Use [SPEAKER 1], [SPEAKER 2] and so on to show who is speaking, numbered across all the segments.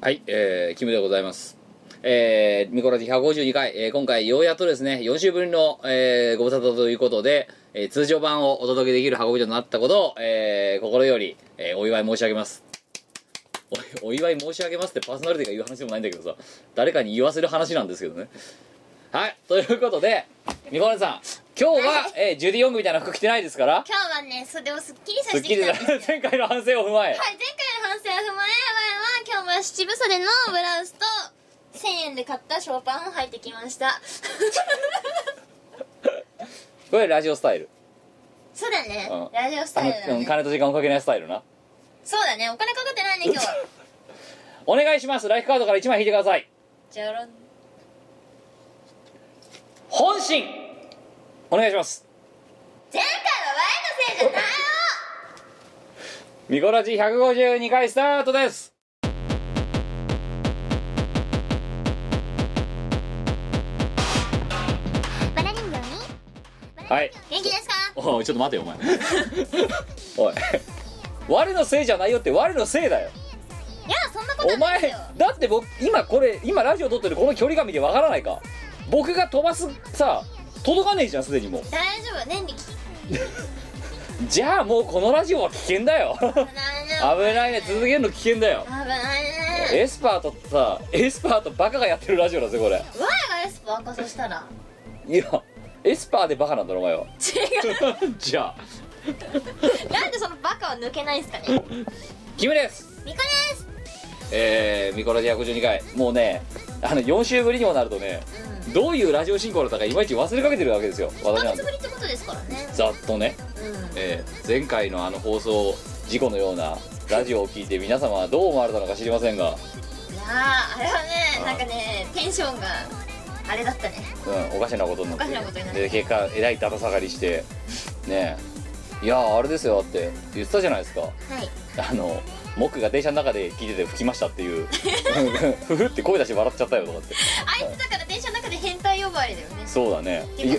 [SPEAKER 1] はい、えー、キムでございます。えー、ミコラジ152回、えー今回ようやっとですね、4週ぶりの、えーご無沙汰ということで、えー通常版をお届けできる運びとなったことを、えー心より、えーお祝い申し上げます。おお祝い申し上げますってパーソナリティが言う話でもないんだけどさ、誰かに言わせる話なんですけどね。はい、ということで、ミコラジさん、今日は、えージュディ・ヨングみたいな服着てないですから、
[SPEAKER 2] 今日はねそれをすっきり
[SPEAKER 1] す
[SPEAKER 2] させ
[SPEAKER 1] ってき
[SPEAKER 2] き
[SPEAKER 1] り
[SPEAKER 2] た
[SPEAKER 1] だ
[SPEAKER 2] んですよ
[SPEAKER 1] 前回の反省を踏まえ。
[SPEAKER 2] はい前回の反省を踏まえ我々は今日は七分袖のブラウスと1000円で買ったショーパンを履いてきました
[SPEAKER 1] これラジオスタイル。
[SPEAKER 2] そうだね
[SPEAKER 1] うん
[SPEAKER 2] ラジオス
[SPEAKER 1] あ
[SPEAKER 2] タ
[SPEAKER 1] の
[SPEAKER 2] イルだ
[SPEAKER 1] うん
[SPEAKER 2] ね
[SPEAKER 1] 金と時間をかけないスタイルな。
[SPEAKER 2] そうだねお金かかってないね今日は
[SPEAKER 1] お願いしますライフカードから1枚引いてください
[SPEAKER 2] じゃろん
[SPEAKER 1] 本心お願いします
[SPEAKER 2] 前回はワイのせいじゃないよ
[SPEAKER 1] ミコラジ152回スタートです
[SPEAKER 2] バラ人形に
[SPEAKER 1] はい
[SPEAKER 2] 元気ですか
[SPEAKER 1] おいちょっと待てよお前 おい我のせいじゃないよって我のせいだよ
[SPEAKER 2] いやそんなこ
[SPEAKER 1] お
[SPEAKER 2] とな
[SPEAKER 1] 前
[SPEAKER 2] いですよ
[SPEAKER 1] だって僕今これ今ラジオ撮ってるこの距離感見てわからないか僕が飛ばすさ届かねえじゃんすでにもう
[SPEAKER 2] 大丈夫年力
[SPEAKER 1] じゃあもうこのラジオは危険だよ
[SPEAKER 2] 危ないね
[SPEAKER 1] 危ないね続けるの危険だよ
[SPEAKER 2] 危ないね
[SPEAKER 1] エスパーとさエスパーとバカがやってるラジオだぜこれ
[SPEAKER 2] ワイがエスパー赤そしたら
[SPEAKER 1] いやエスパーでバカなんだろお前は
[SPEAKER 2] 違う
[SPEAKER 1] じゃあ
[SPEAKER 2] なんでそのバカは抜けないんすかねミコで
[SPEAKER 1] キムです
[SPEAKER 2] す
[SPEAKER 1] えー、ミコラジ152回もうねあの4週ぶりにもなるとね
[SPEAKER 2] うん
[SPEAKER 1] どういうラジオ進行だったかいまいち忘れかけてるわけですよ私な
[SPEAKER 2] 1ヶ
[SPEAKER 1] んで
[SPEAKER 2] 月ぶりってことですからね
[SPEAKER 1] ざっとね、
[SPEAKER 2] うん
[SPEAKER 1] えー前回のあの放送事故のようなラジオを聞いて皆様はどう思われたのか知りませんが、
[SPEAKER 2] いやーあれはねなんかねテンションがあれだったね
[SPEAKER 1] うん、おかしなことになって
[SPEAKER 2] おかしなことになって
[SPEAKER 1] で結果えらいだだ下がりしてねえいやーあれですよって言ってたじゃないですか
[SPEAKER 2] はい
[SPEAKER 1] あの僕が電車の中で聞いてて吹きましたって いうふふって声出して笑っちゃったよとかって
[SPEAKER 2] あいつだから電車の中で変態呼ばわりだよね
[SPEAKER 1] そうだね
[SPEAKER 2] でもあいつ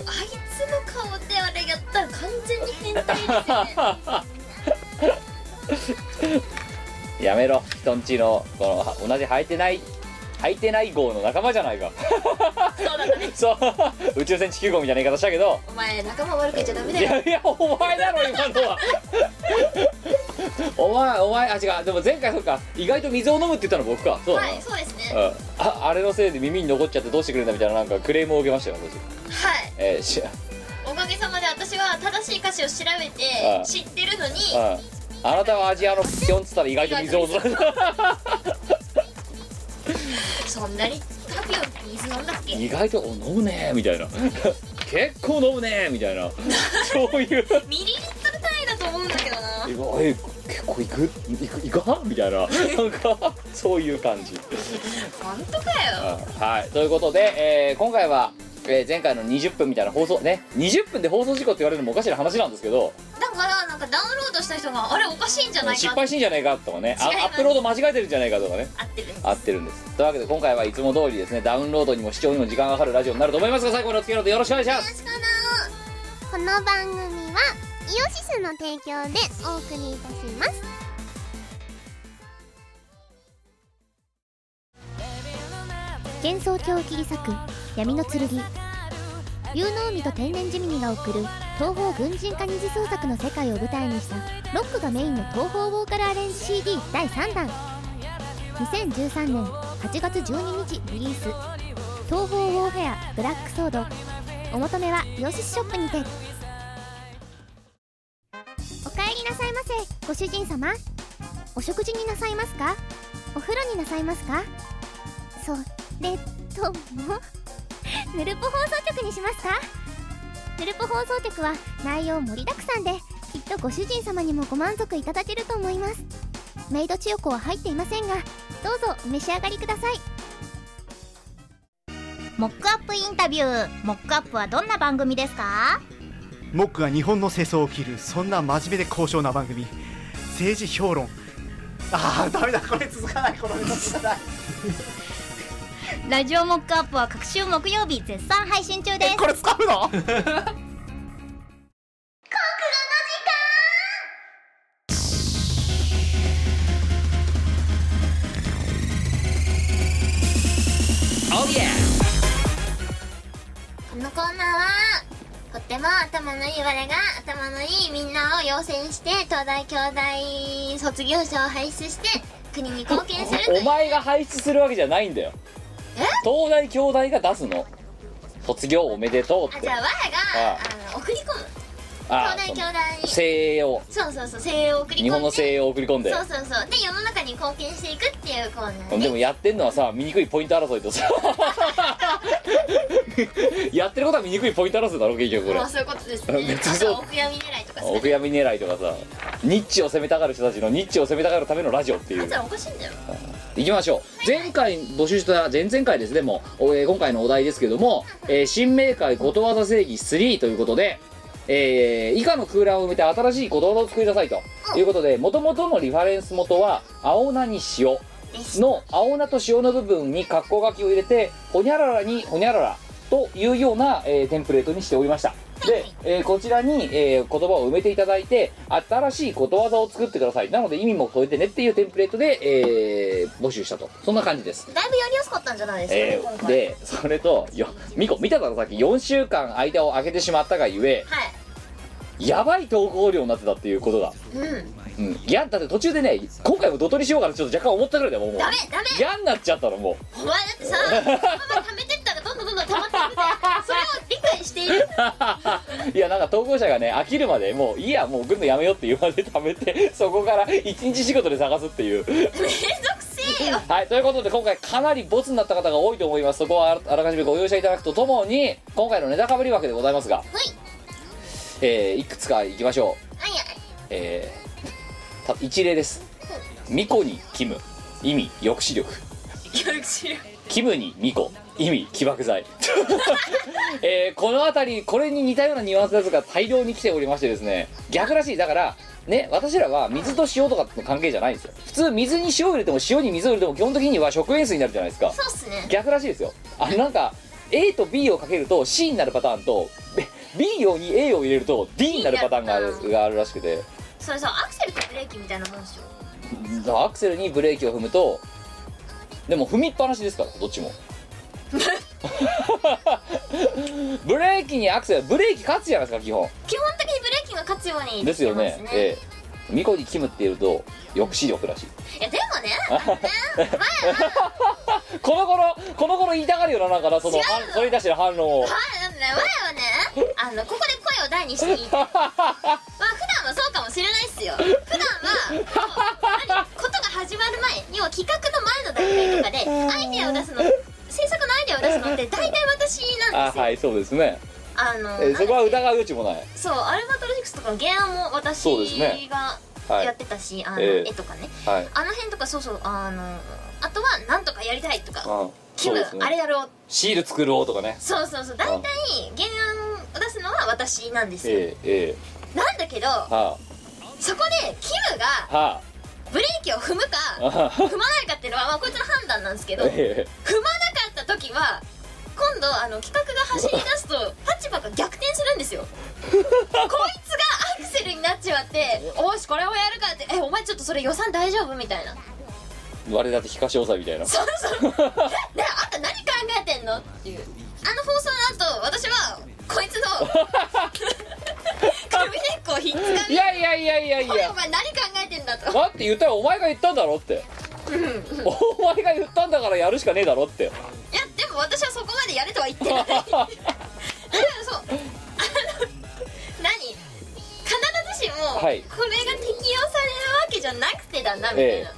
[SPEAKER 2] の顔であれやったら完全に変態ですよ ね
[SPEAKER 1] やめろ人んちのこのは同じ履いてない履いてない号の仲間じゃないか
[SPEAKER 2] そうだったね
[SPEAKER 1] そう宇宙船地球号みたいな言い方したけど
[SPEAKER 2] お前仲間悪く言っちゃダメ
[SPEAKER 1] い
[SPEAKER 2] だよ
[SPEAKER 1] やいやお前だろ今のは お前お前あ違うでも前回そっか意外と水を飲むって言ったの僕かそうだな、
[SPEAKER 2] はいそうです
[SPEAKER 1] う
[SPEAKER 2] ね
[SPEAKER 1] んああれのせいで耳に残っちゃってどうしてくれんだみたいななんかクレームを受けましたよ私、
[SPEAKER 2] はい
[SPEAKER 1] えーし
[SPEAKER 2] おかげさまで私は正しい歌詞を調べて
[SPEAKER 1] うん
[SPEAKER 2] 知ってるのに
[SPEAKER 1] うん、あなたはアジアのピョンっつったら意外と水を飲む
[SPEAKER 2] そんなにタピオ水飲んだっけ
[SPEAKER 1] 意外とお飲むねみたいな結構飲むねみたいなそういう
[SPEAKER 2] ミリリットル単位だと思うんだけどな
[SPEAKER 1] えおい結構いくいくいかみたいななんかそういう感じ、
[SPEAKER 2] 本当か
[SPEAKER 1] うん
[SPEAKER 2] よ
[SPEAKER 1] はいということで、えー今回は、えー前回の20分みたいな放送ね20分で放送事故って言われるのもおかしな話なんですけど
[SPEAKER 2] だからなんかダウンロードした人があれおかしいんじゃない
[SPEAKER 1] 失
[SPEAKER 2] か
[SPEAKER 1] 敗してんじゃないかとかねあ
[SPEAKER 2] 違います
[SPEAKER 1] アップロード間違えてるんじゃないかとかね
[SPEAKER 2] 合ってるんです
[SPEAKER 1] 合ってるんですというわけで今回はいつも通りですねダウンロードにも視聴にも時間がかかるラジオになると思いますが最後までお付き合いのほどよろしくお願いします
[SPEAKER 3] この番組はイオシスの提供でお送りいたします幻想郷を切り裂く闇の剣有能海と天然ジミニが送る東方軍人化二次創作の世界を舞台にしたロックがメインの東方ボーカルアレンジ CD 第3弾2013年8月12日リリース東方ウォーフェアブラックソードお求めはイオシスショップにてお帰りなさいませご主人様お食事になさいますかお風呂になさいますかそれともぬるぽ放送局にしますかぬるぽ放送局は内容盛りだくさんできっとご主人様にもご満足いただけると思いますメイド千代子は入っていませんがどうぞお召し上がりください
[SPEAKER 4] モックアップインタビューモックアップはどんな番組ですか
[SPEAKER 5] モックが日本の世相を切るそんな真面目で高尚な番組政治評論ああダメだこれ続かないこのネタ続かない
[SPEAKER 4] ラジオモックアップは各週木曜日絶賛配信中です
[SPEAKER 5] これ使うの
[SPEAKER 2] 国語の時間
[SPEAKER 1] オーイエー
[SPEAKER 2] このコーナーはとっても頭のいい我が頭のいいみんなを養成して東大京大卒業者を輩出して国に貢献するとい
[SPEAKER 1] お
[SPEAKER 2] う
[SPEAKER 1] 前が配置するわけじゃないんだよ
[SPEAKER 2] え
[SPEAKER 1] 東大京大が出すの卒業おめでとうっ
[SPEAKER 2] あ
[SPEAKER 1] て
[SPEAKER 2] じゃあ我が
[SPEAKER 1] あ
[SPEAKER 2] あの送り込む
[SPEAKER 1] あ
[SPEAKER 2] 東大京
[SPEAKER 1] その
[SPEAKER 2] 大に
[SPEAKER 1] 精鋭を
[SPEAKER 2] そうそうそう精鋭を送り込んで
[SPEAKER 1] 日本の精鋭を送り込んで
[SPEAKER 2] そうそうそうで世の中に貢献していくっていうコーナー
[SPEAKER 1] でもやってんのはさ醜いポイント争いと さやってることは醜いポイント争いだろ結局これ
[SPEAKER 2] もうそういうことですね
[SPEAKER 1] 別に
[SPEAKER 2] あ
[SPEAKER 1] そう
[SPEAKER 2] とはお悔やみ狙いとか
[SPEAKER 1] お
[SPEAKER 2] す
[SPEAKER 1] 悔
[SPEAKER 2] る
[SPEAKER 1] やみ狙いとかさニッチを攻めたがる人たちのニッチを攻めたがるためのラジオってい
[SPEAKER 2] あ
[SPEAKER 1] うん
[SPEAKER 2] たらおかしいんだよ
[SPEAKER 1] いきましょう前回募集した前々回ですねもう、おえー今回のお題ですけども「えー新明解ことわざ正義3」ということで、えー以下の空欄を埋めて新しいことわざを作りなさいということでもともとのリファレンス元は「青菜に塩」の青菜と塩の部分に括弧書きを入れてほにゃららにほにゃららというような、えーテンプレートにしておりましたで、えーこちらに、えー言葉を埋めていただいて新しいことわざを作ってくださいなので意味も添えてねっていうテンプレートで、えー募集したとそんな感じです
[SPEAKER 2] だいぶやりやすかったんじゃないで
[SPEAKER 1] え
[SPEAKER 2] すか、ね
[SPEAKER 1] ーでそれとよミコ見ただろさっき4週間間を空けてしまったがゆえ
[SPEAKER 2] はい
[SPEAKER 1] やばい投稿量になってたっていうことが、
[SPEAKER 2] うん
[SPEAKER 1] うん、いやだって途中でね今回もドトリしようかなちょっと若干思ったぐらいだもんもう
[SPEAKER 2] ダメダメ
[SPEAKER 1] 嫌になっちゃったのもう
[SPEAKER 2] お前だってさこのまま溜めてったらどんどんどんどん溜まっていくんだよそれを理解している
[SPEAKER 1] いやなんか投稿者がね飽きるまでもういいやもう送るのやめようって言われて貯めて そこから一日仕事で探すっていう
[SPEAKER 2] めんどくせえよ
[SPEAKER 1] はいということで今回かなりボツになった方が多いと思いますそこはあらあらかじめご容赦いただくとともに今回のネタかぶり枠でございますが、えーいくつかいきましょう
[SPEAKER 2] あいや
[SPEAKER 1] えーた一例ですミコにキム意味抑止力
[SPEAKER 2] 協力しよ
[SPEAKER 1] キムにミコ意味起爆剤、 えーこの辺りこれに似たようなニュアンスのやつが大量に来ておりましてですね逆らしいだからね私らは水と塩とかの関係じゃないんですよ普通水に塩を入れても塩に水を入れても基本的には食塩水になるじゃないですか
[SPEAKER 2] そうっすね
[SPEAKER 1] 逆らしいですよあのなんか A と B をかけると C になるパターンと B 用に A を入れると D になるパターンがあるがあるらしくて
[SPEAKER 2] それさアクセルとブレーキみたいなもんでしょ
[SPEAKER 1] だからアクセルにブレーキを踏むとでも踏みっぱなしですからどっち もブレーキにアクセルブレーキ勝つじゃないですか基本
[SPEAKER 2] 基本的にブレーキが勝つように
[SPEAKER 1] ですよね
[SPEAKER 2] してます
[SPEAKER 1] ええミコにキムっていうと抑止力らしい
[SPEAKER 2] いやでもね
[SPEAKER 1] この頃この頃言いたがるよななんかなその反それに対しての反論を
[SPEAKER 2] 前はね前はねあのここで声を大にして言いたいまあ普段はそうかもしれないっすよ普段はこう何ことが始まる前要は企画の前の段階とかでアイデアを出すの制作のアイデアを出すのって大体私な
[SPEAKER 1] あ
[SPEAKER 2] んですよ
[SPEAKER 1] はいそうですね、
[SPEAKER 2] あ,、の
[SPEAKER 1] ええそこは
[SPEAKER 2] なんだっ
[SPEAKER 1] 疑う余地もない
[SPEAKER 2] けそうアルバトロジクスとかの原案も私
[SPEAKER 1] そうですね
[SPEAKER 2] が
[SPEAKER 1] はい
[SPEAKER 2] やってたし、あの
[SPEAKER 1] ええ
[SPEAKER 2] 絵とかね
[SPEAKER 1] はい
[SPEAKER 2] あの辺とかそうそうあのあとはなんとかやりたいとか
[SPEAKER 1] あ
[SPEAKER 2] 気
[SPEAKER 1] そう
[SPEAKER 2] 分、
[SPEAKER 1] ですね
[SPEAKER 2] あれやろう
[SPEAKER 1] シール作ろうとかね
[SPEAKER 2] そうそうそう大体原案を出すのは私なんですよ、
[SPEAKER 1] えええ
[SPEAKER 2] なんだけ
[SPEAKER 1] え
[SPEAKER 2] ど
[SPEAKER 1] は
[SPEAKER 2] そこでキムが
[SPEAKER 1] あは
[SPEAKER 2] ブレーキを踏むか
[SPEAKER 1] あ
[SPEAKER 2] 踏まないかっていうのは、まあ、こいつの判断なんですけど踏まな か
[SPEAKER 1] ええ
[SPEAKER 2] った時は今度あの企画が走り出すと立場が逆転するんですよ こいつがアクセルになっちまって「おーしこれをやるか」って「えお前ちょっとそれ予算大丈夫?」みたいな
[SPEAKER 1] 我だって非可少さみたいな
[SPEAKER 2] そう そうねあんた何考えてんのっていうあの放送の後私はこいつの首根っこをひっつか
[SPEAKER 1] い
[SPEAKER 2] み
[SPEAKER 1] やいやいやいやい
[SPEAKER 2] 「おい
[SPEAKER 1] や
[SPEAKER 2] お前何考えてんだ」と
[SPEAKER 1] だって言ったらお前が言ったんだろってお前が言ったんだからやるしかねえだろって
[SPEAKER 2] いやでも私はそこまでやれとは言って ないだからそうあの何必ずしもこ
[SPEAKER 1] は
[SPEAKER 2] れ
[SPEAKER 1] い
[SPEAKER 2] が適用されるわけじゃなくてだなみたいな、
[SPEAKER 1] ええ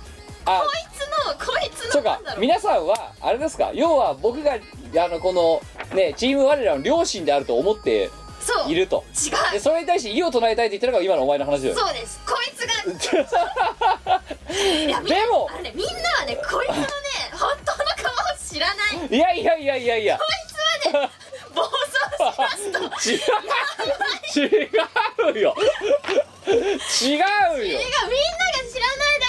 [SPEAKER 1] あ
[SPEAKER 2] こいつのこいつ
[SPEAKER 1] そ
[SPEAKER 2] の
[SPEAKER 1] うか
[SPEAKER 2] なんだろう
[SPEAKER 1] 皆さんはあれですか要は僕があのこのねチーム我らの両親であると思って
[SPEAKER 2] そう
[SPEAKER 1] い
[SPEAKER 2] 違う
[SPEAKER 1] るとでそれに対して異を唱えたいって言ってるのが今のお前の話だよ
[SPEAKER 2] そうですこいつがい
[SPEAKER 1] で
[SPEAKER 2] やみんな
[SPEAKER 1] も
[SPEAKER 2] あれねみんなはねこいつのね本当の顔を知らないこ
[SPEAKER 1] いやいやいやいやいや
[SPEAKER 2] いつ はね暴走しますと
[SPEAKER 1] 違う違うよ違うよ
[SPEAKER 2] 映画みんなが知らないだ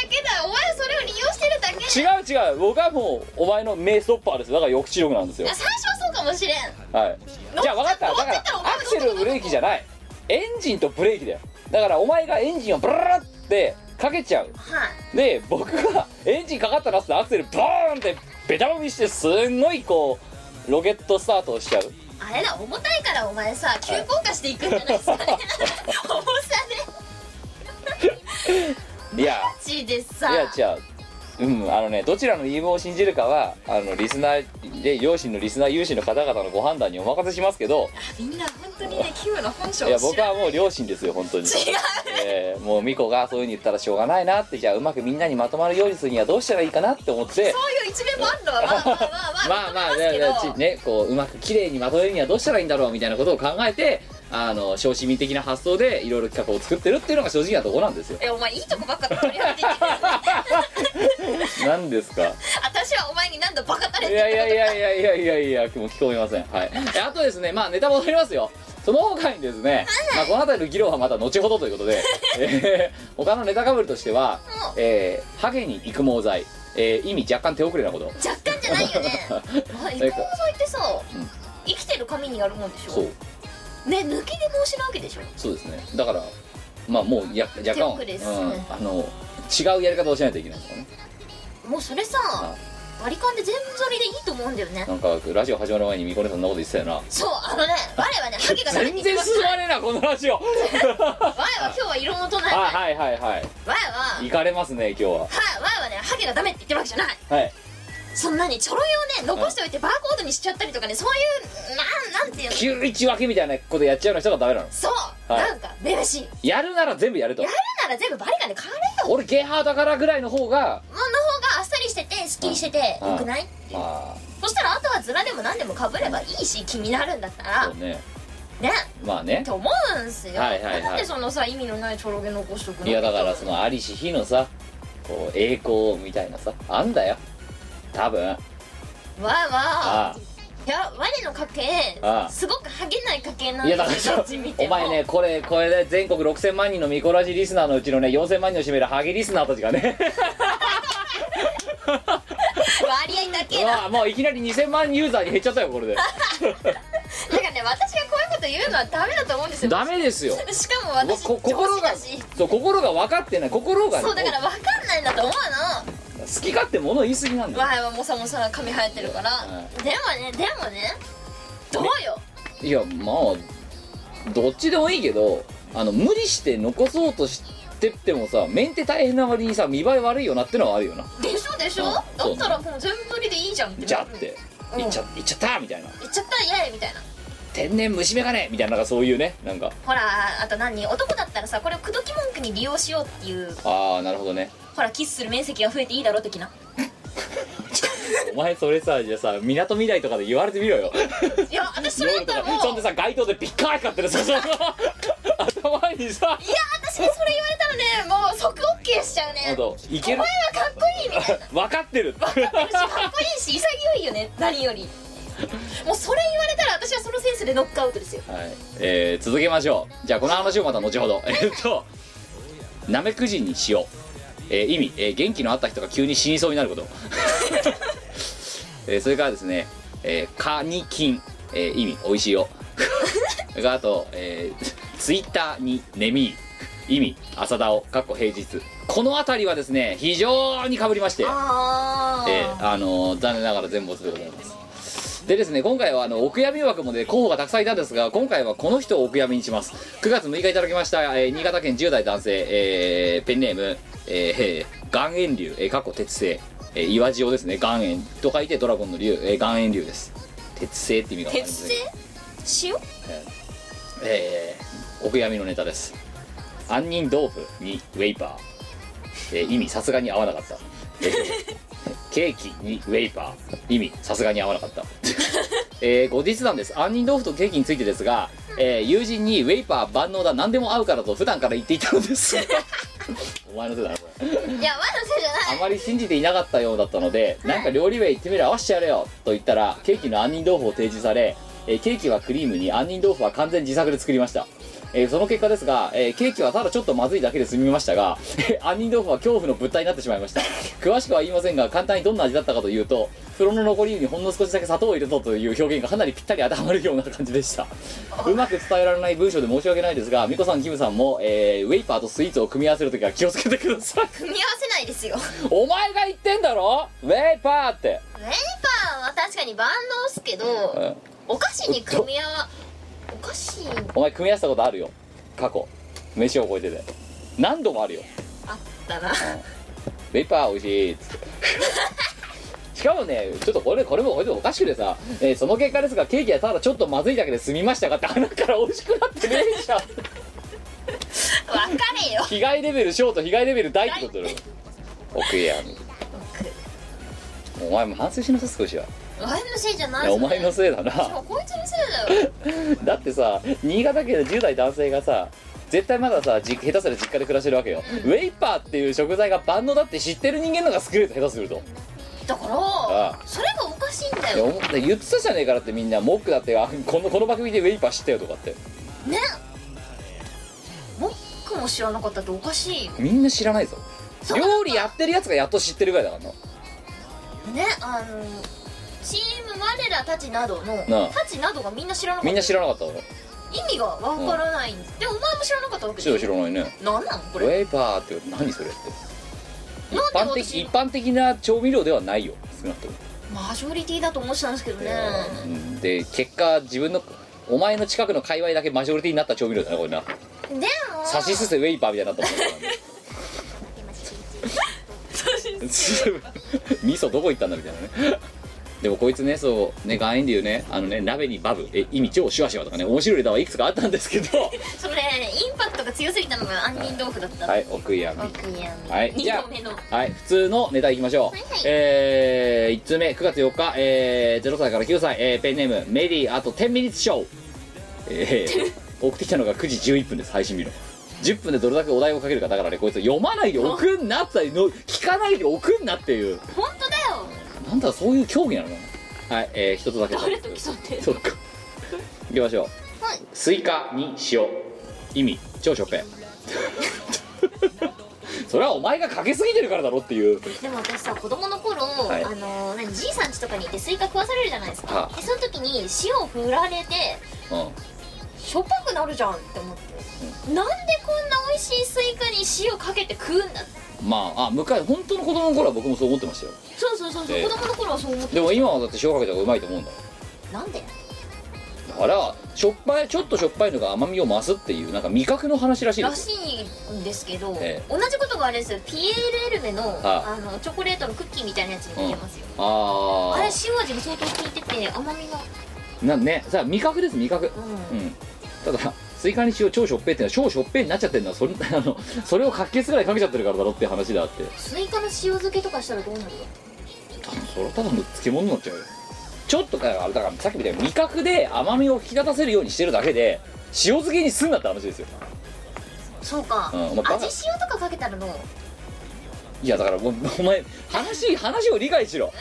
[SPEAKER 2] けだお前はそれを利用してるだけだ
[SPEAKER 1] 違う違う僕はもうお前の名ストッパーですだから抑止力なんですよ
[SPEAKER 2] いや最初はそうかもしれん
[SPEAKER 1] はい
[SPEAKER 2] 乗っ
[SPEAKER 1] じゃあ分かった
[SPEAKER 2] 乗
[SPEAKER 1] だ
[SPEAKER 2] っ
[SPEAKER 1] から
[SPEAKER 2] てったらお前
[SPEAKER 1] ア
[SPEAKER 2] も
[SPEAKER 1] クセルブレーキじゃないエンジンとブレーキだよだからお前がエンジンをブルルルってかけちゃう
[SPEAKER 2] はい
[SPEAKER 1] で僕がエンジンかかったなっつってアクセルボーンってベタ踏みしてすんごいこうロケットスタートをしちゃう
[SPEAKER 2] あれだ重たいからお前さ急降下していくんじゃないですかね重さ
[SPEAKER 1] いや
[SPEAKER 2] でちでさ
[SPEAKER 1] いやじゃあうんあのねどちらの言い分を信じるかはあのリスナーで両親のリスナー有志の方々のご判断にお任せしますけど
[SPEAKER 2] みんな本当にねキムの本性
[SPEAKER 1] いや
[SPEAKER 2] を知
[SPEAKER 1] 僕
[SPEAKER 2] ら
[SPEAKER 1] はもう両親ですよ本当に違う、えーもう美子がそういうふうに言ったらしょうがないなってじゃあうまくみんなにまとまるようにするにはどうしたらいいかなって思って
[SPEAKER 2] そういう一面もあるのはまあまあま
[SPEAKER 1] ま
[SPEAKER 2] あ
[SPEAKER 1] あ
[SPEAKER 2] ま
[SPEAKER 1] ま
[SPEAKER 2] あ
[SPEAKER 1] あ
[SPEAKER 2] 認め
[SPEAKER 1] ね
[SPEAKER 2] ますけど
[SPEAKER 1] ねこううまく綺麗にまとめるにはどうしたらいいんだろうみたいなことを考えてあの小市民的な発想でいろいろ企画を作ってるっていうのが正直なとこなん ですよ
[SPEAKER 2] えお前いいとこばっか取り上げていってる
[SPEAKER 1] 何ですか
[SPEAKER 2] 私はお前に何度バカたれ
[SPEAKER 1] い
[SPEAKER 2] てる
[SPEAKER 1] やいやいやいやいやいやいやもう聞こえませんはいえあとですねまあネタ戻りますよその他にですね、まあ、この辺りの議論はまた後ほどということで、えー他のネタかぶりとしては、えーハゲに育毛剤、えー意味若干手遅れなこと
[SPEAKER 2] 若干じゃないよねあ育毛剤ってさ
[SPEAKER 1] ん
[SPEAKER 2] 生きてる髪にやるもんでしょ
[SPEAKER 1] そう
[SPEAKER 2] ね抜きで申しなわけでしょ
[SPEAKER 1] そうですねだからまあもうや若
[SPEAKER 2] 手
[SPEAKER 1] 干、
[SPEAKER 2] 遅れですね
[SPEAKER 1] うん、あの違うやり方をしないといけないですからね
[SPEAKER 2] もうそれさ割り勘で全剃りでいいと思うんだよね
[SPEAKER 1] なんかラジオ始まる前にみこねさんのこと言ってたよな
[SPEAKER 2] そうあのね我はねハゲがダメ
[SPEAKER 1] 全
[SPEAKER 2] に
[SPEAKER 1] 然
[SPEAKER 2] 決まっ
[SPEAKER 1] 進
[SPEAKER 2] てない
[SPEAKER 1] まねえなこのラ ジオ
[SPEAKER 2] 我は今日は色もとない
[SPEAKER 1] あ
[SPEAKER 2] 我
[SPEAKER 1] はいはいはい
[SPEAKER 2] は
[SPEAKER 1] 行かれますね今日は
[SPEAKER 2] はわいはねハゲがダメって言ってるわけじゃない
[SPEAKER 1] はい
[SPEAKER 2] そんなにちょろいをね残しておいてバーコードにしちゃったりとかねそういうなんなんていうの
[SPEAKER 1] 91分けみたいなことやっちゃうような人がダメなの
[SPEAKER 2] そう、
[SPEAKER 1] はい
[SPEAKER 2] なんかめめしいや
[SPEAKER 1] やるなら全部やると
[SPEAKER 2] るなら全部バリカンで変われよ
[SPEAKER 1] 俺ゲハだからぐらいの方が
[SPEAKER 2] もの方があっさりしててすっきりしてて
[SPEAKER 1] うん
[SPEAKER 2] よくない
[SPEAKER 1] ま
[SPEAKER 2] そしたらあとはズラでも何でもかぶればいいし気になるんだった
[SPEAKER 1] あ
[SPEAKER 2] ら
[SPEAKER 1] そうね
[SPEAKER 2] ね
[SPEAKER 1] まあね
[SPEAKER 2] って思うんすよ、
[SPEAKER 1] はいはいはい
[SPEAKER 2] なんでそのさ意味のないちょろげ残しとくの
[SPEAKER 1] いやだからそのありし日のさこう栄光みたいなさあんだよ多分あ
[SPEAKER 2] わあわあ
[SPEAKER 1] あ
[SPEAKER 2] いや我の家系
[SPEAKER 1] ああ
[SPEAKER 2] すごくハゲない家系なん
[SPEAKER 1] いやだ
[SPEAKER 2] で
[SPEAKER 1] か
[SPEAKER 2] すよど
[SPEAKER 1] ら
[SPEAKER 2] っち見て
[SPEAKER 1] お
[SPEAKER 2] も
[SPEAKER 1] 前ねこれこれで全国6000万人のミコラジリスナーのうちのね4000万人を占めるハゲリスナーたちがね
[SPEAKER 2] 割合だけ だ
[SPEAKER 1] まあもういきなり2000万ユーザーに減っちゃったよこれで
[SPEAKER 2] だからね私がこういうこと言うのはダメだと思うんですよ
[SPEAKER 1] ダメですよ
[SPEAKER 2] しかも私
[SPEAKER 1] こ心
[SPEAKER 2] 上司
[SPEAKER 1] が
[SPEAKER 2] だし
[SPEAKER 1] そう心が分かってない心がね
[SPEAKER 2] そうだから分かんないんだと思う
[SPEAKER 1] 好き勝手物言い過ぎなん
[SPEAKER 2] の
[SPEAKER 1] だよ
[SPEAKER 2] わいはもさもさ髪生えてるから
[SPEAKER 1] は
[SPEAKER 2] でもねでもねどうよ
[SPEAKER 1] いやまあどっちでもいいけどあの無理して残そうとしてってもさメンテ大変な割にさ見栄え悪いよなってのはあるよな
[SPEAKER 2] でしょでしょ
[SPEAKER 1] うん
[SPEAKER 2] だ
[SPEAKER 1] そう
[SPEAKER 2] ったらもう全振りでいいじゃんって
[SPEAKER 1] じゃあって
[SPEAKER 2] うん
[SPEAKER 1] いっちゃいっちゃったみたいな
[SPEAKER 2] 言っちゃったら嫌やみたいな
[SPEAKER 1] 天然虫眼鏡みたいななんかそういうねなんか
[SPEAKER 2] ほらあと何男だったらさこれを口説き文句に利用しようっていう
[SPEAKER 1] ああなるほどね
[SPEAKER 2] ほらキスする面積が増えていいだろ 的な
[SPEAKER 1] お前それさじゃあさみなとみらいとかで言われてみろよ
[SPEAKER 2] いや私それだったらもう
[SPEAKER 1] そんでさ街頭でピッカーかってるさその頭にさ
[SPEAKER 2] いや私それ言われたらねもう即 OK しちゃ
[SPEAKER 1] ほ
[SPEAKER 2] う
[SPEAKER 1] ん
[SPEAKER 2] ね
[SPEAKER 1] といけ
[SPEAKER 2] お前
[SPEAKER 1] る
[SPEAKER 2] はかっこいいみたいな
[SPEAKER 1] 分か ってる
[SPEAKER 2] 私かっこいいし潔い よね何よりもうそれ言われたら私はそのセンスでノックアウトですよ
[SPEAKER 1] はい、えー続けましょうじゃあこの話をまた後ほど えっとなめくじにしよう、えー意味、えー元気のあった人が急に死にそうになること、 えーそれからですね、えーカニ金、えー意味おいしいよ それからあと、えーツイッターにネミー意味浅田をかっこ平日この辺りはですね非常にかぶりまして
[SPEAKER 2] あ
[SPEAKER 1] えーあのー残念ながら全没でございますでですね今回はあのお悔やみ枠もで候補がたくさんいたんですが今回はこの人をお悔やみにします9月6日いただきました、えー新潟県10代男性、えーペンネーム、えー、岩塩流、えー、かっこ鉄製、えー岩塩ですね岩塩と書いてドラゴンの竜、えー岩塩流です鉄製って意味がわかりま
[SPEAKER 2] 鉄
[SPEAKER 1] す
[SPEAKER 2] 製塩
[SPEAKER 1] えー、お悔やみのネタです杏仁豆腐にウェイパー、えー意味さすがに合わなかった、えーケーキにウェイパー意味さすがに合わなかった、えー後日談です杏仁豆腐とケーキについてですが、えー友人にウェイパー万能だ何でも合うからと普段から言っていたのですお前のせいだなこれ
[SPEAKER 2] いやまだそれじゃない
[SPEAKER 1] あまり信じていなかったようだったので、なんか料理名行ってみれば合わせてやれよと言ったら、ケーキの杏仁豆腐を提示され、えーケーキはクリームに杏仁豆腐は完全自作で作りました。えーその結果ですが、えーケーキはただちょっとまずいだけで済みましたが、 えー杏仁豆腐は恐怖の物体になってしまいました。詳しくは言いませんが、簡単にどんな味だったかというと、風呂の残りにほんの少しだけ砂糖を入れたという表現がかなりぴったり当てはまるような感じでしたうまく伝えられない文章で申し訳ないですが美子さんキムさんも、えーウェイパーとスイーツを組み合わせるときは気をつけてください
[SPEAKER 2] 組み合わせないですよウェ
[SPEAKER 1] お前が言ってんだろウェイパーって
[SPEAKER 2] イパーは確かに万能っすけ
[SPEAKER 1] う
[SPEAKER 2] ど
[SPEAKER 1] ん
[SPEAKER 2] お菓子に組み合わお菓子
[SPEAKER 1] お前組み合わせたことあるよ過去飯を覚えてて何度もあるよ
[SPEAKER 2] あったな
[SPEAKER 1] ウェイパー美味しいっつって しかもねちょっとこれこれもこれでもおかしくてさ、えーその結果ですがケーキはただちょっとまずいだけで済みましたがって穴から美味しくなってねえじゃ ん
[SPEAKER 2] わかれよ
[SPEAKER 1] 被害レベル小と被害レベル大ってことだろ奥やんお前も反省しなさい少しは
[SPEAKER 2] お前のせいじゃないい
[SPEAKER 1] やお前の
[SPEAKER 2] せい
[SPEAKER 1] せいだな
[SPEAKER 2] こいつのせいだよ
[SPEAKER 1] だってさ新潟県の10代男性がさ絶対まださじ下手すら実家で暮らしてるわけよ、ウェイパーっていう食材が万能だって知ってる人間のが少ないと下手すると
[SPEAKER 2] だから
[SPEAKER 1] あ
[SPEAKER 2] それがおかしいんだ
[SPEAKER 1] いや
[SPEAKER 2] よ
[SPEAKER 1] 思った言ってたじゃねえからってみんなモックだってあこのこの番組でウェイパー知ったよとかって
[SPEAKER 2] ねモックも知らなかったっておかしいよ
[SPEAKER 1] みんな知らないぞ
[SPEAKER 2] そう
[SPEAKER 1] 料理やってるやつがやっと知ってるぐらいだから
[SPEAKER 2] ねあのチーム我らたちなどの
[SPEAKER 1] なあ
[SPEAKER 2] たちなどがみんな知らなかった
[SPEAKER 1] みんな知らなかったの
[SPEAKER 2] 意味がわからないんです、でお前も知らなかったわけ
[SPEAKER 1] 知ら知らないね
[SPEAKER 2] なんなんこ
[SPEAKER 1] ウ
[SPEAKER 2] れ
[SPEAKER 1] ェイパーって何それって一
[SPEAKER 2] なん
[SPEAKER 1] 般
[SPEAKER 2] で
[SPEAKER 1] 的
[SPEAKER 2] 私
[SPEAKER 1] 一般的な調味料ではないよ少なくとも
[SPEAKER 2] マジョリティだと思ってたんですけどね
[SPEAKER 1] うんで結果自分のお前の近くの界隈だけマジョリティになった調味料だなこれな
[SPEAKER 2] でも
[SPEAKER 1] 差しすせウェイパーみたいになった もんだからね味噌どこ行ったんだみたいなねでもこいつねそうね岩塩流ねあのね鍋にバブえ意味超シュワシュワとかね面白い枝はいくつかあったんですけど
[SPEAKER 2] それインパクトが強すぎたのが杏仁豆腐だった
[SPEAKER 1] はい奥井やみ
[SPEAKER 2] お悔やみ、
[SPEAKER 1] はいじゃ
[SPEAKER 2] 2
[SPEAKER 1] あ
[SPEAKER 2] 度目の
[SPEAKER 1] はい普通のネタいきましょう、
[SPEAKER 2] はいはい
[SPEAKER 1] えー、1通目9月4日、えー、0歳から9歳、えーペンネームメリーあと10ミリッツショー、え ー、送ってきたのが9時11分です配信日の10分でどれだけお題をかけるかだからねこいつ読まないで送んなっての聞かないで送んなっていう
[SPEAKER 2] 本当だよ
[SPEAKER 1] なんだそういう競技なのかなはいえー、一つだけ
[SPEAKER 2] 誰と競ってん の
[SPEAKER 1] そうかいきましょう、
[SPEAKER 2] はい
[SPEAKER 1] スイカに塩意味超しょっぺん それはお前がかけすぎてるからだろっていう
[SPEAKER 2] でも私さ子供の頃、
[SPEAKER 1] い
[SPEAKER 2] あの何じいさん家とかに行ってスイカ食わされるじゃないです
[SPEAKER 1] は
[SPEAKER 2] か
[SPEAKER 1] あ
[SPEAKER 2] でその時に塩を振られて
[SPEAKER 1] うん
[SPEAKER 2] しょっぱくなるじゃんって思って、なんでこんな美味しいスイカに塩かけて食うんだって
[SPEAKER 1] まああ昔本当の子供の頃は僕もそう思ってましたよ
[SPEAKER 2] そうそうそうそう、
[SPEAKER 1] ええ
[SPEAKER 2] 子供の頃はそう思って
[SPEAKER 1] でも今はだって塩かけた方がうまいと思うんだ
[SPEAKER 2] なんで
[SPEAKER 1] だからしょっぱいちょっとしょっぱいのが甘みを増すっていうなんか味覚の話らしいで
[SPEAKER 2] ら
[SPEAKER 1] す
[SPEAKER 2] しいんですけど、
[SPEAKER 1] ええ
[SPEAKER 2] 同じことがあれですよピエール・エルメの,、
[SPEAKER 1] あ
[SPEAKER 2] あ、のチョコレートのクッキーみたいなやつに似てますよ、
[SPEAKER 1] あ
[SPEAKER 2] あ
[SPEAKER 1] あ
[SPEAKER 2] れ塩味も相当効いてて甘みが
[SPEAKER 1] なんねさあ味覚です味覚
[SPEAKER 2] うん、
[SPEAKER 1] うんただスイカに塩超しょっぺいってのは超しょっぺいになっちゃってるのはそれ あのそれをかっけすぐらいかけちゃってるからだろっていう話であって
[SPEAKER 2] スイカの塩漬けとかしたらどうなるの
[SPEAKER 1] 多分それはただの漬物になっちゃうよちょっとだからあれだからさっきみたいに味覚で甘みを引き立たせるようにしてるだけで塩漬けにすんなって話ですよ
[SPEAKER 2] そうか、
[SPEAKER 1] うんお前バカ
[SPEAKER 2] 味塩とかかけたらの
[SPEAKER 1] いやだからもうお前話話を理解し ろ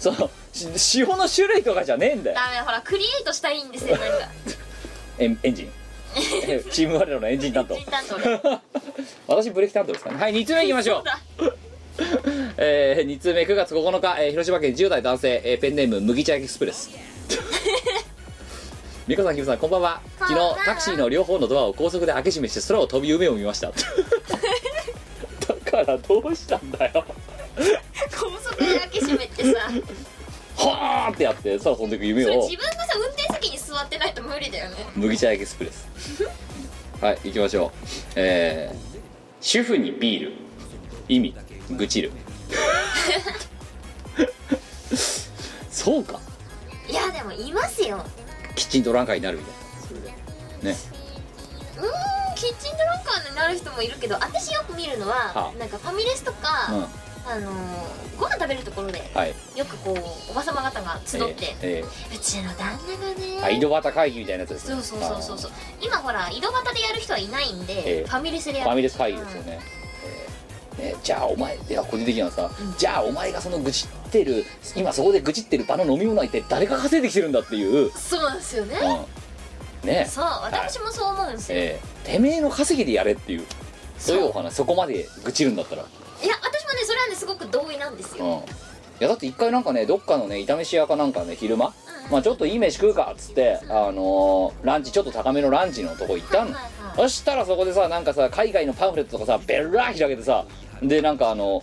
[SPEAKER 1] そそのし塩の種類とかじゃねえんだよ
[SPEAKER 2] ダメほらクリエイトしたいんですよなん か
[SPEAKER 1] エンエ ンジンえチーム我らのエンジン担当
[SPEAKER 2] 人担当で
[SPEAKER 1] 私ブレーキ担当ですからねはい2つ目いきましょう
[SPEAKER 2] だ
[SPEAKER 1] えー、2通目9月9日、えー広島県10代男性、えーペンネーム麦茶エクスプ レス美香さんキムさんこんばんは
[SPEAKER 2] こん
[SPEAKER 1] 昨
[SPEAKER 2] ばんは
[SPEAKER 1] 日タクシーの両方のドアを高速で開け閉めして空を飛ぶ夢を見 ましただからどうしたんだよ
[SPEAKER 2] 高速で開け閉めって さ
[SPEAKER 1] はーってやって空飛んでいく夢
[SPEAKER 2] それ
[SPEAKER 1] を
[SPEAKER 2] 自分がさ運転席に座ってないと無理だよね
[SPEAKER 1] 麦茶エクスプレスはい行きましょうえー、主婦にビール意味愚 痴るそうか
[SPEAKER 2] いやでもいますよ
[SPEAKER 1] キッチンドランカーになるみたいな
[SPEAKER 2] うーんキッチンドランカーになる人もいるけど私よく見るのは、
[SPEAKER 1] はあ
[SPEAKER 2] なんかファミレスとか、
[SPEAKER 1] うん
[SPEAKER 2] あのーご飯食べるところで
[SPEAKER 1] はい
[SPEAKER 2] よくこうおばさま方が集って、
[SPEAKER 1] えーえ
[SPEAKER 2] うちの旦那
[SPEAKER 1] ー
[SPEAKER 2] が
[SPEAKER 1] あ
[SPEAKER 2] ね
[SPEAKER 1] 井戸端会議みたいなやつです
[SPEAKER 2] そ
[SPEAKER 1] ね
[SPEAKER 2] うそうそうそうそう今ほら井戸端でやる人はいないん
[SPEAKER 1] え
[SPEAKER 2] で、
[SPEAKER 1] え
[SPEAKER 2] ファミレス
[SPEAKER 1] あ
[SPEAKER 2] でや
[SPEAKER 1] ー
[SPEAKER 2] る
[SPEAKER 1] ファミレス会議ですよね、えーねじゃあお前では個人的なのさ、じゃあお前がその愚痴ってる今そこで愚痴ってる場の飲み物相手誰が稼いできてるんだっていう、うん
[SPEAKER 2] うん、そうなんですよね、
[SPEAKER 1] ね
[SPEAKER 2] そう私もそう思うんですよ、
[SPEAKER 1] えーてめえの稼ぎでやれっていうそういうお話そこまで愚痴るんだったら、
[SPEAKER 2] いや私もねそれはねすごく同意なんです
[SPEAKER 1] う
[SPEAKER 2] よ、
[SPEAKER 1] んやだって一回なんかねどっかのね炒めし屋かなんかね昼間、まあ、ちょっといい飯食うかっつってあのーランチちょっと高めのランチのとこ行ったの、
[SPEAKER 2] はいはいはい
[SPEAKER 1] そしたらそこでさなんかさ海外のパンフレットとかさベラー開けてさでなんかあの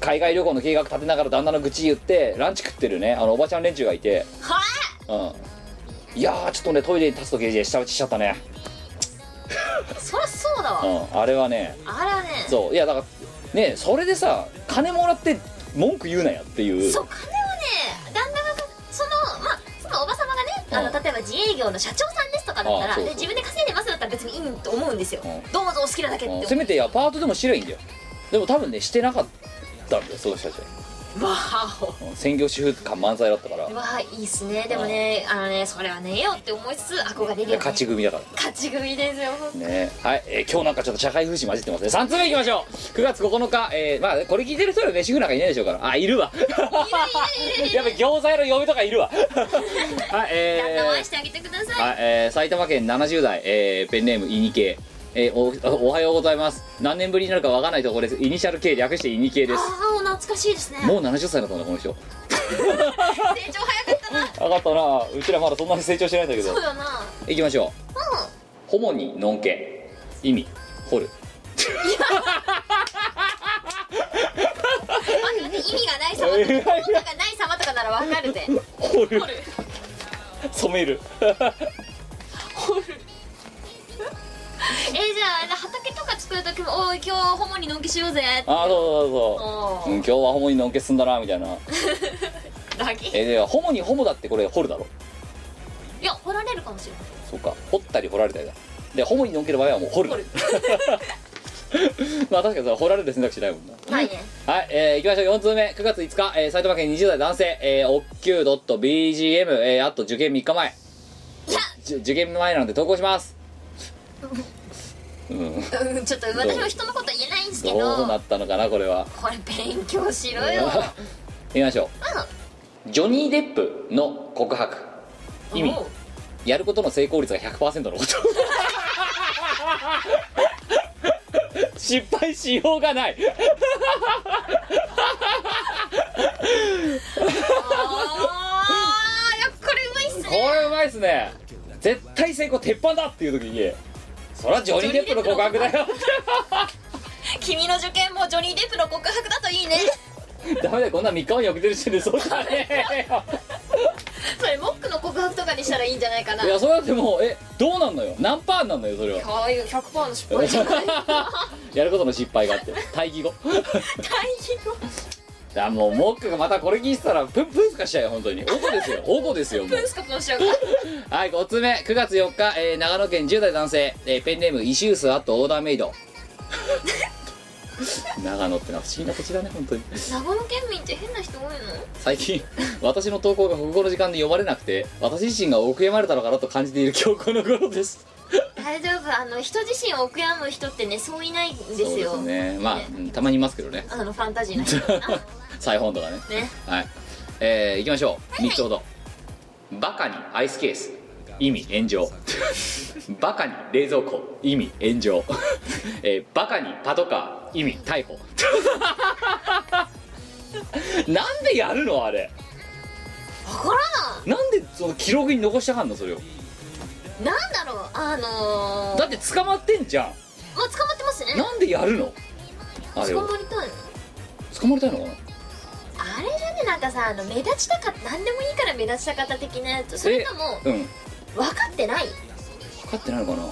[SPEAKER 1] 海外旅行の計画立てながら旦那の愚痴言ってランチ食ってるねあのおばちゃん連中がいて
[SPEAKER 2] は
[SPEAKER 1] うんいやーちょっとねトイレに立つとき下打ちしちゃったね
[SPEAKER 2] あそりゃそうだ
[SPEAKER 1] う
[SPEAKER 2] わ
[SPEAKER 1] んあれはね
[SPEAKER 2] あらね
[SPEAKER 1] そういやだからねそれでさ金もらって文句言うなやっていう
[SPEAKER 2] そう金をね旦那がそのまあそのおばさまがねあの
[SPEAKER 1] うん
[SPEAKER 2] 例えば自営業の社長さんですとかだった
[SPEAKER 1] あ
[SPEAKER 2] ら
[SPEAKER 1] そうそう
[SPEAKER 2] で自分で稼いでますだったら別にいいと思うんですよ
[SPEAKER 1] うん
[SPEAKER 2] どうぞお好きなだけって
[SPEAKER 1] うん
[SPEAKER 2] 思う
[SPEAKER 1] せめてアパートでもしてりゃいいんだよでも多分ねしてなかったんだよそういう人たちは
[SPEAKER 2] わあお
[SPEAKER 1] うん専業主婦感満載だったから
[SPEAKER 2] わあいいっすねでもねあのねそれはねえよって思いつつ憧れるよ、ね、
[SPEAKER 1] 勝ち組だから
[SPEAKER 2] 勝ち組ですよ
[SPEAKER 1] ねはい、えー今日なんかちょっと社会風刺混じってますね3つ目いきましょう9月9日、えーまあこれ聞いてる人は飯食うなんかいないでしょうからあいるわ やっぱ餃子屋の嫁とかいる わはい
[SPEAKER 2] 旦
[SPEAKER 1] え
[SPEAKER 2] 那
[SPEAKER 1] ー
[SPEAKER 2] を愛してあげてください、
[SPEAKER 1] はい、えー埼玉県70代、えーペンネームイニ系、えーおおはようございます何年ぶりになるかわからないところですイニシャル K 略してイニ系で
[SPEAKER 2] あ
[SPEAKER 1] す
[SPEAKER 2] あ懐かしいですね
[SPEAKER 1] もう70歳だったんだこの人
[SPEAKER 2] 成長早かったな
[SPEAKER 1] 上がったなうちらまだそんなに成長してないんだけど
[SPEAKER 2] そうだな
[SPEAKER 1] 行きましょう、ホモにノンケ意味掘る
[SPEAKER 2] 待って待って意味がない様とか効果がない様とかならわかる ぜ
[SPEAKER 1] 掘る
[SPEAKER 2] 掘る
[SPEAKER 1] 染め る
[SPEAKER 2] えー、じゃあ畑とか作るときも「おい今日ホモにのんきしようぜ」
[SPEAKER 1] ああそうそうそう
[SPEAKER 2] お
[SPEAKER 1] うん、
[SPEAKER 2] ー
[SPEAKER 1] 今日はホモにのんけすんだなみたいな
[SPEAKER 2] ラッキー
[SPEAKER 1] えではホモにホモだってこれ掘るだろ
[SPEAKER 2] いや掘られるかもしれない
[SPEAKER 1] そうか掘ったり掘られたりだでホモにのんける場合はもう掘る
[SPEAKER 2] 掘る
[SPEAKER 1] まあ確かにそれ掘られる選択肢ないもんな
[SPEAKER 2] ないね
[SPEAKER 1] はい、えー、行きましょう。4通目、9月5日、えー、埼玉県20代男性、えー、おっきゅう .bgm、えー、あと受験3日前。
[SPEAKER 2] いや
[SPEAKER 1] じゅ受験前なんで投稿します。うん、
[SPEAKER 2] うんちょっと私も人のこと言えないんですけど
[SPEAKER 1] どうなったのかな、これは。
[SPEAKER 2] これ勉強しろ よ
[SPEAKER 1] 行きましょう。ジョニー・デップの告白。意味
[SPEAKER 2] おう
[SPEAKER 1] やることの成功率が100%のこと 失敗しようがない
[SPEAKER 2] あーいやこれうまいっす
[SPEAKER 1] こ
[SPEAKER 2] ね
[SPEAKER 1] れうまいっすね絶対成功鉄板だっていう時にそりゃジョニー・デップの告白だよ
[SPEAKER 2] 君の受験もジョニー・デップの告白だとい いね
[SPEAKER 1] ダメだよこんな3日もに遅れてる時点でそうだね
[SPEAKER 2] それモックの告白とかにしたらいいんじゃないかない
[SPEAKER 1] やそれだってもうえどうなんのよ何パーなんのよそれは
[SPEAKER 2] かわいい100%の失 敗じゃない
[SPEAKER 1] やることの失敗があって待機後
[SPEAKER 2] 大義語
[SPEAKER 1] いやもうモックがまたこれ聞いてたらプンプンすかしちゃうよ本当におこですよおこですよもう
[SPEAKER 2] 分しか今週が
[SPEAKER 1] はい、5つ目、9月4日、えー長野県10代男性、えーペンネーム、イシュースアットオーダーメイド。 長野ってのは不思議な土地だね、本当に。
[SPEAKER 2] 長野県民って変な人多いの
[SPEAKER 1] 最近、私の投稿が国語の時間で読まれなくて、私自身が奥悔やまれたのかなと感じている今日この頃です。
[SPEAKER 2] 大丈夫あの人自身を悔やむ人ってねそういないんですよ
[SPEAKER 1] そうですね。まあ、うんたまにいますけどね。
[SPEAKER 2] あのファンタジーな人かな
[SPEAKER 1] 再本とかね。
[SPEAKER 2] ね
[SPEAKER 1] はい。えー、行きましょう。3つほど。バカにアイスケース。意味炎上 バカに冷蔵庫意味炎上、 えーバカにパトカー意味逮捕 なんでやるのあれ
[SPEAKER 2] 分から
[SPEAKER 1] なんでその記録に残したかんのそれを
[SPEAKER 2] んなんだろうあのー、
[SPEAKER 1] だって捕まってんじゃ
[SPEAKER 2] まあ捕まってますね
[SPEAKER 1] んなんでやるのあれ
[SPEAKER 2] 捕
[SPEAKER 1] を
[SPEAKER 2] まりたいの
[SPEAKER 1] 捕まりたいのかな
[SPEAKER 2] あれじゃねなんかさあの目立ちたかった何でもいいから目立ちたかった的なやつそれとも
[SPEAKER 1] えうん
[SPEAKER 2] 分かってない
[SPEAKER 1] 分かってないのかな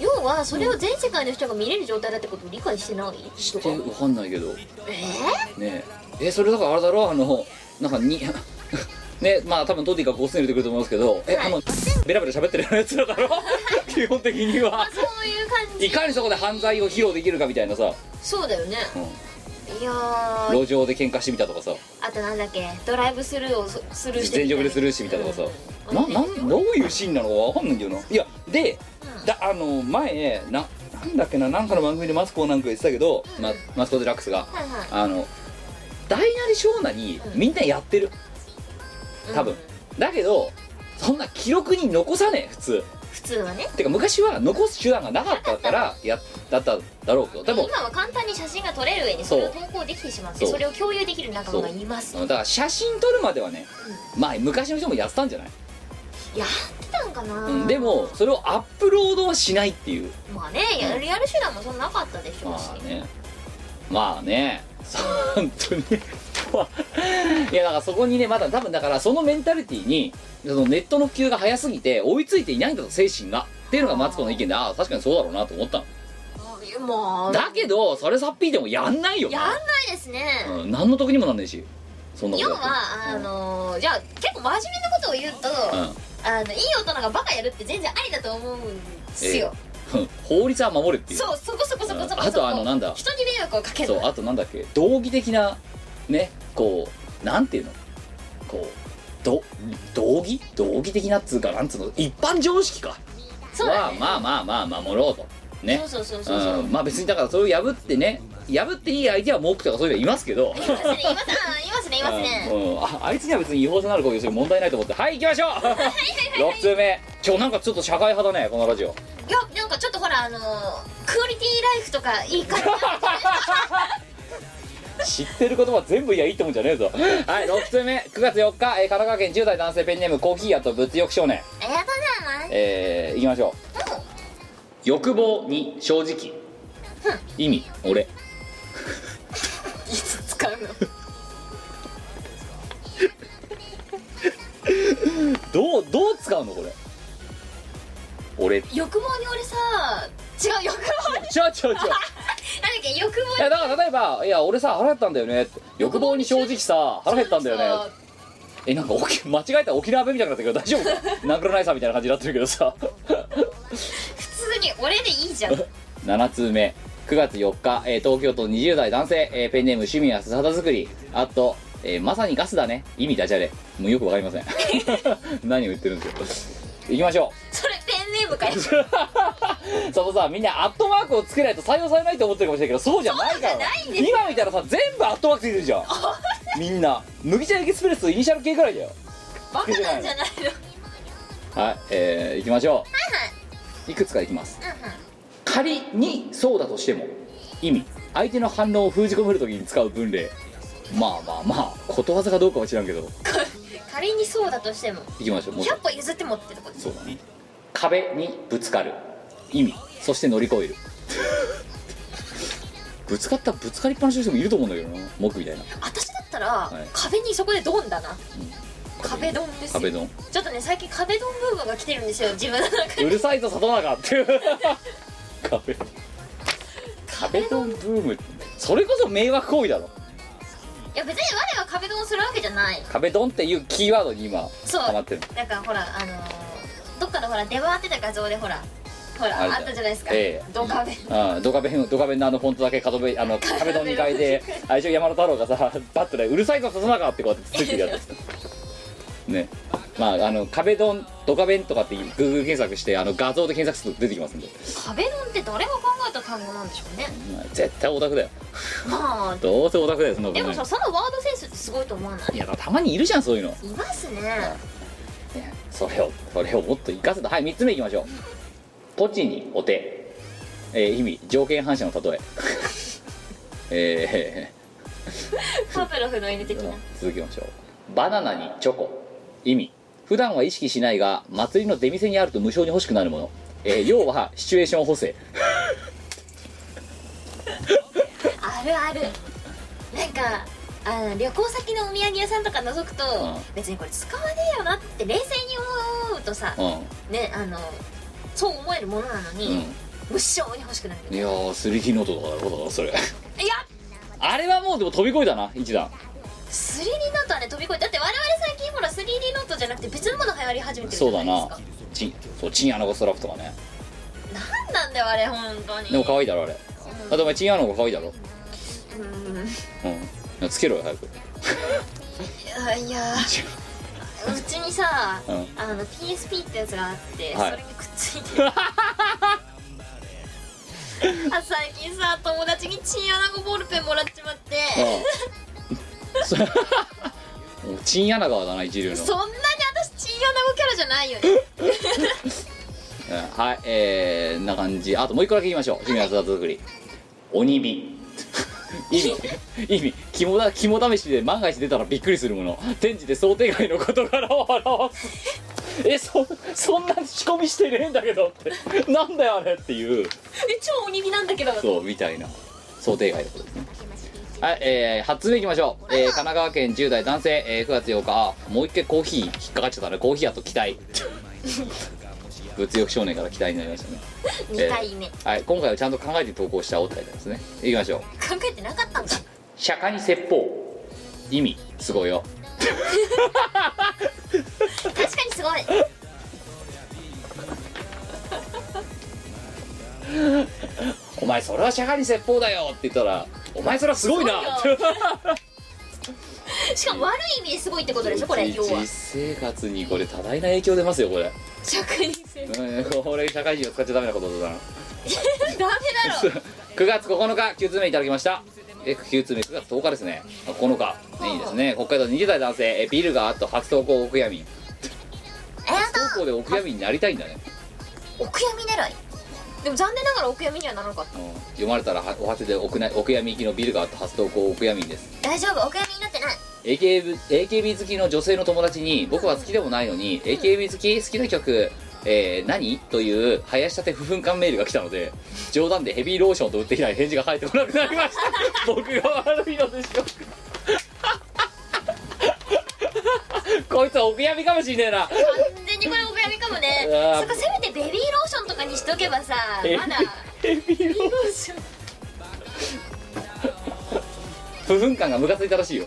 [SPEAKER 2] 要はそれを全世界の人が見れる状態だってことを理解してない
[SPEAKER 1] 知
[SPEAKER 2] 人
[SPEAKER 1] って
[SPEAKER 2] が
[SPEAKER 1] 分かんないけど
[SPEAKER 2] え
[SPEAKER 1] ねええそれだからあれだろあのなんかに ねまあ多分トディが5000入れてくると思いますけどえ、
[SPEAKER 2] はい
[SPEAKER 1] あのベラベラ喋ってるようなやつだろ 基本的には
[SPEAKER 2] ー、そういう感
[SPEAKER 1] い
[SPEAKER 2] じ
[SPEAKER 1] かにそこで犯罪を披露できるかみたいなさ、
[SPEAKER 2] そうだよね
[SPEAKER 1] うん
[SPEAKER 2] いやー
[SPEAKER 1] 路上で喧嘩してみたとかさ
[SPEAKER 2] あとなんだっけドライブスルーをススルーして
[SPEAKER 1] 全力でスルーしてみたとかさ、ななんどういうシーンなのかわかんないんだよないやでだあの前ななんだっけななんかの番組でマスコなんか言ってたけど、まマスコ・デラックスが
[SPEAKER 2] はいはい
[SPEAKER 1] あの大なり小なりみんなやってる多分、だけどそんな記録に残さねえ普通
[SPEAKER 2] 普通はね
[SPEAKER 1] てか昔は残す手段がなかったからやだっただろうとでも
[SPEAKER 2] 今は簡単に写真が撮れる上にそれを
[SPEAKER 1] そ
[SPEAKER 2] 投稿できてしまって
[SPEAKER 1] そう
[SPEAKER 2] それを共有できる仲間がいます
[SPEAKER 1] あのだから写真撮るまではね、まあ昔の人もやってたんじゃない、
[SPEAKER 2] やってたんかな、
[SPEAKER 1] うんでもそれをアップロードはしないっていう
[SPEAKER 2] まあねやるやる手段もそんななかったでしょう
[SPEAKER 1] ま
[SPEAKER 2] し、
[SPEAKER 1] あねまあね そう本当にいやだからそこにねまだ多分だからそのメンタリティーにそのネットの普及が早すぎて追いついていないんだと精神がっていうのがマツコの意見でああ確かにそうだろうなと思ったの
[SPEAKER 2] あいやまあ
[SPEAKER 1] だけどそれさっぴいてもやんないよ
[SPEAKER 2] やんないですね、
[SPEAKER 1] うん、何の得にもなんないしそんなこ
[SPEAKER 2] 要
[SPEAKER 1] とやっても
[SPEAKER 2] はあのーじゃあ結構真面目なことを言うと、あのいい大人がバカやるって全然ありだと思うんですよ、
[SPEAKER 1] うん、 法律は守るっていう
[SPEAKER 2] そうそこそこそこそこそこ
[SPEAKER 1] あとあのなんだ
[SPEAKER 2] 人に迷惑をかける
[SPEAKER 1] そうあとなんだっけ道義的なねこうなんていうのこうど道義道義的なっつうかなんつうの一般常識か
[SPEAKER 2] そうだ
[SPEAKER 1] は
[SPEAKER 2] ね
[SPEAKER 1] まあまあまあ守ろうとね
[SPEAKER 2] そうそうそうそうそう
[SPEAKER 1] うんまあ別にだからそれを破ってね破っていい相手は文句とかそういうのいますけど
[SPEAKER 2] いますねいますあいますねいますね
[SPEAKER 1] うんうんああいつには別に違法性のある行為をする問題ないと思ってはい行きましょう6通目今日なんかちょっと社会派だねこのラジオ
[SPEAKER 2] いやなんかちょっとほらあのークオリティライフとかいい感じ
[SPEAKER 1] 知ってる言葉全部いやいいってもんじゃねえぞ はい6通目9月4日、えー神奈川県10代男性ペンネームコーヒー屋と物欲少年
[SPEAKER 2] ありがとうございます
[SPEAKER 1] えー、いきましょう欲望に正直意味俺
[SPEAKER 2] いつ使うの
[SPEAKER 1] どうどう使うのこれ俺ち
[SPEAKER 2] 欲望に俺さ違う欲望に
[SPEAKER 1] ゃうちゃうちゃう
[SPEAKER 2] なんだっけ欲 望
[SPEAKER 1] いやだから例えば「いや俺さ腹減ったんだよね」って「欲望に正直さ 腹減ったんだよね」えなんか沖間違えたら沖縄弁みたいになったけど大丈夫か殴らないさみたいな感じになってるけどさ
[SPEAKER 2] 普通に俺でいい じゃん
[SPEAKER 1] 7通目9月4日、えー東京都20代男性、えーペンネーム趣味は素肌作りあと、えーまさにガスだね意味ダジャレもうよくわかりません 何を言ってるんですか行きましょ
[SPEAKER 2] それペンネームかよ
[SPEAKER 1] うそのさみんなアットマークをつけないと採用されないと思ってるかもしれないけどそうじゃないから
[SPEAKER 2] そうじゃないんですよ
[SPEAKER 1] 今見たらさ全部アットマークついてるじゃ んみんな麦茶エキスプレスとイニシャル系くらいだよ
[SPEAKER 2] バカなんじゃないの
[SPEAKER 1] はいえー、行きましょういくつか行きます仮にそうだとしても意味相手の反応を封じ込めるときに使う文例まあまあまあことわざかどうかは知らんけど
[SPEAKER 2] 仮にそうだとしても
[SPEAKER 1] いきましょうもうちょっ
[SPEAKER 2] 100歩譲ってもってとこで
[SPEAKER 1] と
[SPEAKER 2] す
[SPEAKER 1] そうだね壁にぶつかる意味そして乗り越えるぶつかったぶつかりっぱなしの人もいると思うんだけどな僕みたいな
[SPEAKER 2] 私だったら、
[SPEAKER 1] い
[SPEAKER 2] 壁にそこでドンだな壁ドンですよ
[SPEAKER 1] 壁ドン
[SPEAKER 2] ちょっとね最近壁ドンブームが来てるんですよ自分の中
[SPEAKER 1] う
[SPEAKER 2] に
[SPEAKER 1] るさいぞ里中 っていう壁壁ドンブームそれこそ迷惑行為だろ
[SPEAKER 2] いや別に我は壁ドンするわけじゃない
[SPEAKER 1] 壁ドンっていうキーワードに今
[SPEAKER 2] そう
[SPEAKER 1] ハマってる
[SPEAKER 2] なんかほらあのーどっかのほら出回ってた画像でほらほら
[SPEAKER 1] ある
[SPEAKER 2] あ
[SPEAKER 1] じゃん
[SPEAKER 2] ったじゃないですか、
[SPEAKER 1] ええ
[SPEAKER 2] ドカベン
[SPEAKER 1] うんドカベンドカベンのあのフォントだけ角べあの壁の2階 で相性山田太郎がさバットで「うるさいぞ笹中!」ってこうやってつついてるやつねまああの壁ドンドカベンとかって Google 検索してあの画像で検索すると出てきますんで、
[SPEAKER 2] 壁ドンって誰が考えた単語なんでしょうね
[SPEAKER 1] まあ絶対オタクだよ
[SPEAKER 2] まあ
[SPEAKER 1] どうせオタクだよそんなこと
[SPEAKER 2] で
[SPEAKER 1] な
[SPEAKER 2] も
[SPEAKER 1] い
[SPEAKER 2] さそのワードセンスってすごいと思わない
[SPEAKER 1] いやだからたまにいるじゃんそういうの
[SPEAKER 2] いますね
[SPEAKER 1] ねそれをそれをもっと活かせたはい3つ目いきましょうポチにお手、えー意味条件反射の例え えー
[SPEAKER 2] パブロフの犬的な
[SPEAKER 1] 続きましょうバナナにチョコ意味普段は意識しないが祭りの出店にあると無償に欲しくなるもの、えー要はシチュエーション補正
[SPEAKER 2] あるあるなんかあの旅行先のお土産屋さんとか覗くと、
[SPEAKER 1] うん
[SPEAKER 2] 別にこれ使わねえよなって冷静に思うとさ、
[SPEAKER 1] うん、
[SPEAKER 2] ねあのそう思えるものなのに、無性に欲しくなる
[SPEAKER 1] うん、
[SPEAKER 2] い
[SPEAKER 1] い
[SPEAKER 2] や
[SPEAKER 1] やー 3D ノートとかだろだからそれあれはもうでも飛び越えだな一段
[SPEAKER 2] 3D ノートはね飛び越えだって我々最近ほら 3D ノートじゃなくて別のもの流行り始めてるじ
[SPEAKER 1] そ
[SPEAKER 2] ゃ
[SPEAKER 1] うだ
[SPEAKER 2] ないです
[SPEAKER 1] な
[SPEAKER 2] か
[SPEAKER 1] チンそうチンアナゴストラップとかね
[SPEAKER 2] なんなんだよあれ本当に
[SPEAKER 1] でも可愛いだろあれあとお前チンアナゴ可愛いだろ
[SPEAKER 2] うん
[SPEAKER 1] うんつけろよ早く
[SPEAKER 2] いや いやうちにさ、
[SPEAKER 1] うん
[SPEAKER 2] あの PSP ってやつがあって、
[SPEAKER 1] はい
[SPEAKER 2] それにくっついてるあ最近さ友達にチンアナゴボールペンもらっちまって、
[SPEAKER 1] うんそ もうチンアナゴだな一流の
[SPEAKER 2] そんなに私チンアナゴキャラじゃないよね
[SPEAKER 1] うんはいえー、んな感じあともう一個だけ言いましょう趣味は雑作り鬼火意味意味肝だ肝試しで万が一出たらびっくりするもの天時で想定外の事柄を表すえそそんな仕込みしてねえんだけどってなんだよあれっていう
[SPEAKER 2] 超鬼火なんだけど
[SPEAKER 1] そうみたいな想定外のことですねはい、えー、8つ目いきましょう、えー、神奈川県10代男性、えー、9月8日あもう一回コーヒー引っかかっちゃったねコーヒーやと期待物欲少年から期待になりましたね
[SPEAKER 2] 2回目考
[SPEAKER 1] はい今回はちゃんと考えて投稿したお便りですねいきましょう
[SPEAKER 2] えてなかったんだ
[SPEAKER 1] 釈迦に説法意味すごいよ
[SPEAKER 2] 確かにすごい
[SPEAKER 1] お前それは釈迦に説法だよって言ったらお前それはすごいな
[SPEAKER 2] すごいしかも悪い意味ですごいってことでしょこれ要は
[SPEAKER 1] 実生活にこれ多大な影響出ますよこれ
[SPEAKER 2] 職人性
[SPEAKER 1] うんこれ社会人を使っちゃダメなこと だな
[SPEAKER 2] ダメだろ
[SPEAKER 1] 9月9日9通目いただきましたえ9通目9月10日ですねあ9日ねいいですね北海道20代男性えビールがあっと初投稿お悔やみ
[SPEAKER 2] えやだ
[SPEAKER 1] 投稿でお悔やみになりたいんだね、
[SPEAKER 2] お悔やみ狙いでも残念ながらお悔やみにはならなかった
[SPEAKER 1] うん読まれたらはお初でおくなお悔やみ行きのビールがあっと初投稿お悔やみです
[SPEAKER 2] 大丈夫お悔やみになってない
[SPEAKER 1] AKB, AKB 好きの女性の友達に僕は好きでもないのに AKB 好き好きな曲、えー何という林立て不噴感メールが来たので冗談でヘビーローションと打って以来返事が返ってこなくなりました僕が悪いのでしょうかこいつはお悔やみかもしんねえな
[SPEAKER 2] 完全にこれお悔やみかもね
[SPEAKER 1] うわー
[SPEAKER 2] そっかせめてベビーローションとかにしとけばさ
[SPEAKER 1] え
[SPEAKER 2] まだ
[SPEAKER 1] ヘビーローション不噴感がムカついたらしいよ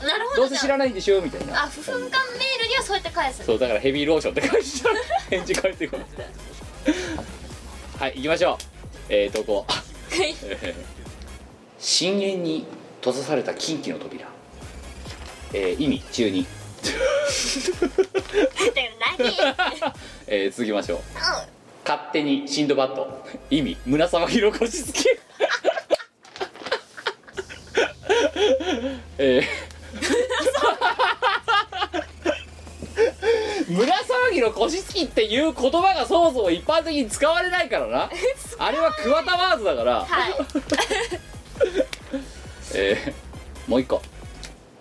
[SPEAKER 2] なるほ
[SPEAKER 1] ど
[SPEAKER 2] ど
[SPEAKER 1] うせ知
[SPEAKER 2] じゃ
[SPEAKER 1] らないんでしょみたいな
[SPEAKER 2] ああ不憤感メールにはそうやって返す
[SPEAKER 1] そうだからヘビーローションって返したら返事返ってこないはい行きましょうえー、投稿
[SPEAKER 2] はい
[SPEAKER 1] えー深淵に閉ざされた禁忌の扉えー意味中に、
[SPEAKER 2] だから何
[SPEAKER 1] えー続きましょう勝手にシンドバッド意味胸騒ぎの腰つけえー胸騒ぎの腰つきっていう言葉がそもそも一般的に使われないからなあれはクワタワーズだから
[SPEAKER 2] はい
[SPEAKER 1] えーもう一個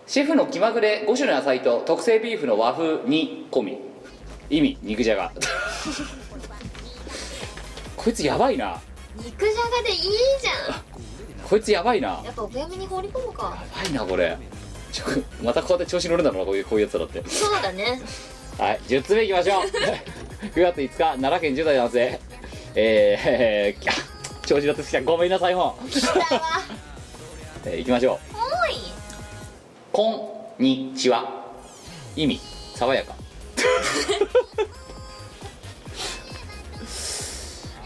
[SPEAKER 1] シェフの気まぐれ5種の野菜と特製ビーフの和風煮込み意味肉じゃがこいつやばいな
[SPEAKER 2] 肉じゃがでいいじゃ
[SPEAKER 1] こいつやばいなや
[SPEAKER 2] んやっぱお悔やみに放り込むか
[SPEAKER 1] ばいなこれちょまたこうやって調子乗るんだろうなこういうこういうやつだって
[SPEAKER 2] そうだね
[SPEAKER 1] はい10つ目いきましょう 9月5日奈良県10代男性えー、えー、 調子乗ってきたごめんなさい本、
[SPEAKER 2] だわ
[SPEAKER 1] えー、いきましょう
[SPEAKER 2] 重い
[SPEAKER 1] こんにちは意味爽やか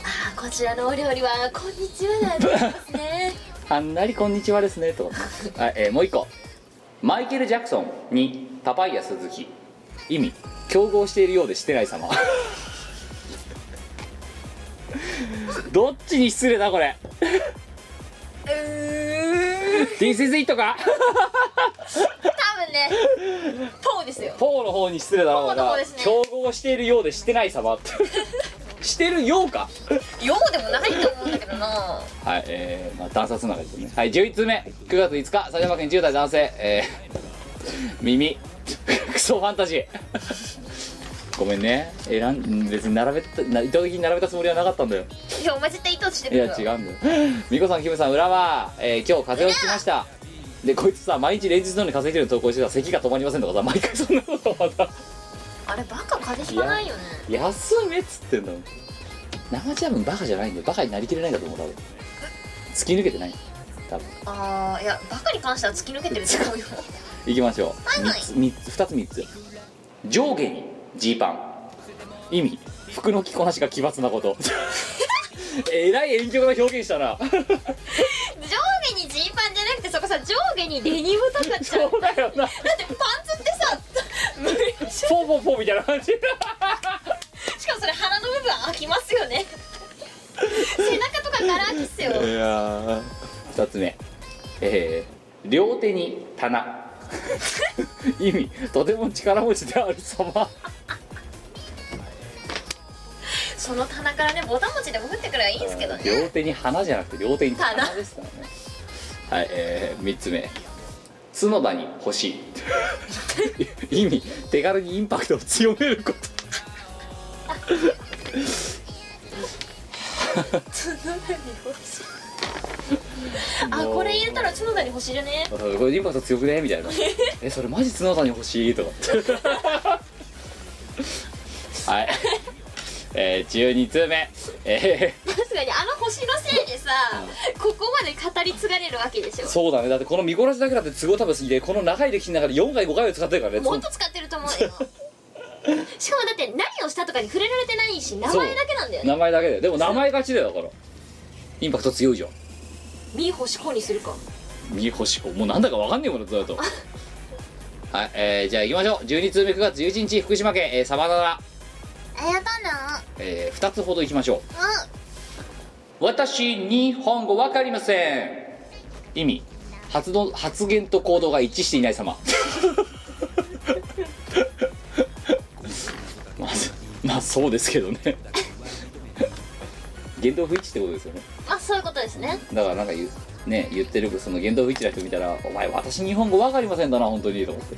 [SPEAKER 2] あこちらのお料理は「こんにちは」なんですね
[SPEAKER 1] あんなりこんにちはですねとはい、えーもう一個マイケル・ジャクソンにパパイヤ鈴木意味競合しているようでしてない 様どっちに失礼だこれ
[SPEAKER 2] うーん
[SPEAKER 1] This is it か
[SPEAKER 2] 多分ねポーですよ
[SPEAKER 1] ポーの方に失礼だろう
[SPEAKER 2] ポーの
[SPEAKER 1] が
[SPEAKER 2] 方ですね
[SPEAKER 1] 競合しているようでしてない 様してるようか
[SPEAKER 2] ようでもないと思うんだけどな
[SPEAKER 1] はいえー、まあ段差つながりですねはい11通目9月5日埼玉県10代男性えー、 耳クソファンタジーごめんね選ん別に並べたな意図的に並べたつもりはなかったんだよ
[SPEAKER 2] いやお前絶対意図して
[SPEAKER 1] い
[SPEAKER 2] る
[SPEAKER 1] や
[SPEAKER 2] よ
[SPEAKER 1] 違うんだよ美子さんキムさん浦和、えー、今日風邪をひきましたでこいつさ毎日連日のように風邪ひいてるの投稿してさ咳が止まりませんとかさ毎回そんなことまた
[SPEAKER 2] あれバカ風邪ひかないよね
[SPEAKER 1] 休めっつってんだもん生ジャムバカじゃないんだよバカになりきれないんだと思う多分突き抜けてない多分
[SPEAKER 2] ああいやバカに関しては突き抜けてると思 うよ
[SPEAKER 1] いきましょう
[SPEAKER 2] いはい
[SPEAKER 1] 三つ三つ2つ3つ上下にジーパン意味服の着こなしが奇抜なことえらい遠曲な表現したな
[SPEAKER 2] 上下にジーパンじゃなくてそこさ上下にデニムとかじゃん
[SPEAKER 1] そうだよな
[SPEAKER 2] だってパンツってさ無理でしょ
[SPEAKER 1] ポーポーポーみたいな感じ
[SPEAKER 2] しかもそれ鼻の部分開きますよね背中とかガラ空きっすよ
[SPEAKER 1] や2つ目えー両手に棚意味とても力持ちである様
[SPEAKER 2] そその棚からねぼた餅でも降ってくればいいんですけどね
[SPEAKER 1] 両手に花じゃなくて両手に
[SPEAKER 2] 花
[SPEAKER 1] 花ですからねはいえー、3つ目角田に欲 しい意味手軽にインパクトを強めること
[SPEAKER 2] 角田に欲しい あこれ入れたら角田に欲しいよね
[SPEAKER 1] うん これインパクト強くねみたいなえそれマジ角田に欲しいと かはいえー、12通目え
[SPEAKER 2] 確かにあの星のせいでさここまで語り継がれるわけでし
[SPEAKER 1] ー、
[SPEAKER 2] ょ
[SPEAKER 1] そうだねだってこの見殺しだけだって都合多分すぎてこの長い歴史の中で4回5回は使ってるからね
[SPEAKER 2] もっと使ってると思うよ しかもだって何をしたとかに触れられてないし名前だけなんだよね
[SPEAKER 1] 名前だけででも名前勝ちだよだからインパクト強いじゃん
[SPEAKER 2] ミー星子にするか
[SPEAKER 1] 右星子もうなんだかわかんねえものだとはい、えー、じゃあ行きましょう12通目9月11日福島県、えー、サバナラ、
[SPEAKER 3] あやだな
[SPEAKER 1] えー、2つほど行きましょう
[SPEAKER 3] うん
[SPEAKER 1] 私日本語わかりません意味発動発言と行動が一致していない様 まあまあそうですけどね 言動不一致ってことですよね
[SPEAKER 2] まあそういうことですね
[SPEAKER 1] だからなんか言うね言ってるその言動不一致な人見たら「お前私日本語わかりませんだな本当に」と思って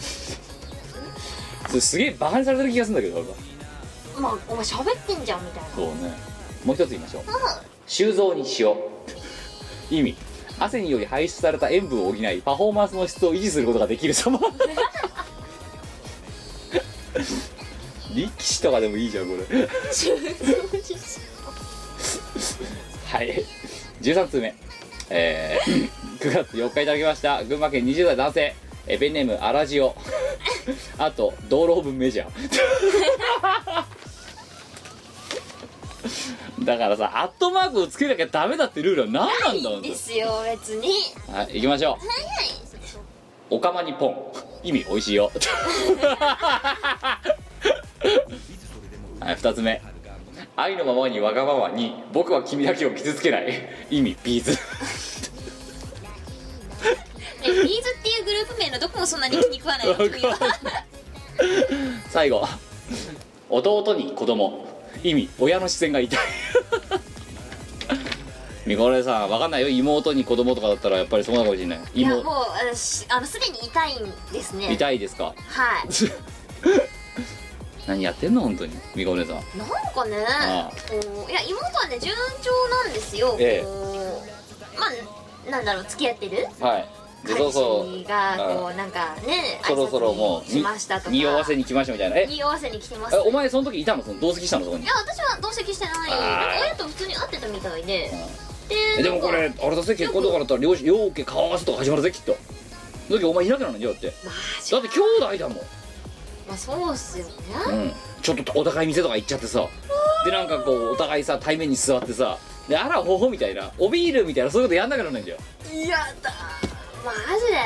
[SPEAKER 1] それすげえバカにされてる気がするんだけど俺は
[SPEAKER 2] まあお前喋ってんじゃんみたいな
[SPEAKER 1] そうねもう一つ言いましょう修造に塩意味汗により排出された塩分を補いパフォーマンスの質を維持することができる様力士とかでもいいじゃんこれはい13通目えー、9月4日いただきました群馬県20代男性えーペンネームアラジオ あと道路オブメジャー だからさアットマークをつけなきゃダメだってルールは何なんだろう
[SPEAKER 2] ですよ別に
[SPEAKER 1] はい行きましょうおかまにポン意味おいしいよ はい2つ目愛のままにわがままに僕は君だけを傷つけない意味ビーズ
[SPEAKER 2] ねビーズっていうグループ名のどこもそんなに気に食わないの君は
[SPEAKER 1] 最後弟に子供意味親の視線が 痛いみこれさんわかんないよ妹に子供とかだったらやっぱりそうなのかもしれない
[SPEAKER 2] いやもう
[SPEAKER 1] 妹
[SPEAKER 2] あのしあのすでに痛いんですね
[SPEAKER 1] 痛いですか
[SPEAKER 2] はい
[SPEAKER 1] 何やってんの本当にみこねさん
[SPEAKER 2] なんかね
[SPEAKER 1] ああ
[SPEAKER 2] こういや妹はね順調なんですよ、
[SPEAKER 1] ええ
[SPEAKER 2] こうまあなんだろう付き合ってる
[SPEAKER 1] はいで
[SPEAKER 2] 彼
[SPEAKER 1] そうそ
[SPEAKER 2] 氏
[SPEAKER 1] う
[SPEAKER 2] がこ
[SPEAKER 1] う
[SPEAKER 2] うなんか
[SPEAKER 1] ん
[SPEAKER 2] ね
[SPEAKER 1] そろそろもう
[SPEAKER 2] 挨拶に来ましたとか
[SPEAKER 1] に匂わせに来ましたみたいなえ
[SPEAKER 2] 匂わせに来てます
[SPEAKER 1] えお前その時いたのその同席したのそこに
[SPEAKER 2] いや私は同席してない
[SPEAKER 1] ああ
[SPEAKER 2] なんか親と普通に会ってたみたいで
[SPEAKER 1] え
[SPEAKER 2] で
[SPEAKER 1] でもこ
[SPEAKER 2] な
[SPEAKER 1] れ
[SPEAKER 2] んか
[SPEAKER 1] あれだぜ結婚とかだったら両親両家顔合わせとか始まるぜきっとだけどお前いなくなるんだよだって
[SPEAKER 2] まあし
[SPEAKER 1] だ
[SPEAKER 2] ょ
[SPEAKER 1] って兄弟だもん
[SPEAKER 2] まあそうっすよね、
[SPEAKER 1] うん、ちょっとお互い店とか行っちゃってさでなんかこうお互いさ対面に座ってさであらほほみたいなおビールみたいなそういうことやんなくなるんだよ、
[SPEAKER 2] いやだマジで、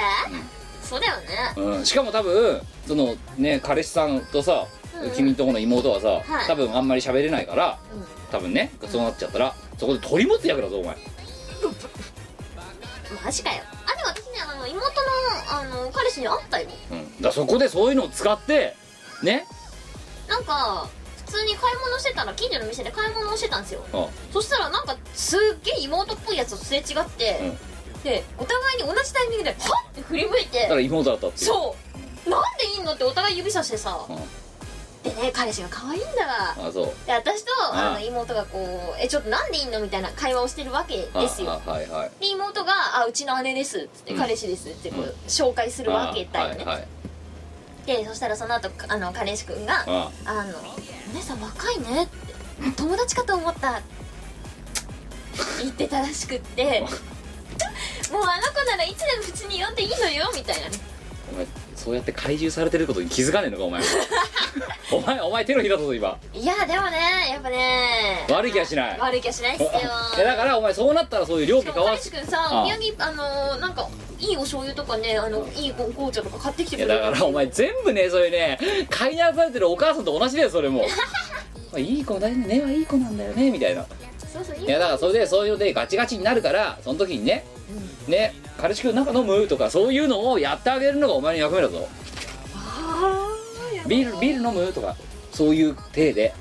[SPEAKER 2] そうだよね
[SPEAKER 1] うん、しかも多分そのね彼氏さんとさ、
[SPEAKER 2] うん
[SPEAKER 1] 君んとこの妹はさ、
[SPEAKER 2] い
[SPEAKER 1] 多分あんまり喋れないから、
[SPEAKER 2] うん
[SPEAKER 1] 多分ねそうなっちゃったらそこで取り持つ役だぞお前
[SPEAKER 2] マジかよあでも私ねあの妹のあの彼氏に会ったよ
[SPEAKER 1] うん、だからそこでそういうのを使ってね
[SPEAKER 2] なんか普通に買い物してたら近所の店で買い物をしてたんですよ
[SPEAKER 1] うん
[SPEAKER 2] そしたらなんかすっげえ妹っぽいやつとすれ違って、でお互いに同じタイミングでパッて振り向い
[SPEAKER 1] だか
[SPEAKER 2] て
[SPEAKER 1] ら妹だったっていう
[SPEAKER 2] そうなんでいいのってお互い指さしてさ、
[SPEAKER 1] うん
[SPEAKER 2] でね彼氏が可愛いんだわ
[SPEAKER 1] あそう
[SPEAKER 2] で私とあ
[SPEAKER 1] あ
[SPEAKER 2] の妹がこう「えちょっとなんでいいの?」みたいな会話をしてるわけですよ
[SPEAKER 1] ああはいはい
[SPEAKER 2] で妹が「あうちの姉です」っつって「
[SPEAKER 1] うん
[SPEAKER 2] 彼氏です」ってこ
[SPEAKER 1] うん
[SPEAKER 2] う紹介するわけだよね、
[SPEAKER 1] あはいはい
[SPEAKER 2] でそしたらその後あの彼氏くんが「
[SPEAKER 1] あ
[SPEAKER 2] あのお姉さん若いね」って「友達かと思った」言ってたらしくって「もうあの子ならいつでも普通に呼んでいいのよ」みたいなね
[SPEAKER 1] お前そうやって怪獣されてることに気づかねえのかお 前お前お前手のひらだぞ今
[SPEAKER 2] いやでもねやっぱね
[SPEAKER 1] 悪い気はしない
[SPEAKER 2] 悪い気は しないっすよ
[SPEAKER 1] えだからお前そうなったらそういう両家
[SPEAKER 2] で
[SPEAKER 1] 交
[SPEAKER 2] も
[SPEAKER 1] わ
[SPEAKER 2] 彼
[SPEAKER 1] す
[SPEAKER 2] 氏くんさ
[SPEAKER 1] ああ
[SPEAKER 2] お土産あのーなんかいいお醤油とかねあのいいご紅茶とか買ってきて
[SPEAKER 1] い
[SPEAKER 2] く
[SPEAKER 1] や
[SPEAKER 2] れる
[SPEAKER 1] だからお前全部ねそういうね飼いならされてるお母さんと同じだよそれもまあいい子だよね根はいい子なんだよねみたいな
[SPEAKER 2] そうそうい
[SPEAKER 1] いやだからそれでそういうのでガチガチになるからその時にねね彼氏くんなんか飲むとかそういうのをやってあげるのがお前の役目だぞビールビール飲むとかそういう体で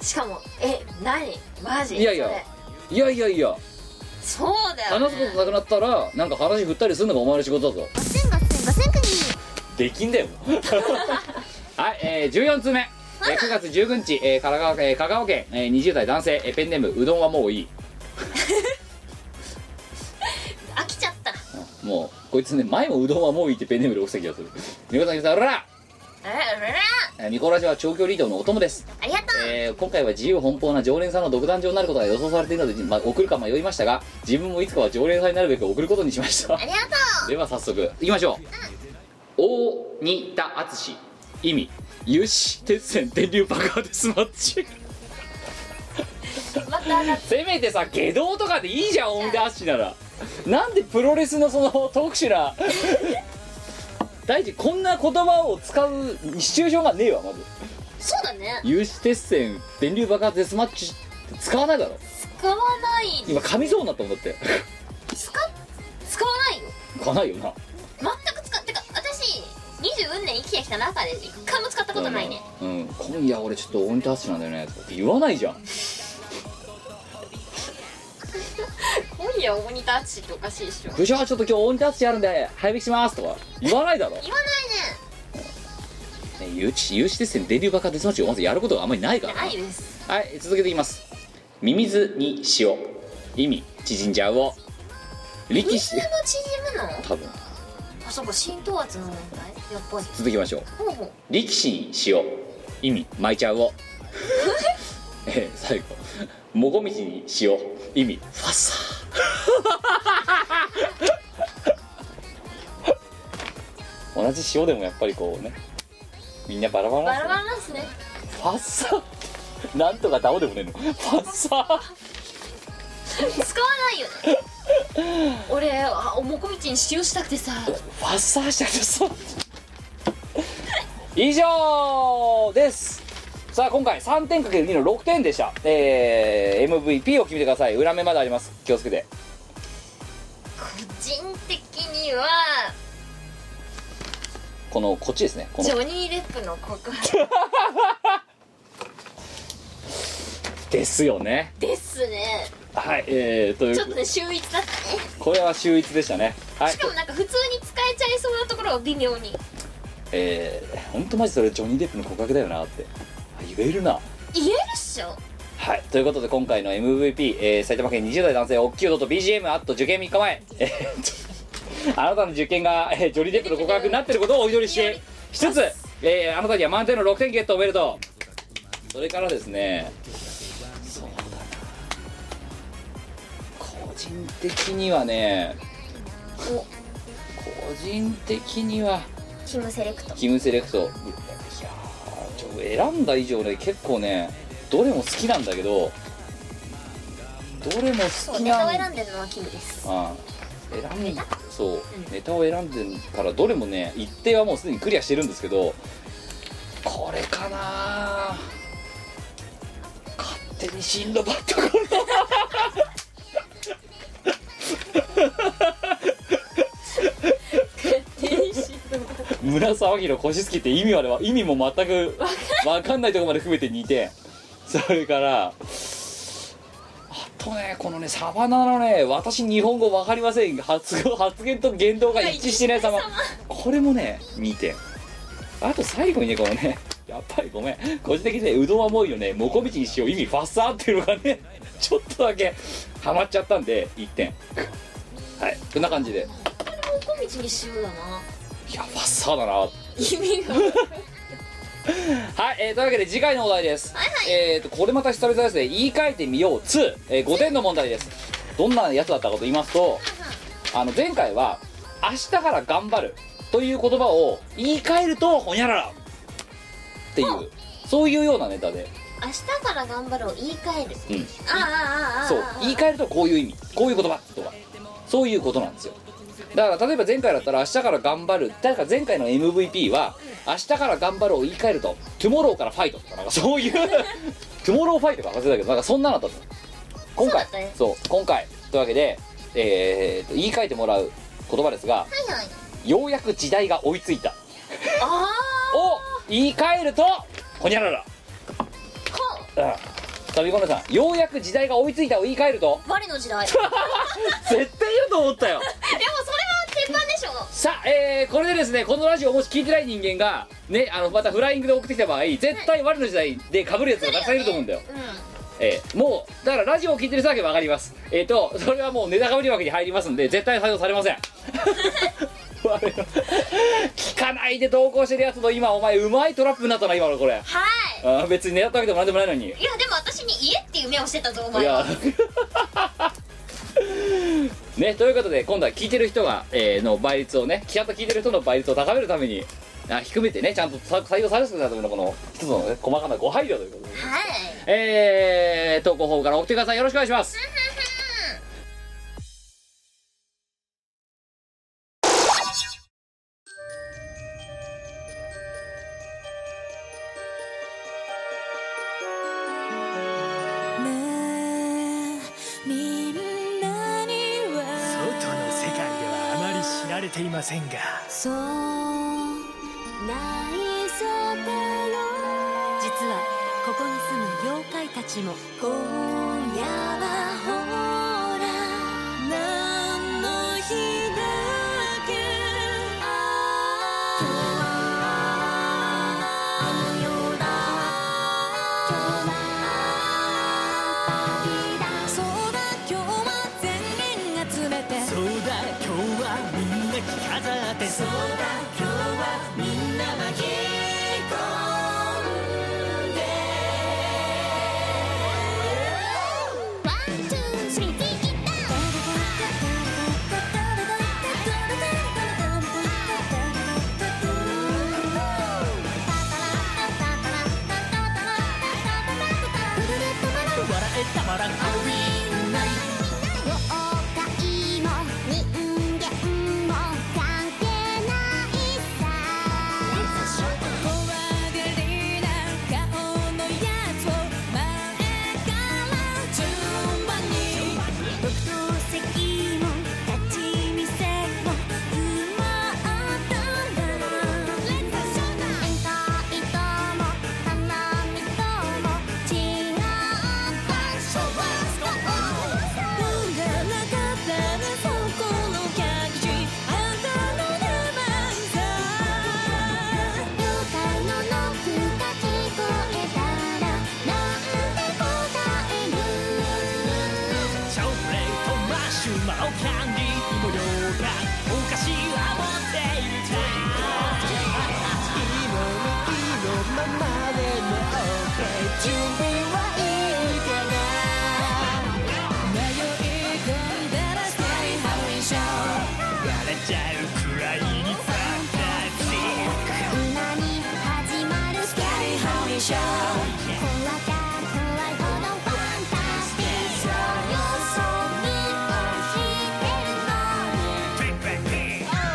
[SPEAKER 2] しかもえ何マジ
[SPEAKER 1] いやいや
[SPEAKER 2] それ
[SPEAKER 1] いやいやいや
[SPEAKER 2] そうだよ、ね、
[SPEAKER 1] 話すことなくなったらなんか話振ったりするのがお前の仕事だぞ
[SPEAKER 3] ガセンガセンガセンクニ
[SPEAKER 1] できんだよはい、えー、14通目、えー、9月19日、えー、神奈川県、えー香川県、えー、20代男性、えーペンネームうどんはもういい
[SPEAKER 2] 飽きちゃった
[SPEAKER 1] もうこいつね前もうどんはもういいってペンネームで起きた気がするみこさんさんおら
[SPEAKER 2] えらら
[SPEAKER 1] えーミコラジは長距離移動のお供です、
[SPEAKER 2] ありがとう、
[SPEAKER 1] えー今回は自由奔放な常連さんの独壇場になることが予想されているので、まあ、送るか迷いましたが自分もいつかは常連さんになるべく送ることにしました
[SPEAKER 2] ありがとう
[SPEAKER 1] では早速いきましょう大仁田敦意味有刺鉄線電流爆破デスマッチ
[SPEAKER 2] まただ
[SPEAKER 1] せめてさ下道とかでいいじゃん大仁田敦ならなんでプロレスのその特殊な大地こんな言葉を使うシチュエーションがねえわまず
[SPEAKER 2] そうだね
[SPEAKER 1] 有刺鉄線電流爆破デスマッチって使わないだろ
[SPEAKER 2] 使わない
[SPEAKER 1] 今噛みそうになったもんだって
[SPEAKER 2] 使っ使わないよ
[SPEAKER 1] 噛まないよな
[SPEAKER 2] 全く使ってか私20運年生きてきた中で一回も使ったことないね
[SPEAKER 1] うん今夜俺ちょっと大仁田敦なんだよねとかって言わないじゃん
[SPEAKER 2] 今夜大仁田淳っておかしいでしょ
[SPEAKER 1] 部長はちょっと今日大仁田淳やるんで早引きしますとか言わないだろ
[SPEAKER 2] 言わない
[SPEAKER 1] ね有志有志鉄線デビュー爆破デスマッチをまずやることがあんまりないから
[SPEAKER 2] ね
[SPEAKER 1] な
[SPEAKER 2] ないです
[SPEAKER 1] はい続けていきますミミズに塩意味縮んじゃうを力士
[SPEAKER 2] 水の縮むの
[SPEAKER 1] 多分
[SPEAKER 2] あそこ浸透圧の問題やっぱり
[SPEAKER 1] 続きましょう
[SPEAKER 2] ほうほう
[SPEAKER 1] 力士に塩意味巻いちゃうをえー最後もこみちに塩意味ファッサー同じ塩でもやっぱりこうねみんなバラバラ
[SPEAKER 2] バ
[SPEAKER 1] なん
[SPEAKER 2] ラ
[SPEAKER 1] ですね
[SPEAKER 2] バラですね
[SPEAKER 1] ファッサーってなんとかダオでもねえのファッサー
[SPEAKER 2] 使わないよね 俺あおもこみちに使用したくてさ
[SPEAKER 1] ファッサーしたくてそう以上ですさあ今回3点かける2の6点でしたえー、MVP を決めてください裏目まであります気をつけて
[SPEAKER 2] 個人的には
[SPEAKER 1] このこっちですねこ
[SPEAKER 2] ジ
[SPEAKER 1] の
[SPEAKER 2] ョニー・デップの告白
[SPEAKER 1] ですよね
[SPEAKER 2] ですね
[SPEAKER 1] はいえー、とい
[SPEAKER 2] ちょっと
[SPEAKER 1] う
[SPEAKER 2] ね秀逸だったね
[SPEAKER 1] これは秀逸でしたねはい
[SPEAKER 2] しかもなんか普通に使えちゃいそうなところを微妙に
[SPEAKER 1] えー、ほんとマジそれジョニー・デップの告白だよなってあ言えるな
[SPEAKER 2] 言えるっしょ
[SPEAKER 1] はい、ということで今回の MVP、えー埼玉県20代男性おっきいと BGM あと受験3日前えー っとあなたの受験が、えージョリー・デップの告白になっていることをお祈りしてしつつ、えーあなたには満点の6点ゲットおめでとうそれからですねそうだな個人的にはね個人的には
[SPEAKER 2] キムセレクト
[SPEAKER 1] キムセレクトいやーちょ選んだ以上ね結構ねどれも好きなんだけどどれも
[SPEAKER 2] そ
[SPEAKER 1] 好
[SPEAKER 2] う
[SPEAKER 1] き
[SPEAKER 2] ネタ
[SPEAKER 1] な
[SPEAKER 2] を
[SPEAKER 1] ん
[SPEAKER 2] 選んでるのはキムです
[SPEAKER 1] うん選ん
[SPEAKER 2] ネタ
[SPEAKER 1] そう、
[SPEAKER 2] ん
[SPEAKER 1] ネタを選んでからどれもね一定はもうすでにクリアしてるんですけどこれかな勝手にシンドバッドコント村沢宏腰好きって意味までは意味も全く分かんないところまで含めて2点それからあとねこのねサバナのね私日本語分かりません発語発言と言動が一致してない様これもね2点あと最後にねこのねやっぱりごめん個人的にねうどんはもういいよねもこみちにしよう意味ファッサーっていうのがねちょっとだけハマっちゃったんで1点はいこんな感じで
[SPEAKER 2] こみちにしようだない
[SPEAKER 1] やファッサーだなって
[SPEAKER 2] 意味が
[SPEAKER 1] はい、えーというわけで次回のお題です、えーとこれまた久々ですね言い換えてみよう2、えー5点の問題ですどんなやつだったかと言いますとあの前回は「明日から頑張る」という言葉を言い換えると「ほにゃらら」っていうそういうようなネタで、
[SPEAKER 2] 明日から頑張ろう言い換える
[SPEAKER 1] うん、
[SPEAKER 2] ああああああ
[SPEAKER 1] そう言い換えるとこういう意味こういう言葉とかそういうことなんですよだから例えば前回だったら「明日から頑張る」だから前回の MVP は「明日から頑張る」を言い換えると「トゥモローからファイト」とかなんかそういう トゥモローファイトか忘れたけどなんかそんなのだったの今
[SPEAKER 2] そうだ
[SPEAKER 1] 回
[SPEAKER 2] ったね
[SPEAKER 1] そう今回というわけで、えーと言い換えてもらう言葉ですが
[SPEAKER 2] はいはい
[SPEAKER 1] 「ようやく時代が追いついた
[SPEAKER 2] あ」
[SPEAKER 1] を言い換えると「ほにゃらら
[SPEAKER 2] あ」
[SPEAKER 1] うんサビコネさんようやく時代が追いついたを言い換えると
[SPEAKER 2] 我の時代でも
[SPEAKER 1] 絶対言うと思ったよ
[SPEAKER 2] それは鉄板でしょ
[SPEAKER 1] さあ、えー、これでですねこのラジオをもし聞いてない人間がねあのまたフライングで送ってきた場合絶対我の時代で被るやつがたくさんいると思うんだよ、えーもうだからラジオを聞いてる人だけ分かりますえっ、とそれはもうネタかぶり枠に入りますんで絶対採用されません 我々は聞かないで投稿してるやつの今お前うまいトラップになったな今のこれ
[SPEAKER 2] はい
[SPEAKER 1] あー別に狙ったわけでもなんでもないのに
[SPEAKER 2] いやでも私に家っていう目をしてたぞ
[SPEAKER 1] い
[SPEAKER 2] お前は
[SPEAKER 1] や ねということで今度は聞いてる人が、えーの倍率をねちゃんと聞いてる人の倍率を高めるためにあ低めてねちゃんとさ採用されるためのこの一つの、ね、細かなご配慮ということで
[SPEAKER 2] はい
[SPEAKER 1] えー、投稿フォームから送ってくださいよろしくお願いします
[SPEAKER 6] みんなには
[SPEAKER 7] 外の世界ではあまり知られていませんが
[SPEAKER 6] そうないぞだろう実はここに住む妖怪たちも今夜はほら何の日だっけああの夜だそうだ今日は全員集めて
[SPEAKER 7] そうだ今日はみんな着飾って
[SPEAKER 6] そうだ今日はみんな巻き込んで
[SPEAKER 3] ワン、ツー、スリー、ティーキッタ
[SPEAKER 7] 笑えたまらん
[SPEAKER 3] 妖怪も人間も関係ないさ
[SPEAKER 6] 怖がりな顔のやつを前から順番に独特席も立ち見せも埋まったんだ
[SPEAKER 3] 宴会とも花見とも違う場所は
[SPEAKER 6] 「運がなかったらそこのキャッチ」「あんたの名前
[SPEAKER 3] 「妖怪のノックが聞こえたらなんて答える」
[SPEAKER 7] チョコレートマシュマロキャンディー芋ようかお菓子は持っている今の今までのオーケー準備
[SPEAKER 6] Oh.
[SPEAKER 7] はいい
[SPEAKER 6] だ」「迷い込んだらステイハウンショー」
[SPEAKER 7] 笑っちゃうくらいにファンタジー
[SPEAKER 3] 今に始まるス
[SPEAKER 6] 「ス
[SPEAKER 3] キ
[SPEAKER 6] テ
[SPEAKER 3] ャ
[SPEAKER 6] イハウンショー」
[SPEAKER 3] 怖か怖いほどファンタスティックよそ見をしてるのに
[SPEAKER 7] ピ
[SPEAKER 6] 「今夜の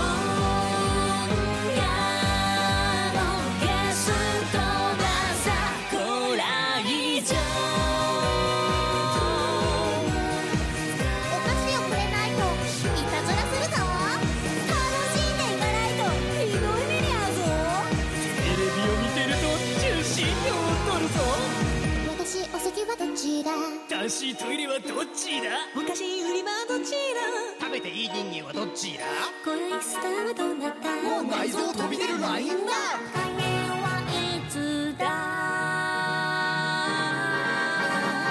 [SPEAKER 6] Oh. ゲストはさご来場」
[SPEAKER 3] お菓子をくれないといたずらするぞ楽しんでいかないとひどい目に遭うぞ
[SPEAKER 7] テレビを見てると重心を取るぞ
[SPEAKER 3] 私お席はどちら
[SPEAKER 7] 男子トイレはどっちだ
[SPEAKER 6] お菓子売り場どちら
[SPEAKER 7] 食べていい人間はどっちだ
[SPEAKER 6] これスターはどなたもう内臓飛び出るラインナー加減はいつだ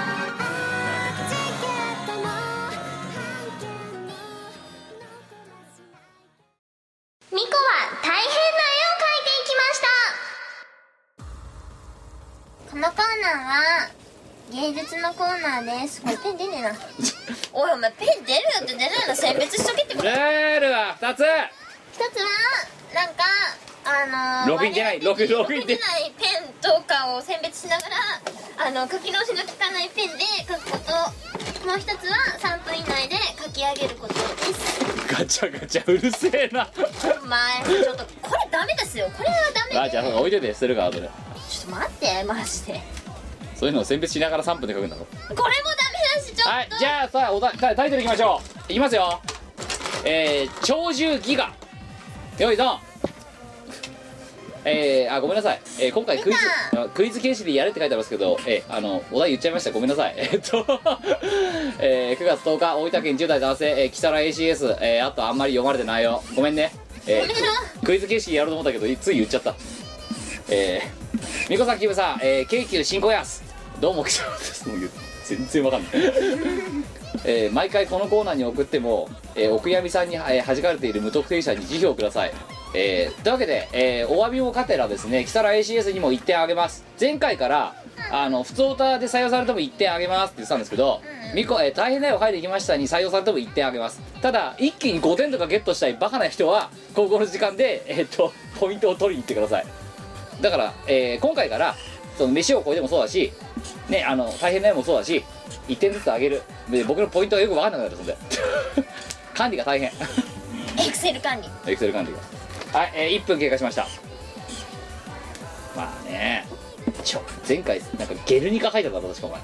[SPEAKER 2] ミコは大変な絵を描いていき
[SPEAKER 3] チェケットの半径に残らしない
[SPEAKER 2] ましたこのコーナーは芸術のコーナーですこれペン出ねえなおいお前ペン出るよって出ないの選別しとけってこと
[SPEAKER 1] ルールは2つ
[SPEAKER 2] 一つはなんかあの
[SPEAKER 1] ログイン出ない
[SPEAKER 2] 我々的に
[SPEAKER 1] ログイン出
[SPEAKER 2] ログイン出ないペンとかを選別しながらあの書き直しの効かないペンで書くこともう一つは3分以内で書き上げることです
[SPEAKER 1] ガチャガチャうるせえな
[SPEAKER 2] お前ちょっとこれダメですよこれはダ
[SPEAKER 1] あ
[SPEAKER 2] メ
[SPEAKER 1] じゃあ置いといて捨てるから後で
[SPEAKER 2] ちょっと待ってマジで
[SPEAKER 1] そういうのを選別しながら3分で書くんだろ
[SPEAKER 2] これもダメだしちょっと、
[SPEAKER 1] はいじゃあさあおだタイトルいきましょういきますよえー、鳥獣ギガよいぞんええー、あごめんなさい、えー今回クイズあクイズ形式でやれって書いてありますけど、えーあのお題言っちゃいましたごめんなさいえっと、 えー9月10日大分県10代男性、えー、キサラ ACS、えーあとあんまり読まれてないよごめんね、えークイズ形式やろうと思ったけどつい言っちゃったえー、みこさんきむさん、えー、京急新小安どう もきさんですもう言う全然わかんないえー毎回このコーナーに送っても、えーお悔やみさんに、えー弾かれている無特定者に辞表をください、えーというわけで、えーお詫びもかてらですね木更 ACS にも1点あげます前回からあの普通歌で採用されても1点あげますって言ってたんですけど「みこえー大変だよ入ってきました」に採用されても1点あげますただ一気に5点とかゲットしたいバカな人は高校の時間で、えーっとポイントを取りに行ってくださいだから、えー今回からその飯を超えてもそうだし、ね、あの大変な絵もそうだし1点ずつ上げるで僕のポイントがよく分かんなくなるそんで 管理が大変
[SPEAKER 2] エクセル管理
[SPEAKER 1] エクセル管理がはい、えー1分経過しましたまあねちょ前回なんか「ゲルニカ」書いてただろ確かお前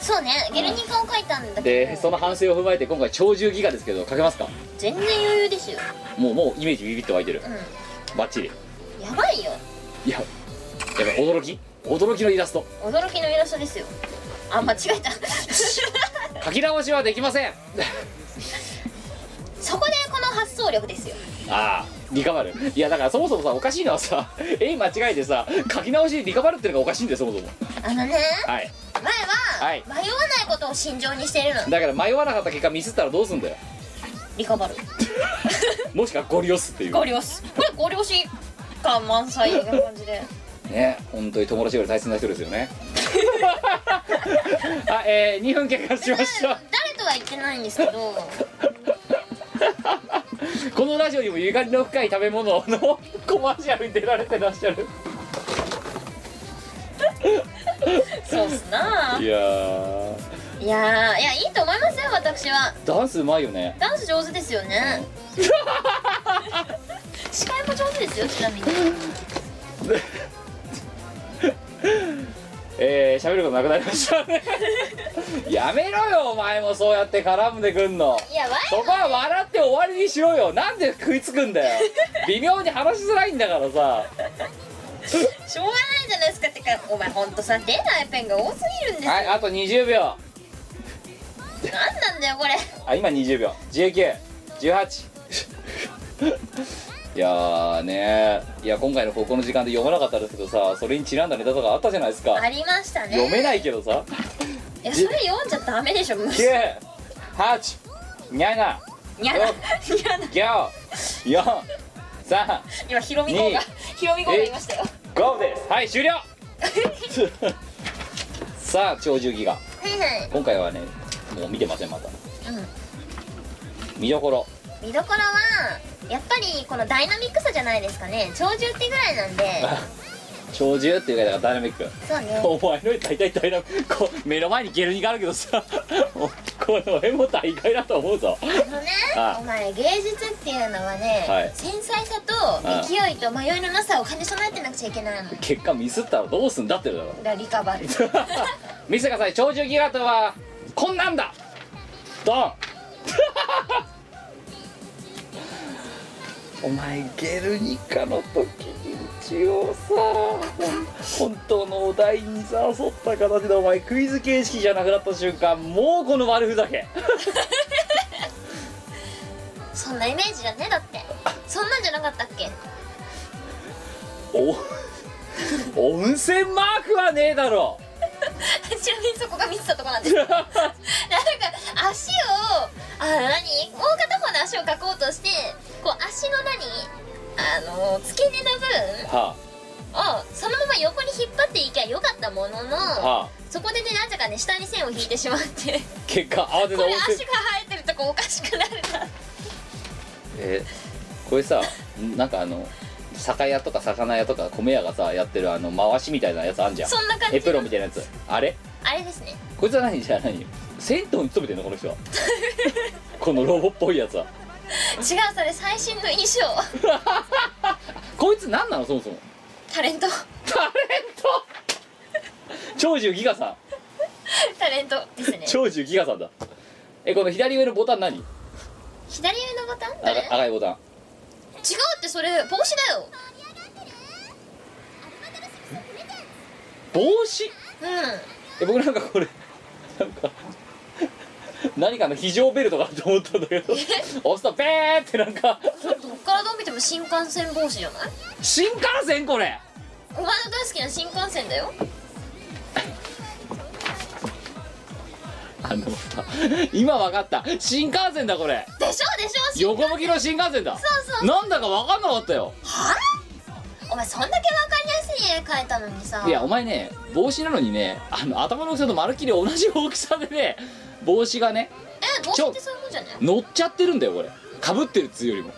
[SPEAKER 2] そうねゲルニカを書いたんだけど
[SPEAKER 1] でその反省を踏まえて今回超10ギガですけど書けますか
[SPEAKER 2] 全然余裕ですよ
[SPEAKER 1] もうもうイメージビビッと湧いてる
[SPEAKER 2] う
[SPEAKER 1] バッチリ
[SPEAKER 2] んやばいよ
[SPEAKER 1] いややっぱ驚き驚きのイラスト
[SPEAKER 2] 驚きのイラストですよあ間違えた
[SPEAKER 1] 書き直しはできません
[SPEAKER 2] そこでこの発想力ですよ
[SPEAKER 1] ああリカバルいやだからそもそもさおかしいのはさ 絵間違えてさ書き直しでリカバルってのがおかしいんだよそもそも
[SPEAKER 2] あのね
[SPEAKER 1] はい
[SPEAKER 2] 前は、
[SPEAKER 1] はい
[SPEAKER 2] 迷わないことを心情にしているの
[SPEAKER 1] だから迷わなかった結果ミスったらどうすんだよ
[SPEAKER 2] リカバル
[SPEAKER 1] もしくはゴリ押すっていう
[SPEAKER 2] ゴリ押しこれゴリ押し感満載な感じ で
[SPEAKER 1] ね本当に友達より大切な人ですよね あえー、2分経過しました
[SPEAKER 2] 誰とは言ってないんですけど
[SPEAKER 1] このラジオにもゆかりの深い食べ物の コマーシャルに出られてらっしゃる
[SPEAKER 2] そうっすない
[SPEAKER 1] やー
[SPEAKER 2] いやーいやいいと思いますよ私は
[SPEAKER 1] ダンスうまいよね
[SPEAKER 2] ダンス上手ですよ ね司会も上手ですよちなみに
[SPEAKER 1] えー、喋ることなくなりましたね やめろよお前もそうやって絡んでくんの
[SPEAKER 2] いやわい
[SPEAKER 1] そこは笑って終わりにしろよなんで食いつくんだよ微妙に話しづらいんだからさ
[SPEAKER 2] しょうがないじゃないですかってかお前ほんとさ出ないペンが多すぎるんですよ、
[SPEAKER 1] はいあと20秒
[SPEAKER 2] なんなんだよこれ
[SPEAKER 1] あ今20秒1918 いやーねいや今回の高校の時間で読まなかったですけどさそれにちなんだネタとかあったじゃないですか
[SPEAKER 2] ありましたね
[SPEAKER 1] 読めないけどさ
[SPEAKER 2] いやそれ読んじゃダメでしょ無視
[SPEAKER 1] 9 8 7
[SPEAKER 2] 嫌だ嫌だ
[SPEAKER 1] 9 4 3
[SPEAKER 2] 今ヒロミ号が
[SPEAKER 1] に
[SPEAKER 2] ヒロミ号がいましたよ
[SPEAKER 1] ゴーですはい終了さあ鳥獣ギガ
[SPEAKER 2] はいはい
[SPEAKER 1] 今回はねもう見てませんまた
[SPEAKER 2] うん
[SPEAKER 1] 見どころ
[SPEAKER 2] 見どころはやっぱりこのダイナミックさじゃないですかね鳥獣ってぐらいなんで
[SPEAKER 1] 鳥獣っていうかだからダイナミック
[SPEAKER 2] そうね
[SPEAKER 1] お前の絵大体大イナミックこう目の前にゲルニカあるけどさ もうこの絵も大概だと思うぞ
[SPEAKER 2] あのね
[SPEAKER 1] あ
[SPEAKER 2] お前芸術っていうのはね、
[SPEAKER 1] はい
[SPEAKER 2] 繊細さと勢いと迷いのなさを兼ね備えてなくちゃいけないのだか
[SPEAKER 1] 結果ミスったらどうすんだってだろ
[SPEAKER 2] らリカバル
[SPEAKER 1] 見せてください鳥獣ギガとはこんなんだドン お前ゲルニカの時に一応さ本当のお題にさ沿った形でお前クイズ形式じゃなくなった瞬間もうこの悪ふざけ
[SPEAKER 2] そんなイメージだねだってそんなんじゃなかった っけ
[SPEAKER 1] お 温泉マークはねえだろ
[SPEAKER 2] ちなみにそこが見てたとこなんですよなんか足をあ何もう片方の足を描こうとしてこう足の何あの付け根の部分
[SPEAKER 1] は
[SPEAKER 2] をそのまま横に引っ張っていきゃよかったものの、
[SPEAKER 1] あはあ
[SPEAKER 2] そこでねなぜかね下に線を引いてしまって
[SPEAKER 1] 結果慌てた
[SPEAKER 2] こ
[SPEAKER 1] 温
[SPEAKER 2] れ足
[SPEAKER 1] 泉
[SPEAKER 2] が生えてるとこおかしくなるな
[SPEAKER 1] えーこれさなんかあの酒屋とか魚屋とか米屋がさやってるあの回しみたいなやつあんじゃん
[SPEAKER 2] そんな感じ
[SPEAKER 1] エプロンみたいなやつあれ
[SPEAKER 2] あれですね
[SPEAKER 1] こいつは何じゃあ何銭湯に勤めてんのこの人はこのロボっぽいやつは
[SPEAKER 2] 違うそれ最新の衣装
[SPEAKER 1] こいつ何なのそもそも
[SPEAKER 2] タレント
[SPEAKER 1] タレント長寿ギガさん
[SPEAKER 2] タレントですね
[SPEAKER 1] 長寿ギガさんだえこの左上のボタン何
[SPEAKER 2] 左上のボタン
[SPEAKER 1] あ
[SPEAKER 2] どれ違う
[SPEAKER 1] 赤いボタン
[SPEAKER 2] ってそれ帽子だよ
[SPEAKER 1] 帽子
[SPEAKER 2] うん
[SPEAKER 1] え僕なんかこれなんか何かの非常ベルトかなと思ったんだけど押すとペーってなんか
[SPEAKER 2] どっからどう見ても新幹線帽子じゃない
[SPEAKER 1] 新幹線これ
[SPEAKER 2] お前の大好きな新幹線だよ
[SPEAKER 1] あの今わかった新幹線だこれ
[SPEAKER 2] でしょでしょ新
[SPEAKER 1] 横向きの新幹線だ
[SPEAKER 2] そうそう
[SPEAKER 1] なんだかわかんなかったよ
[SPEAKER 2] お前そんだけ分かりやすい絵描いたのにさ
[SPEAKER 1] いやお前ね帽子なのにねあの頭の大きさとまるっきり同じ大きさでね帽子がね
[SPEAKER 2] え帽子ってそういうもんじゃない
[SPEAKER 1] 乗っちゃってるんだよこれかぶってるっつうよりも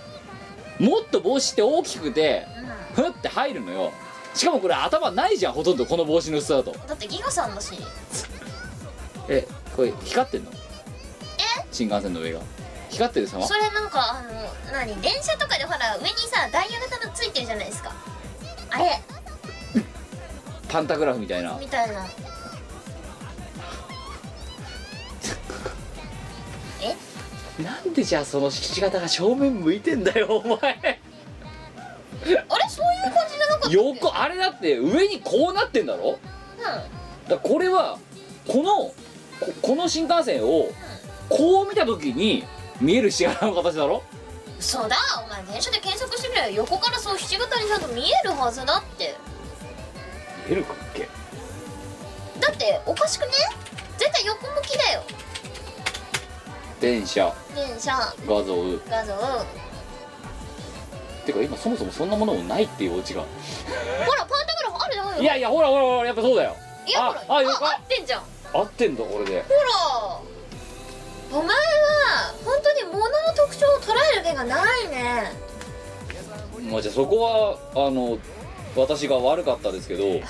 [SPEAKER 1] もっと帽子って大きくて
[SPEAKER 2] う
[SPEAKER 1] ふって入るのよしかもこれ頭ないじゃんほとんどこの帽子の薄さだと
[SPEAKER 2] んだってギガさんだし
[SPEAKER 1] えこれ光ってんの
[SPEAKER 2] え
[SPEAKER 1] 新幹線の上が光ってる様
[SPEAKER 2] それなんかあの何電車とかでほら上にさダイヤ型のついてるじゃないですかあれ
[SPEAKER 1] パンタグラフみたいな
[SPEAKER 2] みたいな
[SPEAKER 1] なんでじゃあその父方が正面向いてんだよお前
[SPEAKER 2] あれそういう感じじゃなかったっけ
[SPEAKER 1] 横あれだって上にこうなってんだろ
[SPEAKER 2] う
[SPEAKER 1] だからこれはこのここの新幹線をこう見た時に見える七柄の形だろ
[SPEAKER 2] んそうだお前電車で検索してみれば横からそう七型にちゃんと見えるはずだって
[SPEAKER 1] 見えるかっけ
[SPEAKER 2] だっておかしくね絶対横向きだよ
[SPEAKER 1] 電車
[SPEAKER 2] 電車
[SPEAKER 1] 画像
[SPEAKER 2] 画像ほ
[SPEAKER 1] てか今そもそもそんなものもないっていうオチが
[SPEAKER 2] らパンタグラフあるじゃん
[SPEAKER 1] いやいやほらほらほらやっぱそうだよ
[SPEAKER 2] いやほら
[SPEAKER 1] ああよ
[SPEAKER 2] あ
[SPEAKER 1] か
[SPEAKER 2] 合ってんじゃん
[SPEAKER 1] 合ってんだこれで
[SPEAKER 2] ほらお前は本当に物の特徴を捉える目がないね
[SPEAKER 1] まあじゃあそこはあの私が悪かったですけど
[SPEAKER 2] はい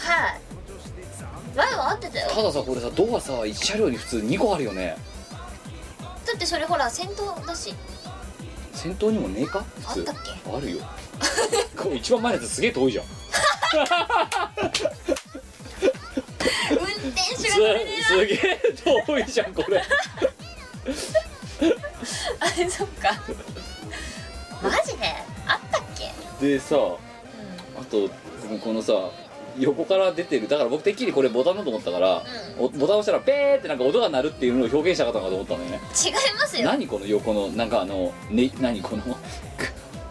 [SPEAKER 2] 前は合ってたよ
[SPEAKER 1] たださこれさドアさ1車両に普通2個あるよね
[SPEAKER 2] だってそれほら先頭だし
[SPEAKER 1] 先頭にもねえか
[SPEAKER 2] あっ
[SPEAKER 1] 普通
[SPEAKER 2] たっ
[SPEAKER 1] あるよこれ一番前のやつすげえ遠いじゃん
[SPEAKER 2] 運転手
[SPEAKER 1] す
[SPEAKER 2] が乗れねえ
[SPEAKER 1] すげえ遠いじゃんこれ
[SPEAKER 2] なあれそっかマジであったっけ
[SPEAKER 1] でさあとこのさ横から出てるだから僕てっきりこれボタンだと思ったから、おボタン押したらペーってなんか音が鳴るっていうのを表現したかったのかと思ったんだよね
[SPEAKER 2] 違いますよ
[SPEAKER 1] 何この横のなんかあの、ね、何この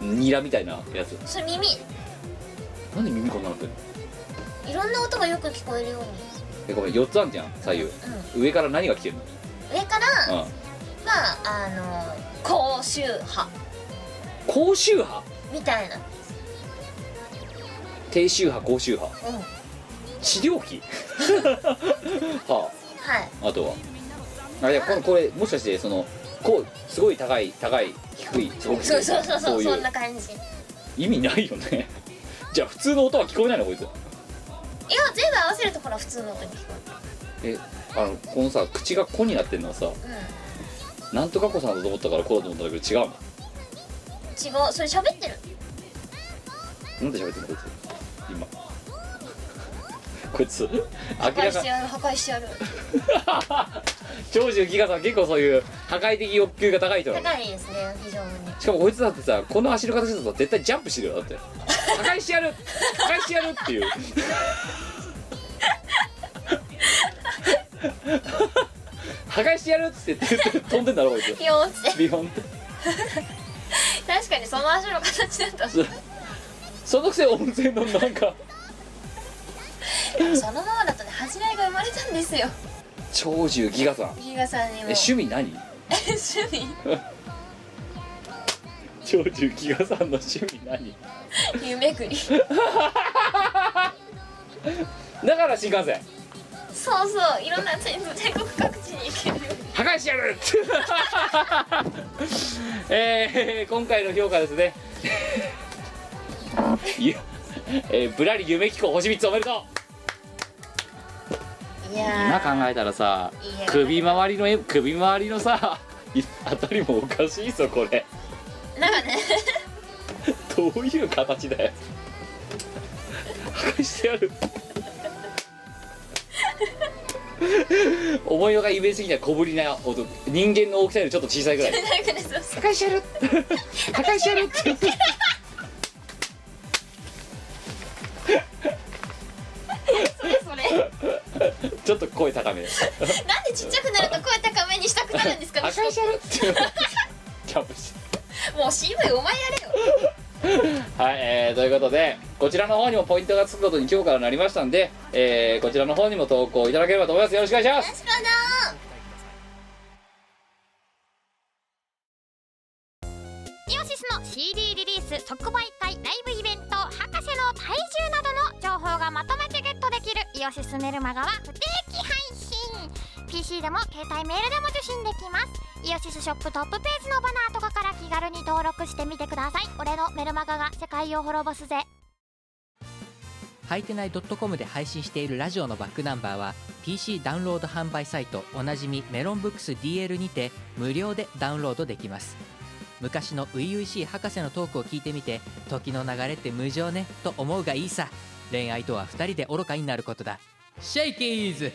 [SPEAKER 1] ニラみたいなやつ
[SPEAKER 2] それ耳
[SPEAKER 1] なんで耳こんななってんの
[SPEAKER 2] いろんな音がよく聞こえるように
[SPEAKER 1] えごめん4つあんじゃん左右上から何が来てるの
[SPEAKER 2] 上から
[SPEAKER 1] うん
[SPEAKER 2] まああの高周波
[SPEAKER 1] 高周波
[SPEAKER 2] みたいな
[SPEAKER 1] 低周波高周波
[SPEAKER 2] うんは
[SPEAKER 1] 治療器 はああとはあいやこれこれもしかしてそのこうすごい高い高い低いすごく
[SPEAKER 2] い
[SPEAKER 1] 低い
[SPEAKER 2] そうそうそうそう
[SPEAKER 1] い
[SPEAKER 2] そん
[SPEAKER 1] う
[SPEAKER 2] な感じ
[SPEAKER 1] 意味ないよね じゃあ普通の音は聞こえないのこいつ
[SPEAKER 2] いや全部合わせるとほら普通の音に聞こ
[SPEAKER 1] えあのこのさ口が「こ」になってんのはさ
[SPEAKER 2] える
[SPEAKER 1] なんとかこさんだと思ったから「こ」だと思ったんだけど違うの
[SPEAKER 2] うん違うそれ喋ってる
[SPEAKER 1] なんで喋ってんのこいつ 今こいつ
[SPEAKER 2] 破
[SPEAKER 1] 明
[SPEAKER 2] 壊
[SPEAKER 1] ら
[SPEAKER 2] し
[SPEAKER 1] か
[SPEAKER 2] てやる破壊してやる
[SPEAKER 1] 長寿ギガさん結構そういう破壊的欲求が高い人なの
[SPEAKER 2] 高いですね非常に
[SPEAKER 1] しかもこいつだってさこの足の形だと絶対ジャンプしてるよだって破壊してやる破壊してやるっていう破壊してやるっつって言って飛んでんだろこいつ
[SPEAKER 2] ピヨーンって
[SPEAKER 1] ビヨンって
[SPEAKER 2] 確かにその足の形だと
[SPEAKER 1] そそのくせ温泉のなんか
[SPEAKER 2] そのままだとね恥じらいが生まれたんですよ
[SPEAKER 1] 長寿ギガさん
[SPEAKER 2] 比嘉さん
[SPEAKER 1] え
[SPEAKER 2] にも
[SPEAKER 1] 趣味何
[SPEAKER 2] え 趣味
[SPEAKER 1] 長寿ギガさんの趣味何
[SPEAKER 2] 夢くり
[SPEAKER 1] だから新幹線
[SPEAKER 2] そうそういろんな全全国各地に行けるよ
[SPEAKER 1] 破壊してやるえー、今回の評価ですねいやえーぶらり夢機構星3つおめでとう
[SPEAKER 2] いや
[SPEAKER 1] 今考えたらさ
[SPEAKER 2] いや
[SPEAKER 1] 首周りのえ首周りのさいあたりもおかしいぞこれ
[SPEAKER 2] ーなんかね
[SPEAKER 1] どういう形だよ破壊してやる思いのがイメージ的には小ぶりな男人間の大きさよりちょっと小さいぐらい
[SPEAKER 2] なんかねそうそう
[SPEAKER 1] 破壊してやる破壊してやるって声高め
[SPEAKER 2] なんでちっちゃくなると声高めにしたくなるんですか
[SPEAKER 1] 破壊しゃるっていうキャンプして
[SPEAKER 2] もう CV お前やれよ
[SPEAKER 1] はい、えーということでこちらの方にもポイントがつくことに今日からなりましたんで、えーこちらの方にも投稿いただければと思いますよろしくお願いします
[SPEAKER 2] 確かな
[SPEAKER 3] イオシスの CD リリース即売会ライブイベント博士の体重などの情報がまとめてゲットできるイオシスメルマガは不定期配信 PC でも携帯メールでも受信できますイオシスショップトップページのバナーとかから気軽に登録してみてください俺のメルマガが世界を滅ぼすぜ
[SPEAKER 8] はいてない .com で配信しているラジオのバックナンバーは PC ダウンロード販売サイトおなじみメロンブックス DL にて無料でダウンロードできます昔の初々しい博士のトークを聞いてみて時の流れって無情ねと思うがいいさ恋愛とは2人で愚かになることだシェイキーズ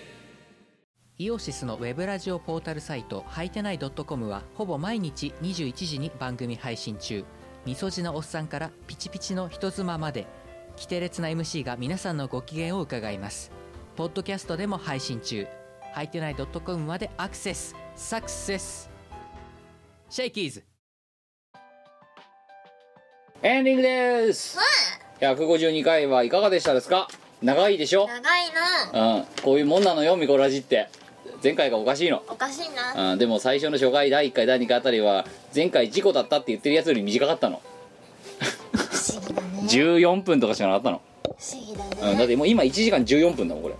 [SPEAKER 8] イオシスのウェブラジオポータルサイトはいてない .com はほぼ毎日21時に番組配信中みそじのおっさんからピチピチの人妻まで規定列な MC が皆さんのご機嫌を伺いますポッドキャストでも配信中はいてない .com までアクセスサクセスシェイキーズ
[SPEAKER 1] エンディングです152回はいかがでしたですか長いでしょ
[SPEAKER 2] 長いな
[SPEAKER 1] うんこういうもんなのよミコラジって前回がおかしいの
[SPEAKER 2] おかしいな
[SPEAKER 1] うんでも最初の初回第1回第2回あたりは前回事故だったって言ってるやつより短かったの
[SPEAKER 2] 不思議だね
[SPEAKER 1] 14分とかしかなかったの、
[SPEAKER 2] 不思議だ
[SPEAKER 1] うん、だっ
[SPEAKER 2] ね
[SPEAKER 1] てもう今1時間14分だもんこれ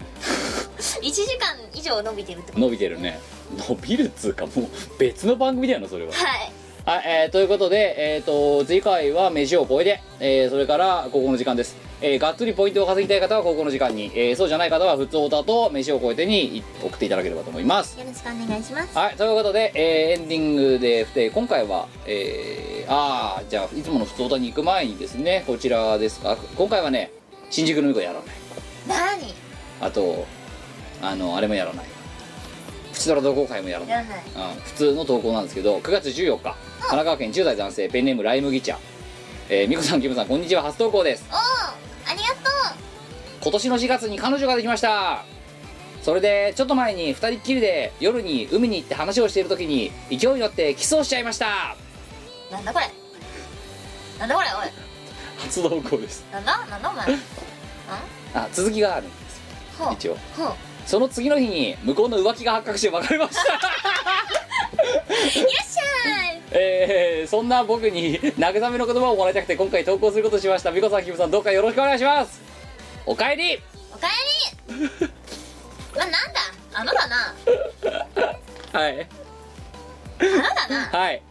[SPEAKER 2] 1時間以上伸びてるってこと
[SPEAKER 1] 伸びてるね伸びるっつうかもう別の番組だよなそれは
[SPEAKER 2] はい
[SPEAKER 1] はい、えーということで、えー、と次回は飯を超えて、えーそれから高校の時間です、えーがっつりポイントを稼ぎたい方は高校の時間に、えーそうじゃない方は普通オタと飯を超えてに送っていただければと思います
[SPEAKER 2] よろしくお願いします
[SPEAKER 1] はいということで、えーエンディングで、えー今回は、えーああじゃあいつもの普通オタに行く前にですねこちらですか今回はね新宿のみこやらない
[SPEAKER 2] 何
[SPEAKER 1] あとあのあれもやらないプチドラ同好会もやらない
[SPEAKER 2] やらない
[SPEAKER 1] うん普通の投稿なんですけど9月14日神奈川県10代男性ペンネームライムギチャえー、みこさんキムさんこんにちは初投稿です
[SPEAKER 2] おおありがとう
[SPEAKER 1] 今年の4月に彼女ができましたそれでちょっと前に2人っきりで夜に海に行って話をしている時に勢いに乗ってキスをしちゃいました
[SPEAKER 2] なんだこれなんだこれおい
[SPEAKER 1] 初投稿です
[SPEAKER 2] なんだなんだお前ん
[SPEAKER 1] あ続きがあるんです
[SPEAKER 2] ほう
[SPEAKER 1] 一応
[SPEAKER 2] ほう
[SPEAKER 1] その次の日に向こうの浮気が発覚して別れました
[SPEAKER 2] いらっしゃい
[SPEAKER 1] えーそんな僕に 慰めの言葉をもらいたくて今回投稿することにしました美子さんキムさんどうかよろしくお願いしますおかえり
[SPEAKER 2] おかえ りまあなんだあのだな
[SPEAKER 1] はい
[SPEAKER 2] あのだな
[SPEAKER 1] はい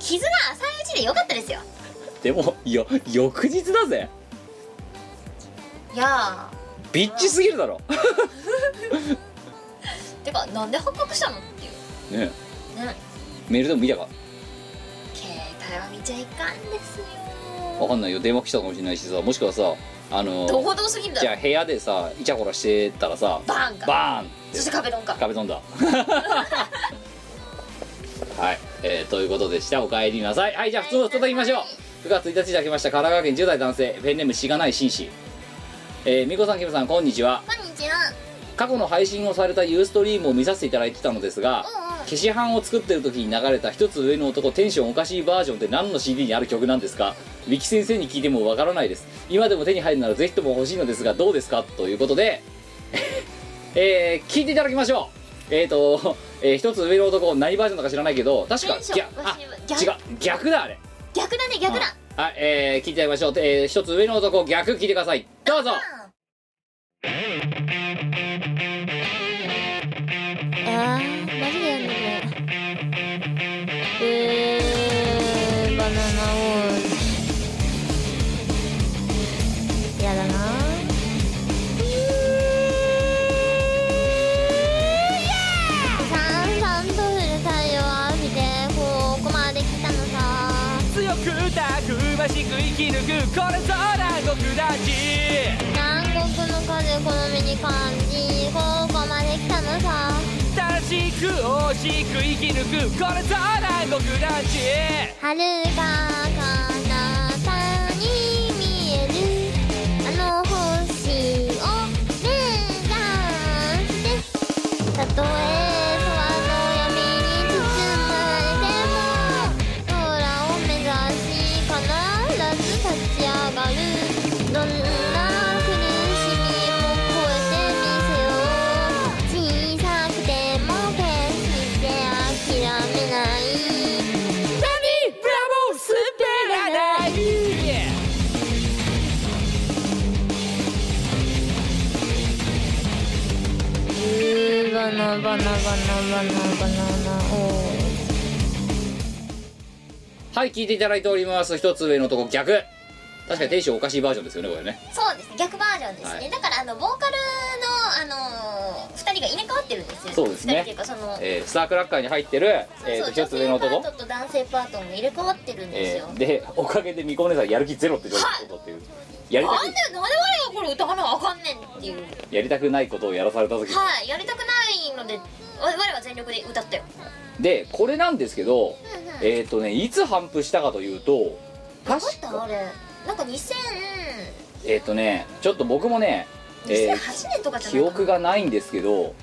[SPEAKER 2] 傷が浅いうちでよかったですよ
[SPEAKER 1] でもよ翌日だぜ
[SPEAKER 2] いや
[SPEAKER 1] ビッチすぎるだろ
[SPEAKER 2] ーてかなんで発覚したのってい う
[SPEAKER 1] ね
[SPEAKER 2] ね
[SPEAKER 1] メールでも見たか
[SPEAKER 2] 携帯は見ちゃいかんです
[SPEAKER 1] わ
[SPEAKER 2] よ
[SPEAKER 1] かんないよ電話来たかもしれないしさもしくはさあの
[SPEAKER 2] どこどうすぎんだ
[SPEAKER 1] じゃ
[SPEAKER 2] ろ
[SPEAKER 1] あ部屋でさイチャコラしてたらさ
[SPEAKER 2] バーンか
[SPEAKER 1] バーン
[SPEAKER 2] そして壁ドンか
[SPEAKER 1] 壁飛んだ はい、えーということでしたお帰りなさいはいじゃあ普通の人と言いましょう9月1日いただきました神奈川県10代男性ペンネームしがない紳士えー、みこさんキムさんこんにちは
[SPEAKER 2] こんにちは
[SPEAKER 1] 過去の配信をされたユーストリームを見させていただいてたのですが
[SPEAKER 2] うんうん
[SPEAKER 1] 消し版を作ってる時に流れた一つ上の男テンションおかしいバージョンって何の CD にある曲なんですか力先生に聞いてもわからないです今でも手に入るならぜひとも欲しいのですがどうですかということで えー聞いていただきましょうえっ、ー、と、えー一つ上の男何バージョンだか知らないけど確か
[SPEAKER 2] テンション
[SPEAKER 1] 逆あ
[SPEAKER 2] 逆
[SPEAKER 1] 違う逆だあれ
[SPEAKER 2] 逆だね逆だ
[SPEAKER 1] うんはい、えー聞いていただきましょう、えー一つ上の男逆聞いてくださいどうぞ
[SPEAKER 9] あーマジでやんなこれうーバナナ王子やだなさんさんと降る太陽を浴びてここまで来たのさ
[SPEAKER 7] 強くたくましく生き抜くこれぞ南国だち
[SPEAKER 9] 南国の風を好みに感じここまで来たのさ
[SPEAKER 7] 楽しく惜しく生き抜くこれぞ南国だち
[SPEAKER 9] はるか彼方に見えるあの星を目指してし上がるどんな苦しみも越えてみせよう小さくても決して諦めないバナバナバナバナバナを
[SPEAKER 1] はい聞いていただいております一つ上のとこ逆確かにテンションおかしいバージョンですよねこれね
[SPEAKER 2] そうですね逆バージョンです
[SPEAKER 1] は
[SPEAKER 2] ね、
[SPEAKER 1] い
[SPEAKER 2] だからあのボーカルのあのー、2人が入れ替わってるんですよ
[SPEAKER 1] そうですね
[SPEAKER 2] 2人っていうかその、
[SPEAKER 1] えー、スタークラッカーに入ってる、えー、と
[SPEAKER 2] そう
[SPEAKER 1] 一つ上の
[SPEAKER 2] 女性
[SPEAKER 1] 男
[SPEAKER 2] パートと男性パートも入れ替わってるんです
[SPEAKER 1] え
[SPEAKER 2] よ、
[SPEAKER 1] ーでおかげでみこお姉さんやる気ゼロって状況っていうやりた
[SPEAKER 2] なんで
[SPEAKER 1] く
[SPEAKER 2] なんで我がこれ歌わなあかんねんっていう
[SPEAKER 1] やりたくないことをやらされた時
[SPEAKER 2] はいやりたくないので我我は全力で歌ったよ
[SPEAKER 1] でこれなんですけどえっ、とねいつ反布したかというと
[SPEAKER 2] 分か
[SPEAKER 1] 確
[SPEAKER 2] ったあ
[SPEAKER 1] か
[SPEAKER 2] れなんか2000
[SPEAKER 1] えっ、とねちょっと僕もね、えー
[SPEAKER 2] 2008年とかじゃ
[SPEAKER 1] 記
[SPEAKER 2] ないか
[SPEAKER 1] 憶がないんですけど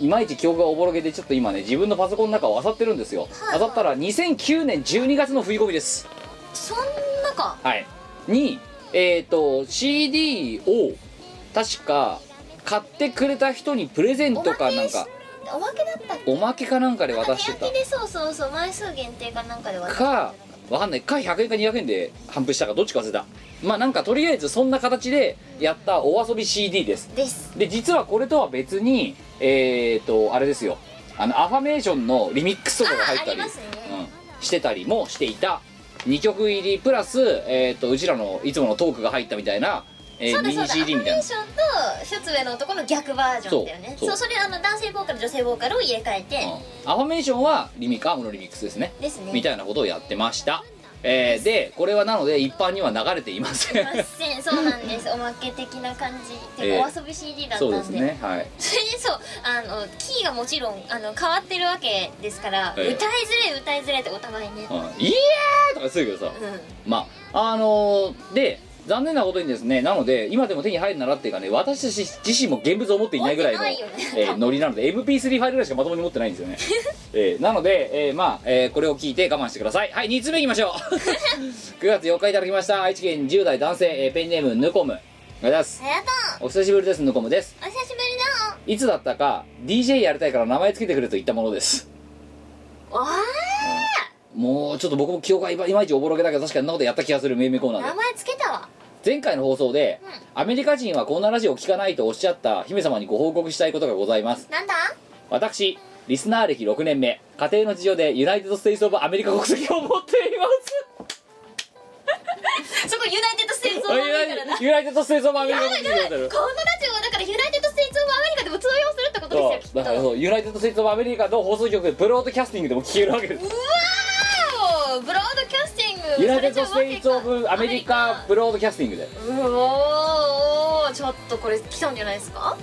[SPEAKER 1] いまいち記憶がおぼろげでちょっと今ね自分のパソコンの中を漁ってるんですよ漁ったら2009年12月の冬込みです
[SPEAKER 2] そんなか
[SPEAKER 1] はい、に、えー、と CD を確か買ってくれた人にプレゼントかなんか
[SPEAKER 2] おまけだったっ
[SPEAKER 1] おまけかなんかで
[SPEAKER 2] け
[SPEAKER 1] 渡して
[SPEAKER 2] 手
[SPEAKER 1] た
[SPEAKER 2] 焼きでそうそうそう枚数限定かなんかで渡して
[SPEAKER 1] かわかんないか100円か200円で反布したかどっちか忘れたまあなんかとりあえずそんな形でやったお遊び CD です
[SPEAKER 2] です
[SPEAKER 1] で実はこれとは別にえっ、とあれですよあのアファメーションのリミックスとかが入ったり
[SPEAKER 2] あありますね
[SPEAKER 1] うん、してたりもしていた2曲入りプラス、えー、とうちらのいつものトークが入ったみたいな、えー
[SPEAKER 2] そうだ
[SPEAKER 1] ミ
[SPEAKER 2] そう
[SPEAKER 1] ニ
[SPEAKER 2] だア
[SPEAKER 1] CD
[SPEAKER 2] ニ
[SPEAKER 1] みたい
[SPEAKER 2] メー
[SPEAKER 1] な
[SPEAKER 2] ションと一つ上の男の逆バージョンだよね
[SPEAKER 1] そ
[SPEAKER 2] そうう
[SPEAKER 1] そう
[SPEAKER 2] それあの男性ボーカル女性ボーカルを入れ替えて
[SPEAKER 1] うんアファメーションはリミカムのリミックスですね
[SPEAKER 2] ですね
[SPEAKER 1] みたいなことをやってました、えーでこれはなので一般には流れていません
[SPEAKER 2] ませんそうなんですおまけ的な感じ
[SPEAKER 1] ええ
[SPEAKER 2] でお遊び CD だった
[SPEAKER 1] そ
[SPEAKER 2] ん
[SPEAKER 1] う
[SPEAKER 2] で
[SPEAKER 1] ですねはい
[SPEAKER 2] それでそうあのキーがもちろんあの変わってるわけですから、
[SPEAKER 1] ええ
[SPEAKER 2] 歌いづれい歌いづれいってお互いね、
[SPEAKER 1] うん「イエーイ!」とかするけどさ
[SPEAKER 2] うん
[SPEAKER 1] まああのーで残念なことにですねなので今でも手に入るならっていうかね私たち自身も現物を持っていないぐらいの
[SPEAKER 2] 持ってないよね
[SPEAKER 1] えーノリなので MP3 ファイルぐらいしかまともに持ってないん ですよね、えーなので、えーまあ、えーこれを聞いて我慢してくださいはい2つ目いきまし ょう9月4日いただきました愛知県10代男性、えーペンネームヌコムありがとうございます
[SPEAKER 2] ありがと
[SPEAKER 1] お久しぶりですヌコムです
[SPEAKER 2] うお久しぶり
[SPEAKER 1] いつだったか DJ やりたいから名前つけてくれと言ったものです
[SPEAKER 2] だわ
[SPEAKER 1] もうちょっと僕も記憶がいまいまいちおぼろげだけど確かにそんなことやった気がするめいめコーナ
[SPEAKER 2] あ
[SPEAKER 1] ーで
[SPEAKER 2] 名前つけたわ
[SPEAKER 1] 前回の放送で、アメリカ人はこんなラジオを聞かないとおっしゃった姫様にご報告したいことがございます
[SPEAKER 2] なんだ
[SPEAKER 1] 私リスナー歴6年目家庭の事情でユナイテッド・ステイツ・オブ・アメリカ国籍を持っています
[SPEAKER 2] そこユナイテッド・ステイツ・オブ・アメ
[SPEAKER 1] ユナイ
[SPEAKER 2] リカだな
[SPEAKER 1] ユナイテッド・ステイツ・オブ・アメリカ
[SPEAKER 2] や
[SPEAKER 1] 国
[SPEAKER 2] ばい
[SPEAKER 1] 籍
[SPEAKER 2] や
[SPEAKER 1] を持
[SPEAKER 2] ばい
[SPEAKER 1] って
[SPEAKER 2] この
[SPEAKER 1] る
[SPEAKER 2] ラジオはだからユナイテッド・ステイツ・オブ・アメリカでも通用するってこと
[SPEAKER 1] そ
[SPEAKER 2] です
[SPEAKER 1] うだから
[SPEAKER 2] よきっと
[SPEAKER 1] そうユナイテッド・ステイツ・オブ・アメリカの放送局でブロードキャスティングでも聞けるわけです
[SPEAKER 2] うわーブロードキャスティング
[SPEAKER 1] ユナイテッド・ステイツ・オブ・アメリカブロードキャスティングで
[SPEAKER 2] うおーちょっとこれ来たんじゃないですか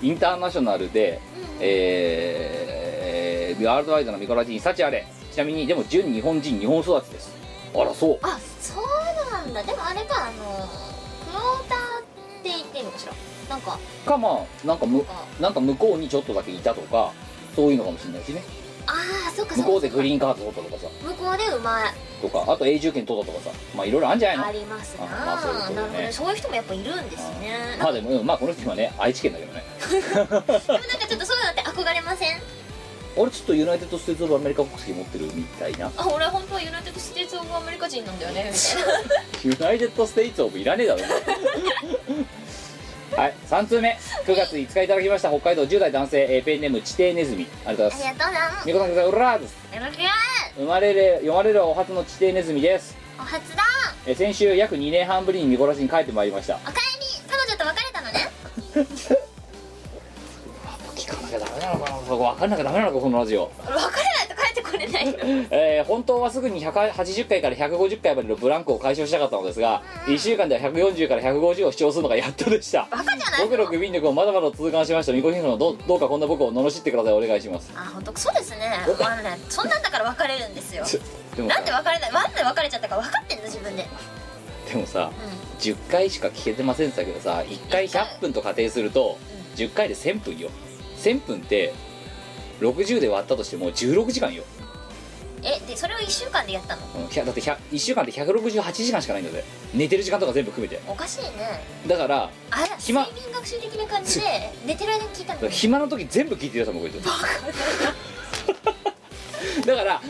[SPEAKER 1] インターナショナルで、えー、ワールドワイドのミコラジン幸あれちなみにでも純日本人日本育ちですあらそう
[SPEAKER 2] あそうなんだでもあれかあのクォーターって言っていいのかしらなんか
[SPEAKER 1] かまあなんかむなんか向こうにちょっとだけいたとかそういうのかもしれないしね
[SPEAKER 2] ああそっかそ
[SPEAKER 1] 向
[SPEAKER 2] っ
[SPEAKER 1] こ
[SPEAKER 2] か
[SPEAKER 1] うでグリーンカード取ったとかさ
[SPEAKER 2] 向こうでうまい
[SPEAKER 1] とかあと永住権取ったとかさまあいろいろあるんじゃな
[SPEAKER 2] あ
[SPEAKER 1] いの
[SPEAKER 2] りますな
[SPEAKER 1] あまあそういうこと
[SPEAKER 2] な
[SPEAKER 1] だ
[SPEAKER 2] る
[SPEAKER 1] よね
[SPEAKER 2] ほどねそういう人もやっぱいるんですね
[SPEAKER 1] まあでもうんまあこの人はね愛知県だけどね
[SPEAKER 2] でもなんかちょっとそういうのって憧れません
[SPEAKER 1] 俺ちょっとユナイテッド・ステイツ・オブ・アメリカ国籍持ってるみたいな
[SPEAKER 2] あ俺本当はユナイテッド・ステイツ・オブ・アメリカ人なんだよねみたいな
[SPEAKER 1] ユナイテッド・ステイツ・オブいらねえだ ろはい3通目9月5日いただきました北海道10代男性えーペンネーム地底ネズミありがとうございます
[SPEAKER 2] ありがとうな
[SPEAKER 1] みこさんくださいうらーです
[SPEAKER 2] よろしく
[SPEAKER 1] 生まれれ読まれるお初の地底ネズミです
[SPEAKER 2] お初だ
[SPEAKER 1] えー先週約2年半ぶりに見殺しに帰ってまいりました
[SPEAKER 2] おかえり彼女と別れたのね
[SPEAKER 1] 聞かなきゃダメなのかなそこ分かんなきゃダメなのかこのラジオ
[SPEAKER 2] 別れないと帰ってこれないの
[SPEAKER 1] えー本当はすぐに180回から150回までのブランクを解消したかったのですが1週間では140から150を主張するのがやっとでした
[SPEAKER 2] バカじゃない
[SPEAKER 1] 僕の愚民力をまだまだ痛感しましたみこひのどうどうかこんな僕を罵ってくださいお願いします
[SPEAKER 2] あ本当そうですねあのねそんなんだから別れる んですよ
[SPEAKER 1] でも
[SPEAKER 2] なんで
[SPEAKER 1] さ
[SPEAKER 2] 別れないなんで別れちゃったか分かってんの自分で
[SPEAKER 1] でもさ
[SPEAKER 2] う
[SPEAKER 1] 10回しか聞けてませんでしたけどさ1回100分と仮定すると10回で1000分よ1000分って60で割ったとしても16時間よ
[SPEAKER 2] んえでそれを1週間でやったの
[SPEAKER 1] うんひゃだって100 1週間って168時間しかないんだぜ寝てる時間とか全部含めて
[SPEAKER 2] おかしいね
[SPEAKER 1] だから
[SPEAKER 2] あら睡
[SPEAKER 1] 暇
[SPEAKER 2] 眠学習的な感じで寝てる間に聞いたのね
[SPEAKER 1] 暇の時全部聞いてるやつもこいつだから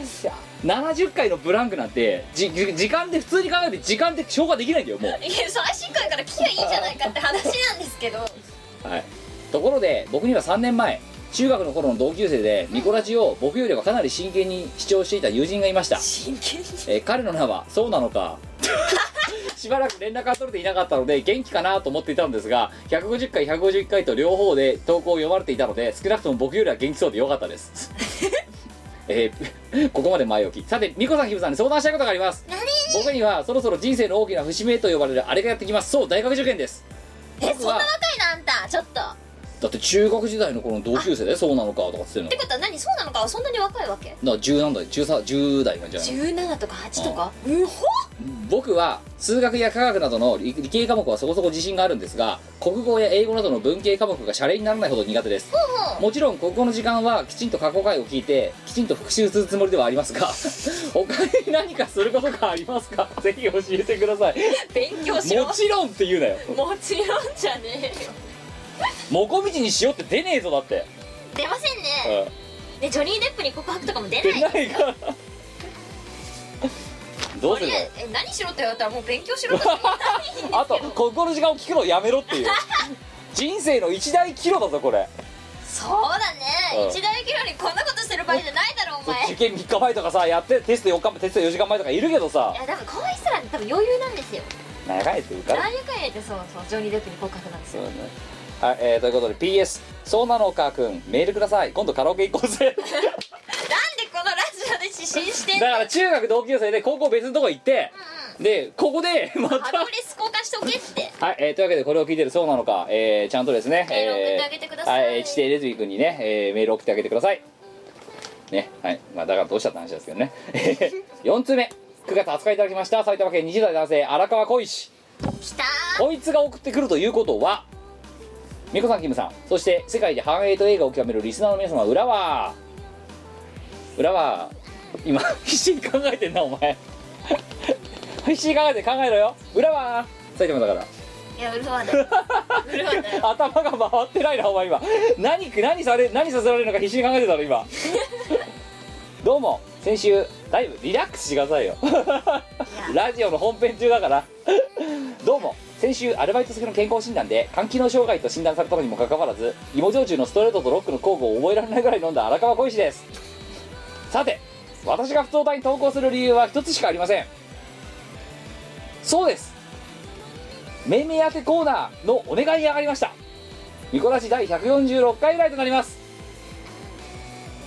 [SPEAKER 1] 70回のブランクなんてじじ時間で普通に考えて時間で消化できないんだよもう
[SPEAKER 2] いや最新回から聞きゃいいんじゃないかって話なんです けど
[SPEAKER 1] はい、ところで僕には3年前中学の頃の同級生でミコラジを僕よりはかなり真剣に視聴していた友人がいました
[SPEAKER 2] 真剣に
[SPEAKER 1] えー彼の名はそうなのか しばらく連絡が取れていなかったので元気かなと思っていたのですが150回151回と両方で投稿を読まれていたので少なくとも僕よりは元気そうでよかったです えー ここまで前置きさて美子さんひぶさんに相談したいことがあります僕にはそろそろ人生の大きな節目と呼ばれるあれがやってきますそう大学受験です
[SPEAKER 2] えそ
[SPEAKER 1] 僕
[SPEAKER 2] んな
[SPEAKER 1] は
[SPEAKER 2] 若いなあんたちょっとっ
[SPEAKER 1] だって中学時代の頃の同級生でそうなのかとかっつってんの
[SPEAKER 2] てことは何そうなのかそんなに若いわけ
[SPEAKER 1] だから10何代13 10代なんじゃないの
[SPEAKER 2] 17とか8とかうほ
[SPEAKER 1] 僕は数学や科学などの理理系科目はそこそこ自信があるんですが国語や英語などの文系科目がシャレにならないほど苦手ですもちろん国語の時間はきちんと過去回を聞いてきちんと復習するつもりではありますが 他に何かすることがありますかぜひ教えてください
[SPEAKER 2] 勉強しろ
[SPEAKER 1] もちろんって言うなよ
[SPEAKER 2] もちろんじゃねえよ
[SPEAKER 1] もこみちにしようって出ねえぞだって、
[SPEAKER 2] 出ませんね
[SPEAKER 1] うん
[SPEAKER 2] でジョニー・デップに告白とかも出
[SPEAKER 1] 出
[SPEAKER 2] ない
[SPEAKER 1] ないからどう
[SPEAKER 2] と
[SPEAKER 1] する
[SPEAKER 2] り
[SPEAKER 1] の
[SPEAKER 2] あえずえ何しろって言われたらもう勉強しろとしか言いたい
[SPEAKER 1] あと国語の時間を聞くのをやめろって いう人生の一大岐路だぞこれ
[SPEAKER 2] そうだ
[SPEAKER 1] うん
[SPEAKER 2] ね一大キロにこんなことしてる場合じゃないだろお前
[SPEAKER 1] 受験3日前とかさやってテスト4日テスト4時間前とかいるけどさ
[SPEAKER 2] いや多分こういう人ら多分余裕なんですよ
[SPEAKER 1] 長いって受かる
[SPEAKER 2] 何百円でそうそうジョニー・デップに告白なんです
[SPEAKER 1] そう
[SPEAKER 2] よ
[SPEAKER 1] だねはい、えー、ということで PS そうなのかくんメールください今度カラオケ行こう ぜ
[SPEAKER 2] なんでこのラジオで指針してん
[SPEAKER 1] だ
[SPEAKER 2] の
[SPEAKER 1] から中学同級生で高校別のとこ行って、でここでまた
[SPEAKER 2] アドレス交換しておけって
[SPEAKER 1] はい、えー、というわけでこれを聞いてるそうなのか、えー、ちゃんとですね
[SPEAKER 2] メール送ってあげてくださ
[SPEAKER 1] え
[SPEAKER 2] い
[SPEAKER 1] ーはい、えー地底レズビ君にね、えーメール送ってあげてくださいねはいまあだからどうしたって話ですけどね4通目9月20日いただきました埼玉県20代男性荒川小石
[SPEAKER 2] きた
[SPEAKER 1] こいつが送ってくるということは美子さんキムさんそして世界で繁栄と映画を極めるリスナーの皆様裏は裏は今必死に考えてんなお前必死に考えて考えろよ裏は埼玉だから
[SPEAKER 2] ーいやウル フはだよウルフはだよ
[SPEAKER 1] 頭が回ってないなお前今何何され何させられるのか必死に考えてたの今どうも先週だいぶリラックスしてくださいよラジオの本編中だからどうも先週アルバイト先の健康診断で肝機能障害と診断されたのにもかかわらず芋焼酎のストレートとロックの交互を覚えられないぐらい飲んだ荒川小石ですさて私が不登隊に投稿する理由は一つしかありませんそうです命名当てコーナーのお願いに上がりました見こなし第146回以来となります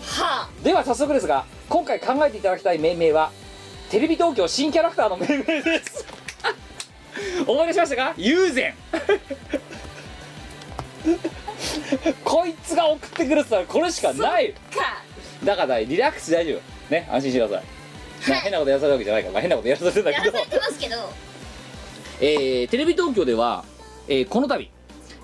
[SPEAKER 2] はあ
[SPEAKER 1] では早速ですが今回考えていただきたい命名はテレビ東京新キャラクターの命名です 思い出しましたか友禅 こいつが送ってくるって言ったらこれしかない
[SPEAKER 2] か
[SPEAKER 1] だからリラックス大丈夫ね安心してください、な変なことやらされるわけじゃないから、まあ変なことやらされてんだ
[SPEAKER 2] やら
[SPEAKER 1] けど
[SPEAKER 2] されてますけど
[SPEAKER 1] えーテレビ東京では、えーこの度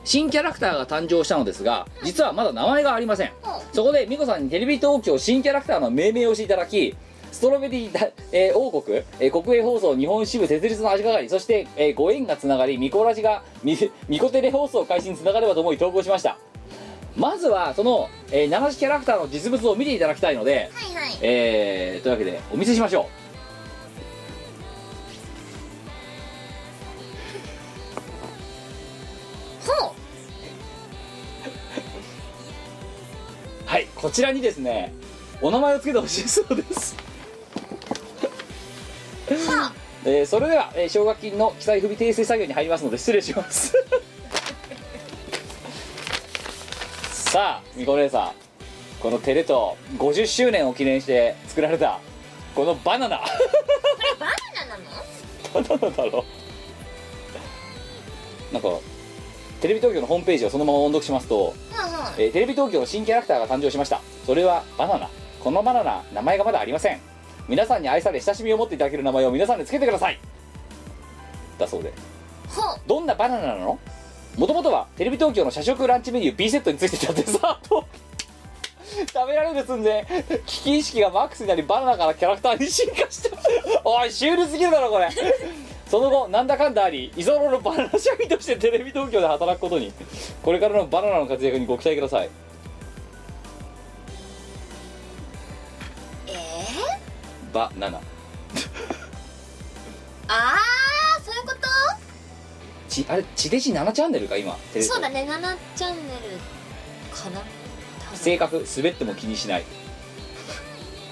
[SPEAKER 1] 新キャラクターが誕生したのですが実はまだ名前がありませんそこで美子さんにテレビ東京新キャラクターの命名をしていただきストロベリーだ、えー王国、えー国営放送日本支部設立の足掛かりそして、えーご縁がつながりミコラジがミミコテレ放送開始につながればと思い投稿しましたまずはその、えー、名無しキャラクターの実物を見ていただきたいので、
[SPEAKER 2] はいはい
[SPEAKER 1] えーというわけでお見せしましょ
[SPEAKER 2] ほ
[SPEAKER 1] うはいこちらにですねお名前を付けてほしいそうです
[SPEAKER 2] うは
[SPEAKER 1] えーそれでは、えー奨学金の記載不備訂正作業に入りますので失礼します さあみこ姉さんこのテレ東50周年を記念して作られたこのバナナ
[SPEAKER 2] あこれバナナなの
[SPEAKER 1] バナナだろなんかテレビ東京のホームページをそのまま音読しますと、
[SPEAKER 2] うんうん
[SPEAKER 1] えーテレビ東京の新キャラクターが誕生しましたそれはバナナこのバナナ名前がまだありません皆さんに愛され親しみを持っていただける名前を皆さんで付けてくださいだそうで
[SPEAKER 2] ほう
[SPEAKER 1] どんなバナナなのもともとはテレビ東京の社食ランチメニュー B セットについてたデザート食べられる寸前危機意識がマックスになりバナナからキャラクターに進化したおいシュールすぎるだろこれその後なんだかんだあり居候のバナナ社員としてテレビ東京で働くことにこれからのバナナの活躍にご期待ください
[SPEAKER 2] えー、
[SPEAKER 1] バナナ
[SPEAKER 2] あーそういうこと
[SPEAKER 1] ちあれ地デジ7チャンネルか今テレビ
[SPEAKER 2] そうだね7チャンネルかな多分
[SPEAKER 1] 性格滑っても気にしない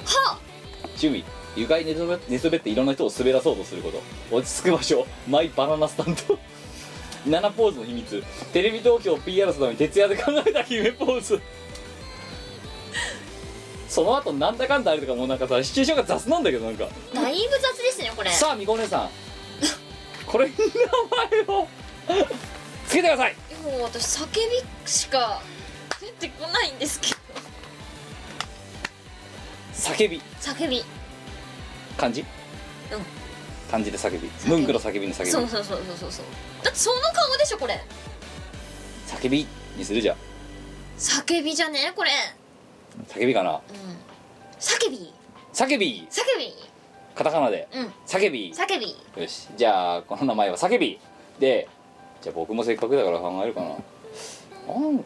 [SPEAKER 2] はあ
[SPEAKER 1] 注意床に寝そべ寝そべっていろんな人を滑らそうとすること落ち着く場所マイバナナスタンド7ポーズの秘密テレビ東京を PR するために徹夜で考えた姫ポーズその後なんだかんだあれとかもうなんかさシチュエーションが雑なんだけどなんか
[SPEAKER 2] だいぶ雑ですねこれ
[SPEAKER 1] さあみこお姉さんこれに名前をつけてください
[SPEAKER 2] もう私叫びしか出てこないんですけど
[SPEAKER 1] 叫び
[SPEAKER 2] 叫び
[SPEAKER 1] 漢字うん漢字で叫びムンクの叫びの叫び
[SPEAKER 2] そうそうそうそうそうそうだってその顔でしょこれ
[SPEAKER 1] 叫びにするじゃん
[SPEAKER 2] 叫びじゃねこれ
[SPEAKER 1] 叫びかな
[SPEAKER 2] うん叫び
[SPEAKER 1] 叫び
[SPEAKER 2] 叫び
[SPEAKER 1] カタカナで
[SPEAKER 2] うん
[SPEAKER 1] 叫び
[SPEAKER 2] 叫び
[SPEAKER 1] よしじゃあこの名前は叫びでじゃあ僕もせっかくだから考えるかななん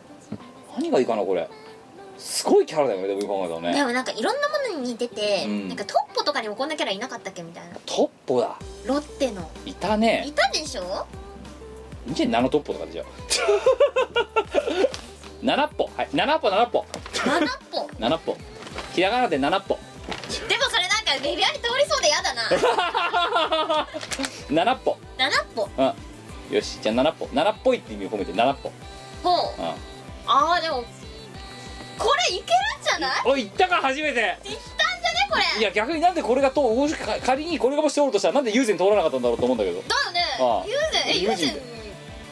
[SPEAKER 1] 何がいいかなこれすごいキャラだよねでも今考えたら
[SPEAKER 2] で
[SPEAKER 1] ね
[SPEAKER 2] もなんかいろんなものに似てて、
[SPEAKER 1] うん
[SPEAKER 2] なんかトッポとかにもこんなキャラいなかったっけみたいな
[SPEAKER 1] トッポだ
[SPEAKER 2] ロッテの
[SPEAKER 1] いたね
[SPEAKER 2] いたでしょ
[SPEAKER 1] いいんじゃ ないナノトッポとかでじゃあ七っぽはい七っぽ七っぽ
[SPEAKER 2] 七っぽ
[SPEAKER 1] 七っぽひらがなで七っぽ
[SPEAKER 2] でもそれなんかベビアリ通りそうでやだな
[SPEAKER 1] 七っぽ
[SPEAKER 2] 七っぽ
[SPEAKER 1] うんよしじゃあ七っぽ七っぽいって意味を込めて七っぽ
[SPEAKER 2] ほう
[SPEAKER 1] うん
[SPEAKER 2] あーでもこれいけるんじゃない
[SPEAKER 1] おい行ったか初めて
[SPEAKER 2] いったんじゃねこれ
[SPEAKER 1] いや逆になんでこれが通もしか仮にこれがもし通るとしたらなんで友禅通らなかったんだろうと思うんだけど
[SPEAKER 2] だよね
[SPEAKER 1] ああ
[SPEAKER 2] 友禅え友
[SPEAKER 1] 友
[SPEAKER 2] 禅
[SPEAKER 1] 禅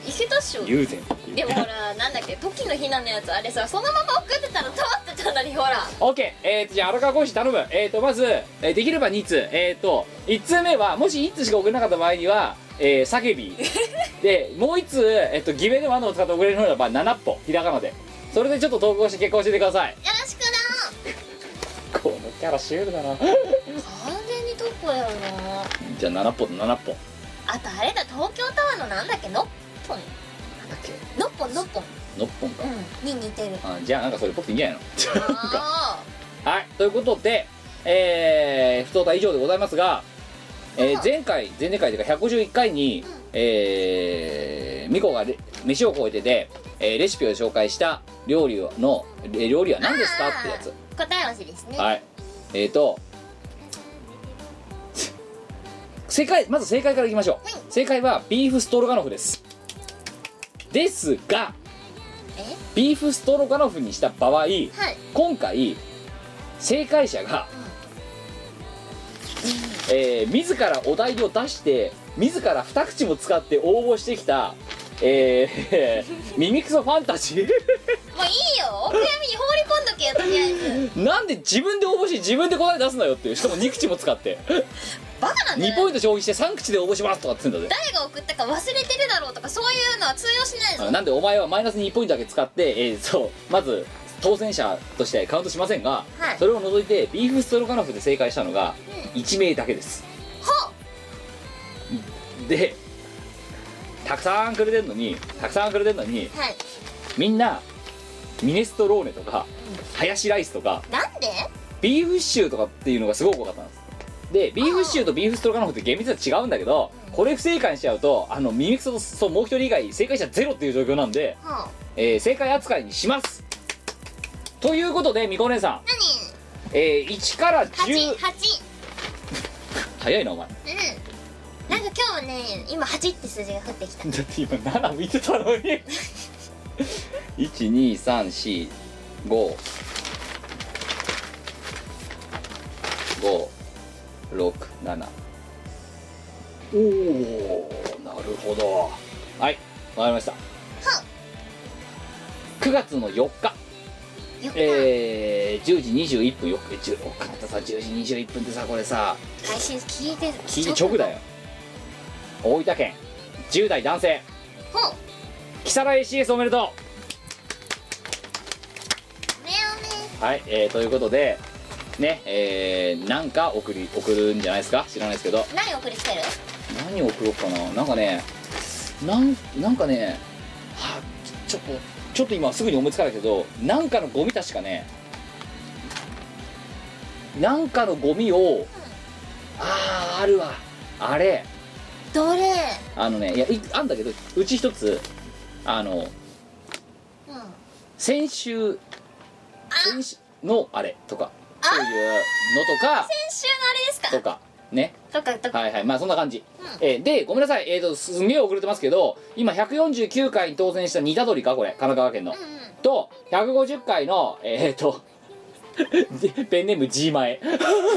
[SPEAKER 2] いけたっしょ
[SPEAKER 1] 友禅
[SPEAKER 2] でもほらなんだっけ時のひなのやつあれさそのまま送ってたら通ってたのにほら
[SPEAKER 1] オッケーえー、とじゃあ荒川講師頼むえっ、ー、とまず、えーできれば2通えっ、ー、と1通目はもし1通しか送れなかった場合にはえー、叫びでもう1通、えっと偽名でもあのを使って送れるのならば7歩ひらがなでそれでちょっと投稿して結果教えてください
[SPEAKER 2] よろしく
[SPEAKER 1] このキャラシュールだな
[SPEAKER 2] な完全にトッポやろな
[SPEAKER 1] じゃあ7歩と7歩
[SPEAKER 2] あとあれだ東京タワーのなんだっけのっぽん
[SPEAKER 1] なんだっけ
[SPEAKER 2] のっぽんのっぽん
[SPEAKER 1] 6本か、
[SPEAKER 2] うんに似てる
[SPEAKER 1] あじゃあなんかそれっぽくていいんじゃないの
[SPEAKER 2] あ
[SPEAKER 1] はい、ということで、えー、不登壇以上でございますが、えー前回、前々回というか151回に、えー、ミコがレ飯を超えてで、えーレシピを紹介した料理の、え料理は何ですかってやつ。
[SPEAKER 2] ー答え合わせですね
[SPEAKER 1] はい。えっ、ー、と、正解、まず正解からいきましょう。
[SPEAKER 2] はい
[SPEAKER 1] 正解は、ビーフストロガノフです。ですが、
[SPEAKER 2] え
[SPEAKER 1] ビーフストロガノフにした場合、
[SPEAKER 2] はい
[SPEAKER 1] 今回正解者が、えー自らお題を出して自ら二口も使って応募してきたえー ミミクソファンタジ
[SPEAKER 2] もういいよお悔やみに放り込んどけよとりあえず
[SPEAKER 1] ー なんで自分で応募して自分で答え出すなよっていうしかも2口も使って
[SPEAKER 2] バカなんだ
[SPEAKER 1] 2
[SPEAKER 2] よ
[SPEAKER 1] ポイント消費して3口で応募しますとかって言うんだぜ
[SPEAKER 2] 誰が送ったか忘れてるだろうとかそういうのは通用しないぞ
[SPEAKER 1] あなんでお前はマイナス2ポイントだけ使って、えーそうまず当選者としてカウントしませんが、
[SPEAKER 2] はい
[SPEAKER 1] それを除いてビーフストロガノフで正解したのが1名だけです、
[SPEAKER 2] ほ
[SPEAKER 1] でたくさんくれてんのにたくさんくれてんのに
[SPEAKER 2] うはい
[SPEAKER 1] みんなミネストローネとかハヤシライスとか
[SPEAKER 2] なんで
[SPEAKER 1] ビーフシチューとかっていうのがすごく多かったんですでビーフシチューとビーフストロガノフって厳密には違うんだけどこれ不正解にしちゃうとあのミミクソとそうもう一人以外正解者ゼロっていう状況なんで、
[SPEAKER 2] はあ
[SPEAKER 1] えー正解扱いにしますということでみこお姉さん、
[SPEAKER 2] 何
[SPEAKER 1] えー1から
[SPEAKER 2] 八
[SPEAKER 1] 10
[SPEAKER 2] 八
[SPEAKER 1] 早いなお前
[SPEAKER 2] うんなんか今日ね今八って数字が降ってきた
[SPEAKER 1] だって今7見てたのに12345 567おーなるほどはいわかりました9月の4日
[SPEAKER 2] よっ
[SPEAKER 1] えー、10時21分よく10おかったさ10時21分ってさこれさ
[SPEAKER 2] 配信聞いて
[SPEAKER 1] 聞いて直だよ大分県10代男性
[SPEAKER 2] ほう
[SPEAKER 1] 木更 ACS おめでと
[SPEAKER 2] おめおめ
[SPEAKER 1] はい、えーということでねえーなんか送り送るんじゃないですか知らないですけど
[SPEAKER 3] 何送りつける
[SPEAKER 1] 何を送ろうかななんかねなんなんかねはちょっとちょっと今すぐに思いつかないけどなんかのゴミ確かねなんかのゴミをあああるわあれ
[SPEAKER 3] どれ
[SPEAKER 1] あのねいやいあんだけどうち一つあの
[SPEAKER 3] うんあ
[SPEAKER 1] 先週先週のあれとかそういうのとか
[SPEAKER 3] 先週のあれですか
[SPEAKER 1] とかね
[SPEAKER 3] とかとか
[SPEAKER 1] はいはいまあそんな感じ、
[SPEAKER 3] うん
[SPEAKER 1] えーでごめんなさいえー、とすんげえ遅れてますけど今149回に当選した似たどりかこれ神奈川県の、
[SPEAKER 3] うんうん
[SPEAKER 1] と150回のえっ、と ペンネーム G 前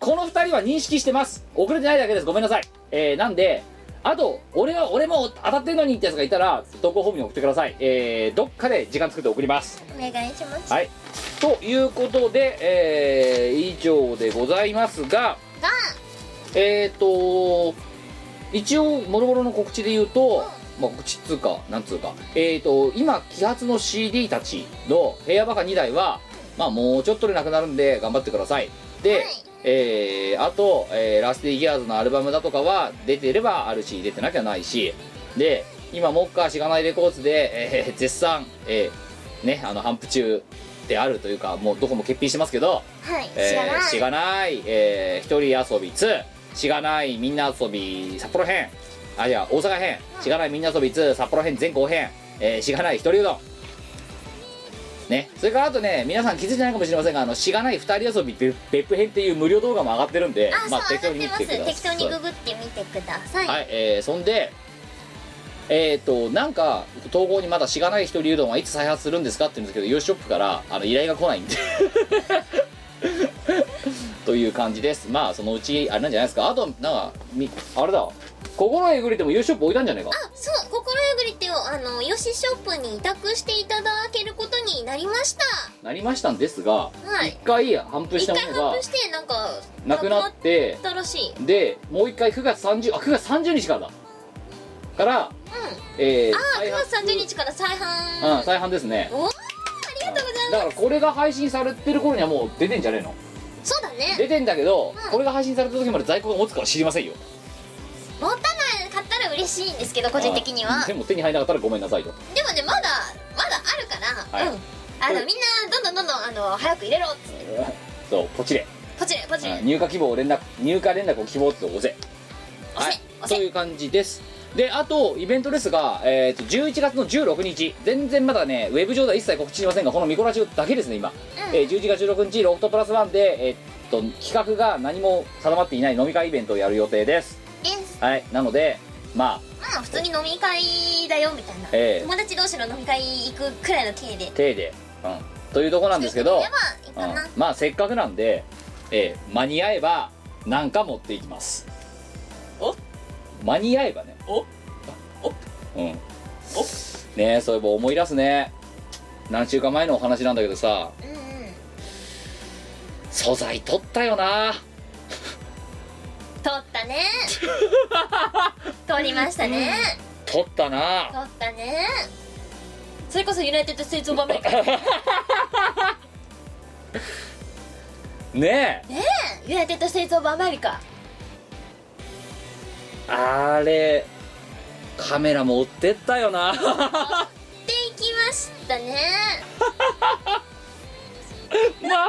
[SPEAKER 1] この2人は認識してます遅れてないだけですごめんなさい、えーなんであと俺は俺も当たってんのにってやつがいたら投稿ホームに送ってください、えーどっかで時間作って送ります
[SPEAKER 3] お願いします
[SPEAKER 1] はい、ということで、えー以上でございますが
[SPEAKER 3] が
[SPEAKER 1] えっ、と一応もろもろの告知で言うと、まあ、告知っつうかなんつうかえっ、と今揮発の CD たちの「部屋バカ」2台は、まあ、もうちょっとでなくなるんで頑張ってくださいで、えーあと、えーラスティギアーズのアルバムだとかは出てればあるし出てなきゃないしで今モッカーしがないレコーズで、えー絶賛、えーねあの反布中であるというかもうどこも欠品してますけど
[SPEAKER 3] はい知ら
[SPEAKER 1] え
[SPEAKER 3] な
[SPEAKER 1] ー
[SPEAKER 3] い
[SPEAKER 1] しがない、えー一人遊び2しがないみんな遊び札幌編あいや大阪編しがないみんな遊び2札幌編全後編、えーしがない一人うどんね、それからあとね皆さん気づいてないかもしれませんがあのしがない二人遊びべ別府編っていう無料動画も上がってるんで
[SPEAKER 3] あ、
[SPEAKER 1] まあ
[SPEAKER 3] そう上がってます
[SPEAKER 1] 適当に見てください
[SPEAKER 3] 適当にググってみてください、
[SPEAKER 1] はい、えーそんでえっ、となんか統合にまだしがない一人うどんはいつ再発するんですかって言うんですけどヨシショップからあの依頼が来ないんで という感じですまあそのうちあれなんじゃないですかあとなんかみあれだ心えぐれてもヨシショップ置いたんじゃないか
[SPEAKER 3] あそう心えぐり手をあのヨシショップに委託していただけることになりました
[SPEAKER 1] なりましたんですが
[SPEAKER 3] はい
[SPEAKER 1] 一回反復し
[SPEAKER 3] 一
[SPEAKER 1] た
[SPEAKER 3] 回
[SPEAKER 1] もの
[SPEAKER 3] 発
[SPEAKER 1] が
[SPEAKER 3] 布してなんか
[SPEAKER 1] なくなって
[SPEAKER 3] たらしい
[SPEAKER 1] でもう一回9月30あ9月30日からだから、えー
[SPEAKER 3] ああ
[SPEAKER 1] 再
[SPEAKER 3] 9
[SPEAKER 1] 販
[SPEAKER 3] 月30日から再販、
[SPEAKER 1] うん再販ですね
[SPEAKER 3] おおありがとうござい
[SPEAKER 1] だ
[SPEAKER 3] ま
[SPEAKER 1] からこれが配信されてる頃にはもう出てんじゃねえの
[SPEAKER 3] すそうだね
[SPEAKER 1] 出てんだけど、
[SPEAKER 3] うん
[SPEAKER 1] これが配信された時まで在庫が持つかは知りませんよ
[SPEAKER 3] 持たない買ったら嬉しいんですけど個人的には
[SPEAKER 1] うんでも手に入らなかったらごめんなさいと
[SPEAKER 3] でもねまだまだあるから、
[SPEAKER 1] はい
[SPEAKER 3] うんあの
[SPEAKER 1] うん
[SPEAKER 3] みんなどんどんどんどんあの早く入れろっつって
[SPEAKER 1] そうポチれ、
[SPEAKER 3] ポチれポチれ、
[SPEAKER 1] うん入荷希望を連絡入荷連絡を希望って押せ
[SPEAKER 3] 押
[SPEAKER 1] はい
[SPEAKER 3] せ押
[SPEAKER 1] と
[SPEAKER 3] せ
[SPEAKER 1] いう感じですであとイベントですが、えー、と11月の16日全然まだねウェブ上では一切告知しませんがこのミコラジオだけですね今、えー11月16日ロフトプラスワンで、えー、と企画が何も定まっていない飲み会イベントをやる予定です
[SPEAKER 3] です
[SPEAKER 1] はいなのでまあ
[SPEAKER 3] まあ普通に飲み会だよみたいな、
[SPEAKER 1] ええ
[SPEAKER 3] 友達同士の飲み会行くくらいの体で
[SPEAKER 1] 手で、うん、というとこなんですけど、
[SPEAKER 3] やばいいかな、
[SPEAKER 1] うんまあせっかくなんで、えー間に合えばなんか持っていきます
[SPEAKER 10] お
[SPEAKER 1] 間に合えばね
[SPEAKER 10] おお
[SPEAKER 1] うんねえそういえば思い出すね何週間前のお話なんだけどさ
[SPEAKER 3] うんうん
[SPEAKER 1] 素材取ったよな
[SPEAKER 3] 撮ったね撮りましたね
[SPEAKER 1] 取った
[SPEAKER 3] 撮
[SPEAKER 1] な
[SPEAKER 3] ったねそれこそユナイテッド・ステーツ・オブ・アメリ カね
[SPEAKER 1] ねえ
[SPEAKER 3] えユナイテッド・ステーツ・オブ・アメリカ
[SPEAKER 1] あれカメラ持ってったよ な
[SPEAKER 3] で行きましたね
[SPEAKER 1] またか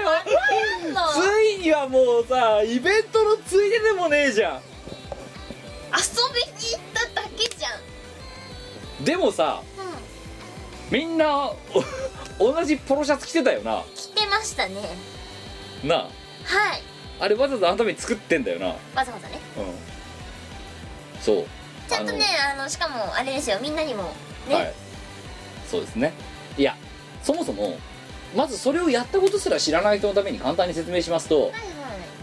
[SPEAKER 1] よ
[SPEAKER 3] なんだ
[SPEAKER 1] ついにはもうさイベントのついででもねえじゃ
[SPEAKER 3] 遊びに行っただけじゃん
[SPEAKER 1] んでもさ、みんなお 同じポロシャツ着てたよな
[SPEAKER 3] 来てましたね
[SPEAKER 1] なあ
[SPEAKER 3] はい
[SPEAKER 1] あれわざわざあのために作ってんだよなうん
[SPEAKER 3] わざわざね
[SPEAKER 1] そう
[SPEAKER 3] ちゃんとねあのしかもあれですよみんなにも
[SPEAKER 1] あ
[SPEAKER 3] ね、
[SPEAKER 1] のはいそうですねいやそもそもまずそれをやったことすら知らない人のために簡単に説明しますと、
[SPEAKER 3] はいはい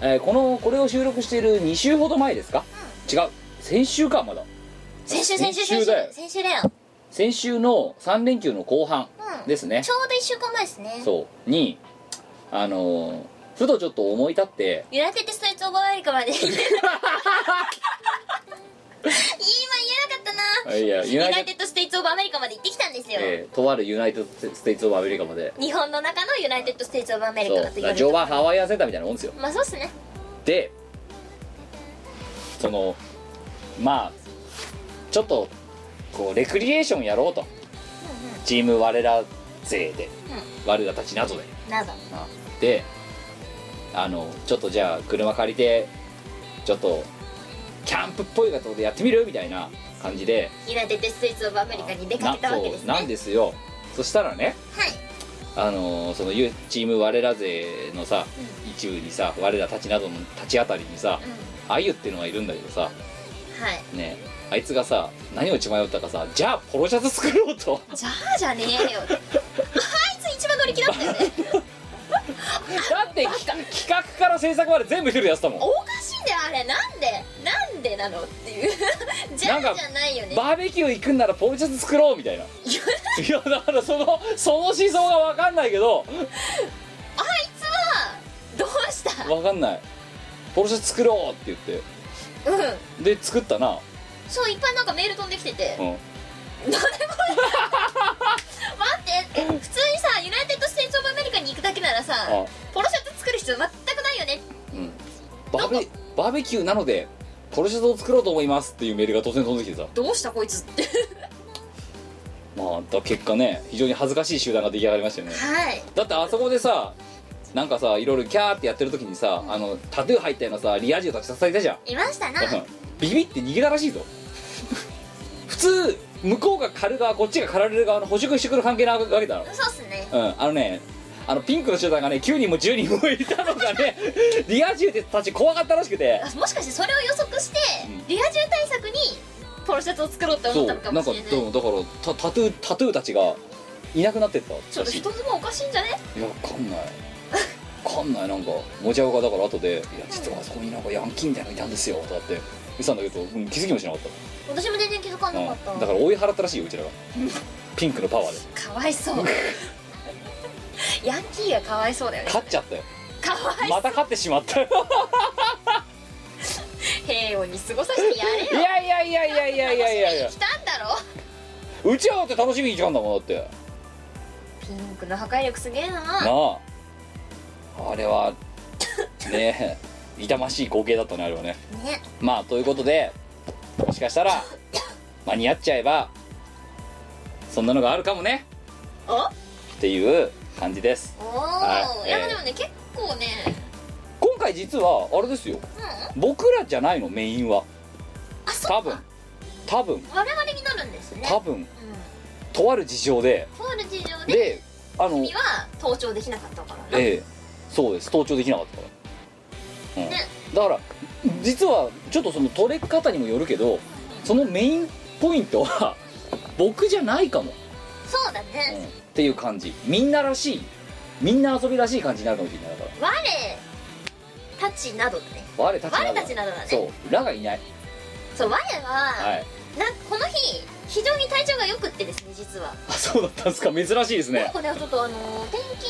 [SPEAKER 1] えーこのこれを収録している2週ほど前ですか、違う先週かまだ
[SPEAKER 3] 先週先週
[SPEAKER 1] 先
[SPEAKER 3] 先
[SPEAKER 1] 週だよ
[SPEAKER 3] 週先週だよ
[SPEAKER 1] 先週の3連休の後半
[SPEAKER 3] うん
[SPEAKER 1] ですね、
[SPEAKER 3] ちょうど1週間前ですね
[SPEAKER 1] そうにあのーふとちょっと思い立って
[SPEAKER 3] ユナイテッド・スト イーツ・オブ・アメリカまで今言えなかったな
[SPEAKER 1] やいやユ
[SPEAKER 3] ユ
[SPEAKER 1] ナ
[SPEAKER 3] ナ
[SPEAKER 1] イテ
[SPEAKER 3] イテッド・ステイツ・オブ・アメリカまで行ってきたんですよ、
[SPEAKER 1] えーとあるユナイテッド・ステイツ・オブ・アメリカまで
[SPEAKER 3] 日本の中のユナイテッド・ステイツ・オブ・アメリ
[SPEAKER 1] そ
[SPEAKER 3] カ
[SPEAKER 1] う
[SPEAKER 3] だ
[SPEAKER 1] だか
[SPEAKER 3] と言わ
[SPEAKER 1] ら
[SPEAKER 3] れて
[SPEAKER 1] 序盤ハワイアンセンターみたいなもんですよ
[SPEAKER 3] まあそうっすね
[SPEAKER 1] でそのまあちょっとこうレクリエーションやろうと、チーム我ら勢で、我らたちなどで
[SPEAKER 3] など
[SPEAKER 1] であのちょっとじゃあ車借りてちょっとキャンプっぽいとこでやってみるみたいな感じで
[SPEAKER 3] ユナイテッド・ステイツ・オブ・アメリカに出かけたわけですね
[SPEAKER 1] なそうなんですよそしたらね
[SPEAKER 3] はい
[SPEAKER 1] あのーそのゆチーム我ら勢のさ、一部にさ我らたちなどの立ちあたりにさ、あゆっていうのがいるんだけどさ
[SPEAKER 3] はい
[SPEAKER 1] ねあいつがさ何を血迷ったかさじゃあポロシャツ作ろうと
[SPEAKER 3] じゃあじゃねえよあいつ一番乗り気だったよ ね
[SPEAKER 1] だって企画企画から制作まで全部一人でやってたもん
[SPEAKER 3] おかしいんだよあれなんでなんでなのっていうじゃあじゃないよね
[SPEAKER 1] バーベキュー行くんならポロシャツ作ろうみたい ないやだからそのその思想が分かんないけど
[SPEAKER 3] あいつはどうした
[SPEAKER 1] 分かんないポロシャツ作ろうって言っ
[SPEAKER 3] うん
[SPEAKER 1] てで作ったな
[SPEAKER 3] そういっぱいなんかメール飛んできてて
[SPEAKER 1] うん
[SPEAKER 3] 待って普通にさユナイテッド・ステイツ・オブ・アメリカに行くだけならさ
[SPEAKER 1] あ
[SPEAKER 3] ポロシャツ作る必要全くないよね
[SPEAKER 1] うんバーベバーベキューなのでポロシャツを作ろうと思いますっていうメールが突然飛んできてさ
[SPEAKER 3] どうしたこいつって
[SPEAKER 1] まあだ結果ね非常に恥ずかしい集団が出来上がりましたよね
[SPEAKER 3] はい
[SPEAKER 1] だってあそこでさなんかさいろいろキャーってやってる時にさあのタトゥー入ったようなさリア充たち支えたじゃん
[SPEAKER 3] いましたな
[SPEAKER 1] ビビって逃げたらしいぞ 普通向こうが狩る側こっちが狩られる側の捕食してくる関係なわけだろ
[SPEAKER 3] そうっすね
[SPEAKER 1] うんあのねあのピンクの集団がね9人も10人もいたのがね リア充たち怖かったらしくて
[SPEAKER 3] あもしかしてそれを予測して
[SPEAKER 1] うん
[SPEAKER 3] リア充対策にポロシャツを作ろうって思
[SPEAKER 1] そ
[SPEAKER 3] っ
[SPEAKER 1] うな
[SPEAKER 3] た
[SPEAKER 1] ん
[SPEAKER 3] の
[SPEAKER 1] か
[SPEAKER 3] か
[SPEAKER 1] ど
[SPEAKER 3] も
[SPEAKER 1] う
[SPEAKER 3] しれないちょ
[SPEAKER 1] もだからタタトゥータトゥーたちがいなくなってった
[SPEAKER 3] っ
[SPEAKER 1] ら
[SPEAKER 3] と
[SPEAKER 1] しい
[SPEAKER 3] 人妻おかしいんじゃね
[SPEAKER 1] いやわかんないわかんないなんかもじゃおがだから後で「いや実はあそこになんかヤンキーみたいなのいたんですよ」とかって言ってたんだけど、うん気づきもしなかった
[SPEAKER 3] 私も全然気づかなかった、
[SPEAKER 1] うんだから追い払ったらしいようちらがピンクのパワーで
[SPEAKER 3] かわいそう ヤンキーがかわいそうだよね
[SPEAKER 1] 勝っちゃったよ
[SPEAKER 3] かわい
[SPEAKER 1] また勝ってしまったよ
[SPEAKER 3] 平穏に過ごさせてや
[SPEAKER 1] い
[SPEAKER 3] れよ
[SPEAKER 1] やいやいやいやいやいやいやいや
[SPEAKER 3] 来たんだろ
[SPEAKER 1] うちはだって楽しみに来たんだもんだってな
[SPEAKER 3] ピンクの破壊力すげえな
[SPEAKER 1] ああれはねえ痛ましい光景だったねあれはね
[SPEAKER 3] ね
[SPEAKER 1] まあということでもしかしたら間に合っちゃえばそんなのがあるかもね
[SPEAKER 3] お
[SPEAKER 1] っていう感じです
[SPEAKER 3] お
[SPEAKER 1] は
[SPEAKER 3] お
[SPEAKER 1] い
[SPEAKER 3] いやでもね結構ね
[SPEAKER 1] 今回実はあれですよ僕らじゃないのメインは
[SPEAKER 3] あそ
[SPEAKER 1] 多分多分
[SPEAKER 3] 我々になるんですね
[SPEAKER 1] 多分
[SPEAKER 3] うん
[SPEAKER 1] とある事情で
[SPEAKER 3] とある事情で
[SPEAKER 1] であの
[SPEAKER 3] 君は登場できなかったからね
[SPEAKER 1] ええそうです登頂できなかったから、うん
[SPEAKER 3] ね
[SPEAKER 1] だから実はちょっとその取れ方にもよるけどそのメインポイントは僕じゃないかも、
[SPEAKER 3] そうだ
[SPEAKER 1] うんっ
[SPEAKER 3] ね
[SPEAKER 1] ていう感じみんならしいみんな遊びらしい感じになるかもしれないだから
[SPEAKER 3] 我たちなどだね
[SPEAKER 1] 我たちなど
[SPEAKER 3] 我たちなどだね
[SPEAKER 1] そうらがいない
[SPEAKER 3] そう我
[SPEAKER 1] は
[SPEAKER 3] はいなんかこの日非常に体調が良くってですね実は
[SPEAKER 1] あそうだったんですか珍しいですね
[SPEAKER 3] これはちょっとあのー転勤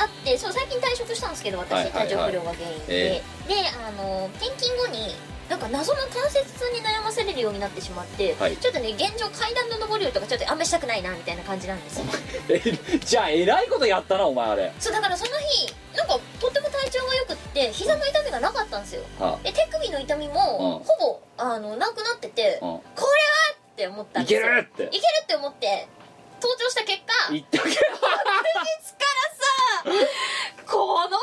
[SPEAKER 3] あってそう最近退職したんですけど
[SPEAKER 1] はい
[SPEAKER 3] 私
[SPEAKER 1] はいはい
[SPEAKER 3] 体調不良が原因で、
[SPEAKER 1] え
[SPEAKER 3] であのー転勤後になんか謎の関節痛に悩まされるようになってしまって、
[SPEAKER 1] はい
[SPEAKER 3] ちょっとね現状階段の上り下りとかちょっとあんましたくないなみたいな感じなんですよ
[SPEAKER 1] えじゃあえらいことやったなお前あれ、
[SPEAKER 3] そうだからその日なんかとっても体調が良くって膝の痛みがなかったんですよ
[SPEAKER 1] は
[SPEAKER 3] で手首の痛み
[SPEAKER 1] うん
[SPEAKER 3] もほぼあのなくなってて、
[SPEAKER 1] うん
[SPEAKER 3] これはって思った
[SPEAKER 1] あ、
[SPEAKER 3] ん
[SPEAKER 1] い
[SPEAKER 3] です
[SPEAKER 1] け
[SPEAKER 3] よ
[SPEAKER 1] るって
[SPEAKER 3] いけるって思って登場した結果
[SPEAKER 1] 言っておけ
[SPEAKER 3] からさこの関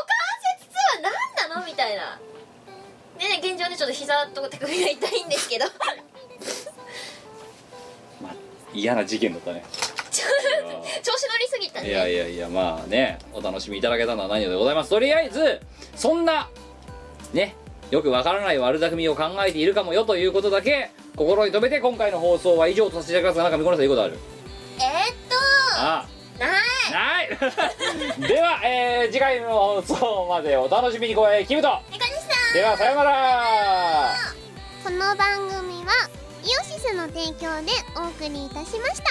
[SPEAKER 3] 節痛は何なのみたいなね現状ねちょっと膝と手首が痛いんですけど
[SPEAKER 1] まあ嫌な事件だ ったね
[SPEAKER 3] ちょ調子乗りすぎた
[SPEAKER 1] いや
[SPEAKER 3] ね
[SPEAKER 1] いやいやまあねお楽しみいただけたのは何よりでございますとりあえずそんなねよくわからない悪巧みを考えているかもよということだけ心に留めて今回の放送は以上とさせていただきますがなんか見こなさんいいことある
[SPEAKER 3] えーっと
[SPEAKER 1] あ
[SPEAKER 3] ない
[SPEAKER 1] あないでは、えー次回の放送までお楽しみにごえキムと
[SPEAKER 11] いかにした
[SPEAKER 1] ではさようなら
[SPEAKER 11] この番組はイオシスの提供でお送りいたしました